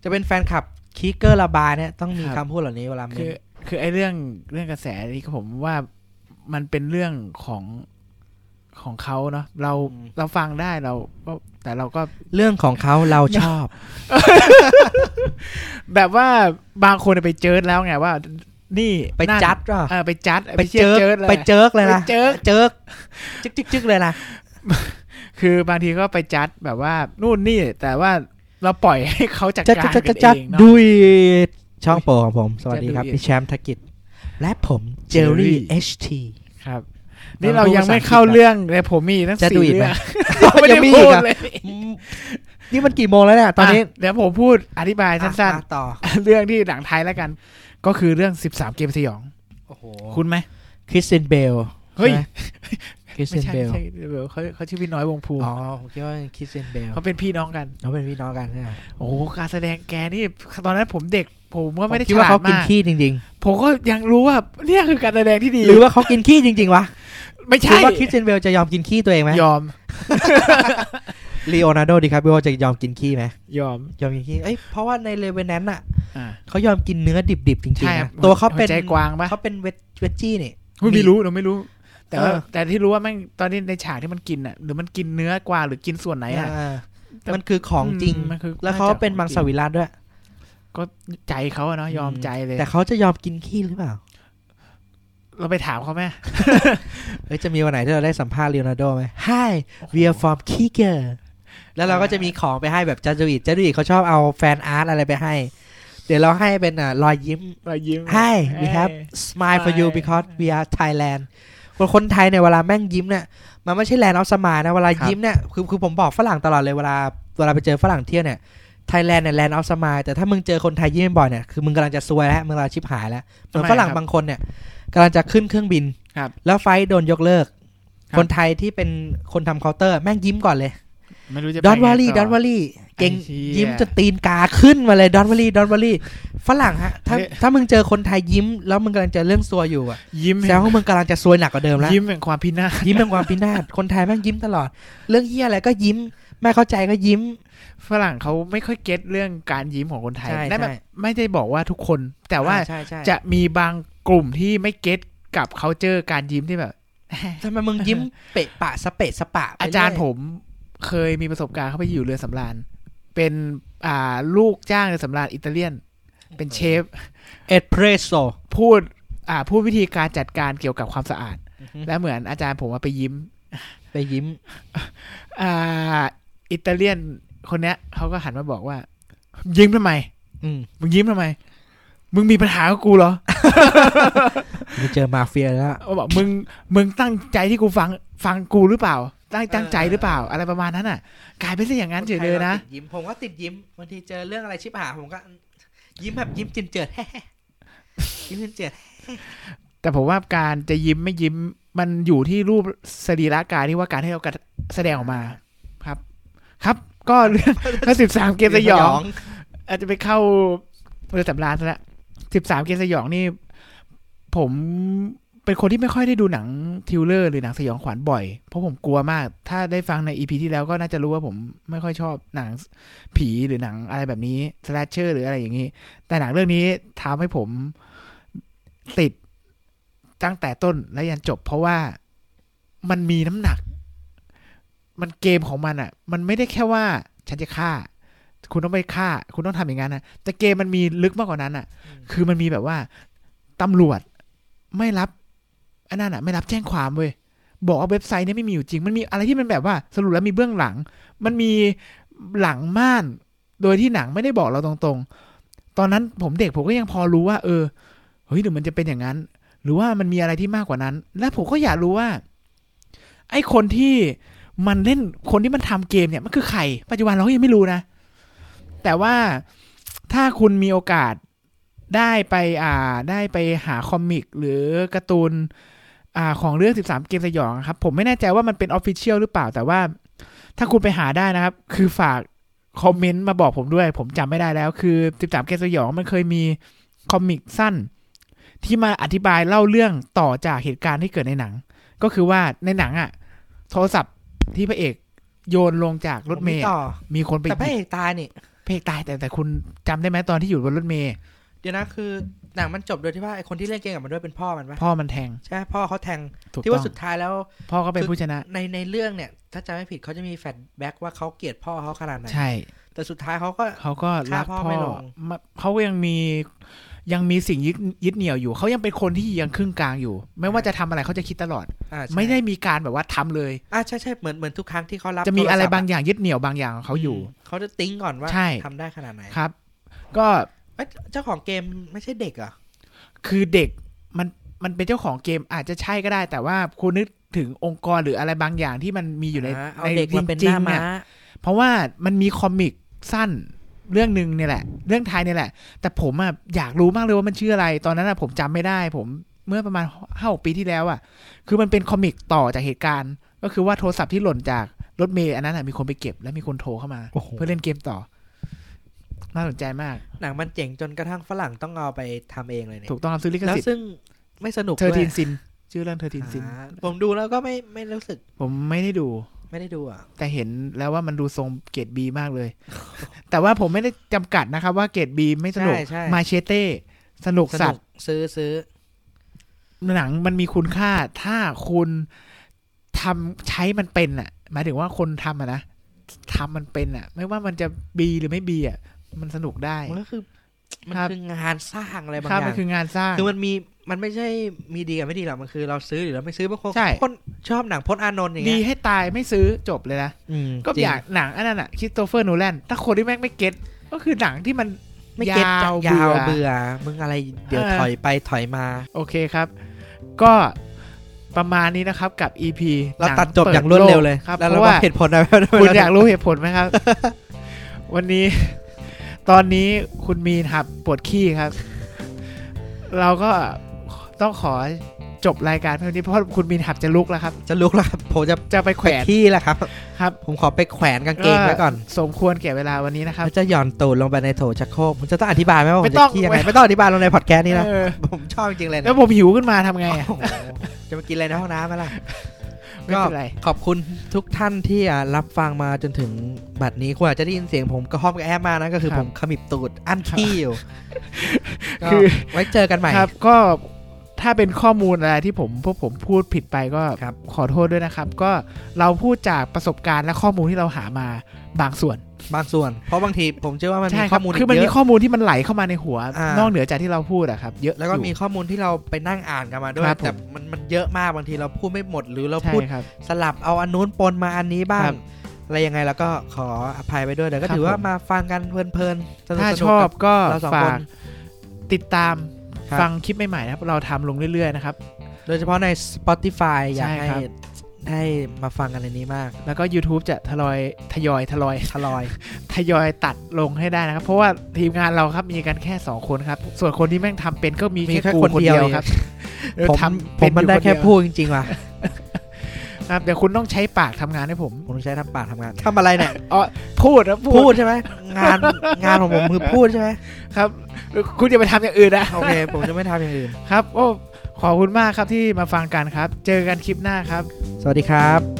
A: จะเป็นแฟนคลับคีเกอร์ระบายเนี่ยต้องมี
B: ครั
A: คำ
B: บ
A: พูดเหล่านี้เวลาเม
B: คื
A: น
B: อ คือไอ้เรื่องเรื่องกระแสนี่ก็ผมว่ามันเป็นเรื่องของของเขาเนาะเราเราฟังได้เราก็แต่เราก็
A: เรื่องของเขาเราชอบ
B: แบบว่าบางคนไปเจิดแล้วไงว่า นี่
A: ไป
B: นั่น
A: จัดเหรอ
B: เออไปจัด
A: ไปเจิ
B: เจิ
A: ก
B: ดเลย
A: ไปเจิกเลยนะ
B: ไปเจิก
A: เจิกจึกจึกจึกเลยนะ
B: คือบางทีก็ไปจัดแบบว่านู่นนี่แต่ว่าเราปล่อยให้เขาจัด
A: จัด
B: การ
A: จัด
B: กั
A: จัด
B: นเอ
A: จัด
B: งเนาะ
A: ดุยช่องโปรของผม สวัสดีครับ
B: จัดดุย
A: พี่แชมป์ธกิจ และผมเจอรี่เอชที
B: ครับ นี่เรายังไม่เข้าเรื่องเลยผมมีทั้ง
A: จะดู
B: สี่
A: อีกไหม
B: เรื่องไม่ได้
A: ยังมีอี
B: พู
A: ก
B: ด
A: เหรอ
B: เลย
A: นี่มันกี่โมงแล้วเนี่ยตอนนี้
B: ะเดี๋ยวผมพูดอธิบายสั้น
A: อ่ะต่อ
B: ๆ เรื่องที่หนังไทยแล้วกัน ก็คือเรื่อง 13 เกมสยอง
A: โอ้โห
B: คุณไหม
A: คริสเซนเบล
B: เฮ้ย
A: คริสเซ
B: ไม่
A: น
B: ใช่
A: เบล
B: ไม่ใช่เบลเขาเขาชื่อพี่น้อยวงภูมิ
A: อ๋อผมคิดว่าคริสเซนเบล
B: เขาเป็นพี่น้องกัน
A: เขาเป็นพี่น้องกันใช่ไหม
B: โอ้โหการแสดงแกนี่ตอนนั้นผมเด็ก ผมก็ไม่ได้
A: ผคิด
B: ฉ
A: ว่า
B: ลา
A: เขา
B: ด
A: กิน
B: มาก
A: ขี้จริง
B: ผมก็ยังรู้ว่าเนี่ยคือการแสดงที่ดี
A: ๆ หรือว่าเขากินขี้จริง ๆ วะ
B: ไม่
A: คิด
B: ใช่
A: ว่าคริสเซนเบลจะยอมกินขี้ตัวเองไหม
B: ยอม
A: ลีโอนาร์โดดิคาปิโอจะยอมกินขี้ไหม
B: ยอม
A: ยอมกินขี้เอ้ยเพราะว่าในเลเวนแนนอะ
B: อ่า
A: เขายอมกินเนื้อดิบๆจริง
B: ใช่
A: ๆ
B: ครั
A: นะ
B: บ
A: ตัวเขาเป็น
B: หัใจกว้างปะ
A: เขาเป็นเวจเวจจี้นี่
B: ไม่มีรู้เราไม่รู้ แต่ว่า
A: เออ
B: แต่ที่รู้ว่าแม่งตอนนี้ในฉากที่มันกินอ่ะหรือมันกินเนื้อกวางหรือกินส่วนไหนอ่ะ
A: เออ
B: แต่
A: มันคือของจริง
B: มันคือ
A: แล้วเขาเป็นมังสวิรัตด้วย
B: ก็ใจเขาอะเนาะยอม
A: อืม
B: ใจเลย
A: แต่เขาจะยอมกินขี้หรือเปล่า
B: เราไปถามเขาไหม
A: เอ้ยจะมีวันไหนที่เราได้สัมภาษณ์ลีโอนาร์โดไหม Hi We are from k i g e r แล้วเราก็จะมีของไปให้แบบจัดูอิตจัดูอิตเขาชอบเอาแฟนอาร์ตอะไรไปให้ เดี๋ยวเราให้เป็นอ่ะรอยยิ้ม
B: เรายิ้ม
A: Hi we have smile for you because we are Thailand คนคนไทยเนี่ยเวลาแม่งยิ้มเนี่ย มันไม่ใช่แลนด์ออฟสมานะ เวลายิ้มเนี่ย คือคือผมบอกฝรั่งตลอดเลยเวลาเวลาไปเจอฝรั่งเที่ยวเนี่ย ไทยแลนด์เนี่ยแลนด์ออฟสมาแต่ถ้ามึงเจอคนไทยยิ้มบ่อยเนี่ย คือมึงกำลังจะซวยแล้ว มึงกำลังชิบหายแล้ว เหมือน
B: ทำไม
A: ฝรั่ง
B: ครับ
A: บางคนเนี่ยกำลังจะขึ้นเครื่องบิน
B: ครับ
A: แล้วไฟล์โดนยกเลิก
B: ครับ
A: คนไทยที่เป็นคนทำเคาน์เตอร์ แม่งยิ้มก่อนเลย
B: ไม่รู้จะไป
A: ดอนวอ
B: ไง
A: รี่
B: ต่
A: ดอนวอรี่ เก่ง
B: ไอ้เหี้ย
A: ยิ้มจนตีนกาขึ้นมาเลยดอนวลีดอนวลีฝรั่งฮะ ถ้า
B: เฮ้ย
A: ถ้ามึงเจอคนไทยยิ้ม แล้วมึงกำลังเจอเรื่องซวยอยู่อะ
B: ยิ้ม
A: แสดงว่ามึงกำลังจะซวยหนักกว่าเดิมแล้ว
B: ยิ้มแห่งความพินาศ
A: ยิ้มเป็นความพินาศคนไทยแม่งยิ้มตลอด เรื่องเฮียอะไรก็ยิ้ม ไม่เข้าใจก็ยิ้ม
B: ฝรั่งเขาไม่ค่อยเก็ตเรื่องการยิ้มของคนไทย
A: ใช่
B: นั่นแบบ
A: ใช่
B: ไม่ได้บอกว่าทุกคน แต่ว่า
A: อ่ใช่ใช่
B: จะมีบางกลุ่มที่ไม่เก็ตกับ c u เจอการยิ้มที่แบบ
A: ทำไมมึงยิ้มเปะปะสะเปะสะปะไป
B: อาจารย์
A: เ
B: ผมเคยมีประสบการณ์เข้าไปอยู่เรือสำราญ เป็นอ่าลูกจ้างเรือสำราญอิตาเลียน เป็นเชฟ
A: เอ็ดเพรสโซ
B: พูดอ่าพูดวิธีการจัดการเกี่ยวกับความสะอาด
A: อือฮึ
B: และเหมือนอาจารย์ผมว่าไปยิ้ม
A: ไปยิ้ม
B: อ่าอิตาเลียนคนเนี้ยเขาก็หันมาบอกว่า ยิ้มทำไม
A: อืม
B: มึงยิ้มทำไม มึงมีปัญหากับกูเหรอ
A: ไปเจอมาเฟียแล้ว
B: เขาบอกมึงมึงตั้งใจที่กูฟังฟังกูหรือเปล่า ตั้งตั้งใจหรือเปล่า อะไรประมาณนั้นอ่ะ กลายเป็นซะอย่างนั้นเฉยเลยนะ
A: คไทราติดยิ้มผมก็ติดยิ้มบางทีเจอเรื่องอะไรชิบหายผมก็ ยิ้มแบบยิ้มจินเจิด ยิ้มจินเจิด
B: แต่ผมว่าการจะยิ้มไม่ยิ้มมันอยู่ที่รูปสรีระกายที่ว่าการที่เรากระแสดงออกมาครับ ครับ ก็เรื่อง ก็สิบสามเกมสยอง อาจจะไปเข้าเรือสำราญซะละสิบสามเกมสยองนี่ ผมเป็นคนที่ไม่ค่อยได้ดูหนังทริลเลอร์หรือหนังสยองขวัญบ่อย เพราะผมกลัวมาก ถ้าได้ฟังในอีพีที่แล้วก็น่าจะรู้ว่าผมไม่ค่อยชอบหนังผีหรือหนังอะไรแบบนี้สแลชเชอร์หรืออะไรอย่างนี้ แต่หนังเรื่องนี้ทำให้ผมติดตั้งแต่ต้นและยันจบ เพราะว่ามันมีน้ำหนัก มันเกมของมันอะ่ะ มันไม่ได้แค่ว่าฉันจะฆ่า คุณต้องไปฆ่า คุณต้องทำอย่างนั้นนะแต่เกมมันมีลึกมากกว่านั้นอ่ะ คือมันมีแบบว่าตำรวจไม่รับอันนั้นอ่ะ ไม่รับแจ้งความเว้ยบอกว่าเว็บไซต์เนี่ยไม่มีอยู่จริง มันมีอะไรที่มันแบบว่า สรุปแล้วมีเบื้องหลัง มันมีหลังม่าน โดยที่หนังไม่ได้บอกเราตรงๆ ตอนนั้นผมเด็กผมก็ยังพอรู้ว่า เออเฮ้ยหรือมันจะเป็นอย่างนั้น หรือว่ามันมีอะไรที่มากกว่านั้น และผมก็อยากรู้ว่า ไอ้คนที่มันเล่นคนที่มันทำเกมเนี่ยมันคือใครปัจจุบันเราก็ยังไม่รู้นะ แต่ว่าถ้าคุณมีโอกาสได้ไปอ่าได้ไปหาคอมิก หรือการ์ตูนอ่าของเรื่อง 13 เกมสยองครับ ผมไม่แน่ใจว่ามันเป็นออฟฟิเชียลหรือเปล่า แต่ว่าถ้าคุณไปหาได้นะครับ คือฝากคอมเมนต์มาบอกผมด้วย ผมจำไม่ได้แล้ว คือ 13 เกมสยองมันเคยมีคอมิกสั้น ที่มาอธิบายเล่าเรื่องต่อจากเหตุการณ์ที่เกิดในหนัง ก็คือว่าในหนังอะ่ะ โทรศัพท์ที่พระเอกโยนลงจากรถเมล์
A: ต่อ
B: มีคนไปห
A: แต่พระ
B: ยิบ
A: เอกตายนี่
B: เพกตายแต่แต่คุณจำได้ไหมตอนที่อยู่บนรถเมย์
A: เดี๋ยวนะคือหนังมันจบโดยที่ว่าไอคนที่เล่นเกมกับมันด้วยเป็นพ่อมันปะ
B: พ่อมันแทง
A: ใช่ไหมพ่อเขาแทง
B: ถูก
A: ที่
B: ต้อ
A: ว่าง สุดท้ายแล้ว
B: พ่อก็เป็น
A: คือ
B: ผู้ชนะ
A: ในในเรื่องเนี่ย ถ้าจำไม่ผิดเขาจะมีแฟลชแบ็กว่าเขาเกลียดพ่อเขาขนาดไหน
B: ใช่
A: แต่สุดท้ายเขาก็
B: เขาก็รักพ่อ
A: ฆ่าพ่อไม่ลง
B: มาเขาก็ยังมียังมีสิ่งยึดยึดเหนี่ยวอยู่ เขายังเป็นคนที่ยังครึ่งกลางอยู่ ไม่ว่าจะทำอะไรเขาจะคิดตลอด
A: อ่าใช่
B: ไม่ได้มีการแบบว่าทำเลย
A: อ่าใช่ใช่เหมือนเหมือนทุกครั้งที่เขารับ
B: จะมีอะไรบาง
A: โทศัพท์
B: อย่างยึดเหนี่ยวบางอย่างของเขาอยู่
A: เขาจะติ้งก่อนว่า
B: ใช่
A: ทำได้ขนาดไหน
B: ครับ ก็
A: เอ้ยเจ้าของเกมไม่ใช่เด็กเหรอ
B: คือเด็กมันมันเป็นเจ้าของเกมอาจจะใช่ก็ได้ แต่ว่าคุณนึกถึงองค์กรหรืออะไรบางอย่างที่มันมีอยู่ใน
A: อ่าเอา
B: ใน
A: เด็กมาเป็นห
B: จริ
A: น้าง
B: ๆ
A: ม้า
B: เนี่ย เพราะว่ามันมีคอมิกสั้นเรื่องหนึ่งเนี่ยแหละ เรื่องไทยเนี่ยแหละ แต่ผมอะอยากรู้มากเลยว่ามันชื่ออะไร ตอนนั้นอะผมจำไม่ได้ ผมเมื่อประมาณห้าปีที่แล้วอะคือมันเป็นคอมิกต่อจากเหตุการณ์ ก็คือว่าโทรศัพท์ที่หล่นจากรถเมล์อันนั้นอะมีคนไปเก็บและมีคนโทรเข้ามา
A: โอ้โห
B: เพื่อเล่นเกมต่อ น่าสนใจมาก
A: หนังมันเจ๋งจนกระทั่งฝรั่งต้องเอาไปทำเองเลยเนี่ย
B: ถูกต้องครับซื้อลิข
A: แล้ว
B: สิทธิ์
A: ซึ่งไม่สนุก
B: เธอทีน
A: ด้วย
B: ซินชื่อเรื่องเธอทีนซิน
A: อ่าผมดูแล้วก็ไม่ไม่รู้สึก
B: ผมไม่ได้ดู
A: ไม่ได้ดูอ่ะ
B: แต่เห็นแล้วว่ามันดูทรงเกรดบีมากเลย แต่ว่าผมไม่ได้จำกัดนะครับ ว่าเกรดบีไม่สนุก
A: ใช่ใช่
B: มาเชเต้สนุก
A: ส
B: สั
A: นุ
B: ต
A: ก
B: ว์
A: ซื้อซื้อ
B: หนังมันมีคุณค่า ถ้าคุณทำใช้มันเป็นอ่ะ หมายถึงว่าคนทำอ่ะนะทำมันเป็นอ่ะ ไม่ว่ามันจะบีหรือไม่บีอ่ะ มันสนุกได้
A: มันก็คือมัน
B: ครับ
A: คืองานสร้างอะไรบาง
B: ถ้า
A: อ
B: มัน
A: ย่าง
B: คืองานสร้าง
A: คือมันมีมันไม่ใช่มีดีกับไม่ดีหรอกมันคือเราซื้อหรือเราไม่ซื้อบางคน
B: ใช่
A: คนชอบหนังพจน์อานนท์อย่าง
B: ดี
A: เงี้ย
B: ให้ตายไม่ซื้อจบเลยนะ
A: อืม
B: ก็
A: จริง
B: อยากหนังอันนั้นอ่ะคริสโตเฟอร์โนแลนถ้าคนที่แม่งไม่เก็ตก็คือหนังที่มัน
A: ไม่เก็ต
B: ยา
A: จั
B: ว
A: งยาว
B: เบื่อ
A: เบื่อมึงอะไรเดี๋ยว
B: เออ
A: ถอยไปถอยมา
B: โอเคครับ ก็ประมาณนี้นะครับกับ EP
A: เรา
B: หนั
A: ตัดจบอย่างรวดเร็วเลย
B: ครับ
A: แล้ว
B: เพ
A: เรา
B: ราะ
A: ว่า
B: ว่า
A: เหตุผลอะไรไม่
B: คุณ
A: รู้
B: อยากรู้เหตุผลไหมครับ วันนี้ ตอนนี้คุณมีนครับปวดขี้ครับ เราก็ต้องขอ จบรายการเท่านี้เพราะคุณบินหับจะลุกแล้วครับ
A: จะลุกแล้วครับผมจะ
B: จะไปแขวน
A: ที่แล้วครับ
B: ครับ
A: ผมขอไปแขวนกางเกงไว้ก่อน
B: สมควรแก่เวลาวันนี้นะครับ
A: แล้วจะหย่อนตูดลงไปในโถชักโครกผมจะต้องอธิบายไหมว่าผ
B: ไม่
A: ม
B: ต้อ
A: จะ
B: ง
A: ขี้ยังไงไม่ต้องอธิบายลงในพอดแคสต์นี้นะ
B: เออ
A: ผมชอบจริงๆเลยนะ
B: แล้วผมหิวขึ้นมาทำไงอะ
A: โอ้โหจะมากินอะไรในห้องน้ำไหมล่ะ
B: ไม่
A: ก็
B: เป็นไร
A: ขอบคุณทุกท่านที่อ่ะรับฟังมาจนถึงบัดนี้คุณอาจจะได้ยินเสียงผมกระห้อมกระแอบมากนะก็คือ
B: ครับ
A: ผมขมิบตูดอั้นขี้อยู่ก็
B: คือ
A: ไว้เจอกันใหม่
B: ครับก็ถ้าเป็นข้อมูลอะไรที่ผมพวกผมพูดผิดไปก็
A: ครับ
B: ขอโทษด้วยนะครับ ก็เราพูดจากประสบการณ์และข้อมูลที่เราหามาบางส่วน
A: บางส่วน เพราะบางทีผมเชื่อว่ามันมี
B: ใช่ค
A: ข้
B: รั
A: อบ มูล
B: คื
A: อี
B: อ
A: ก
B: มัน
A: เย
B: มี
A: อะ
B: ข้อมูลที่มันไหลเข้ามาในหัว
A: อ่าน น
B: อกเหนือจากที่เราพูดอะครับ เยอะ
A: แล้วก็มี
B: อยู่
A: ข้อมูลที่เราไปนั่งอ่านกันมาด้วย
B: ครับผม
A: แต่มันมันเยอะมากบางทีเราพูดไม่หมดหรือเรา
B: ใช่
A: พูด
B: ครับ
A: สลับเอาอันนู้นปนมาอันนี้บ้าง
B: ครับ
A: อะไรยังไงแล้วก็ขออภัยไปด้วยแต่ก็
B: ครับ
A: ถือว่า
B: ผม
A: มาฟังกันเพลินๆสนุกๆ
B: ถ้าชอบ
A: กั
B: ก็
A: เราสองคน
B: ฝากติดตาม
A: ครับ
B: ฟังคลิปใหม่ๆนะครับ เราทำลงเรื่อยๆนะครับ
A: โดยเฉพาะใน Spotify อยาก
B: ใช่
A: ให้
B: ครับ
A: ให้มาฟังกันในนี้มาก
B: แล้วก็ YouTube จะทยอยทยอยทยอย
A: ทลอย
B: ทยอยตัดลงให้ได้นะครับ เพราะว่าทีมงานเราครับมีกันแค่ 2 คนครับ ส่วนคนที่แม่งทำเป็นก็มี
A: มีแค่
B: แค่กู
A: คน
B: คน
A: เดี
B: เดี
A: ยว
B: ยวครับเออ
A: ผม
B: ท
A: ผ
B: ำเป็
A: มมัน
B: อยู่
A: ได้
B: คน
A: แค่
B: เยว
A: พูดจริงๆว่ะ
B: ครับเดี๋ยวคุณต้องใช้ปากทำงานให้ผม
A: ผมต้องใช้ทำปากทำงานทำอะไรเนี่ย
B: พูดนะ
A: พู
B: พู
A: ด
B: ด
A: ใช่ไหมงานงานของผมคือพูดใช่ไหม
B: ครับเออคุณอย่าไปทำอย่างอื่นนะ
A: โอเค ผมจะไม่ทำอย่างอื่น
B: ครับโอ้ขอบคุณมากครับที่มาฟังกันครับ เจอกันคลิปหน้าครับ
A: สวัสดีครับ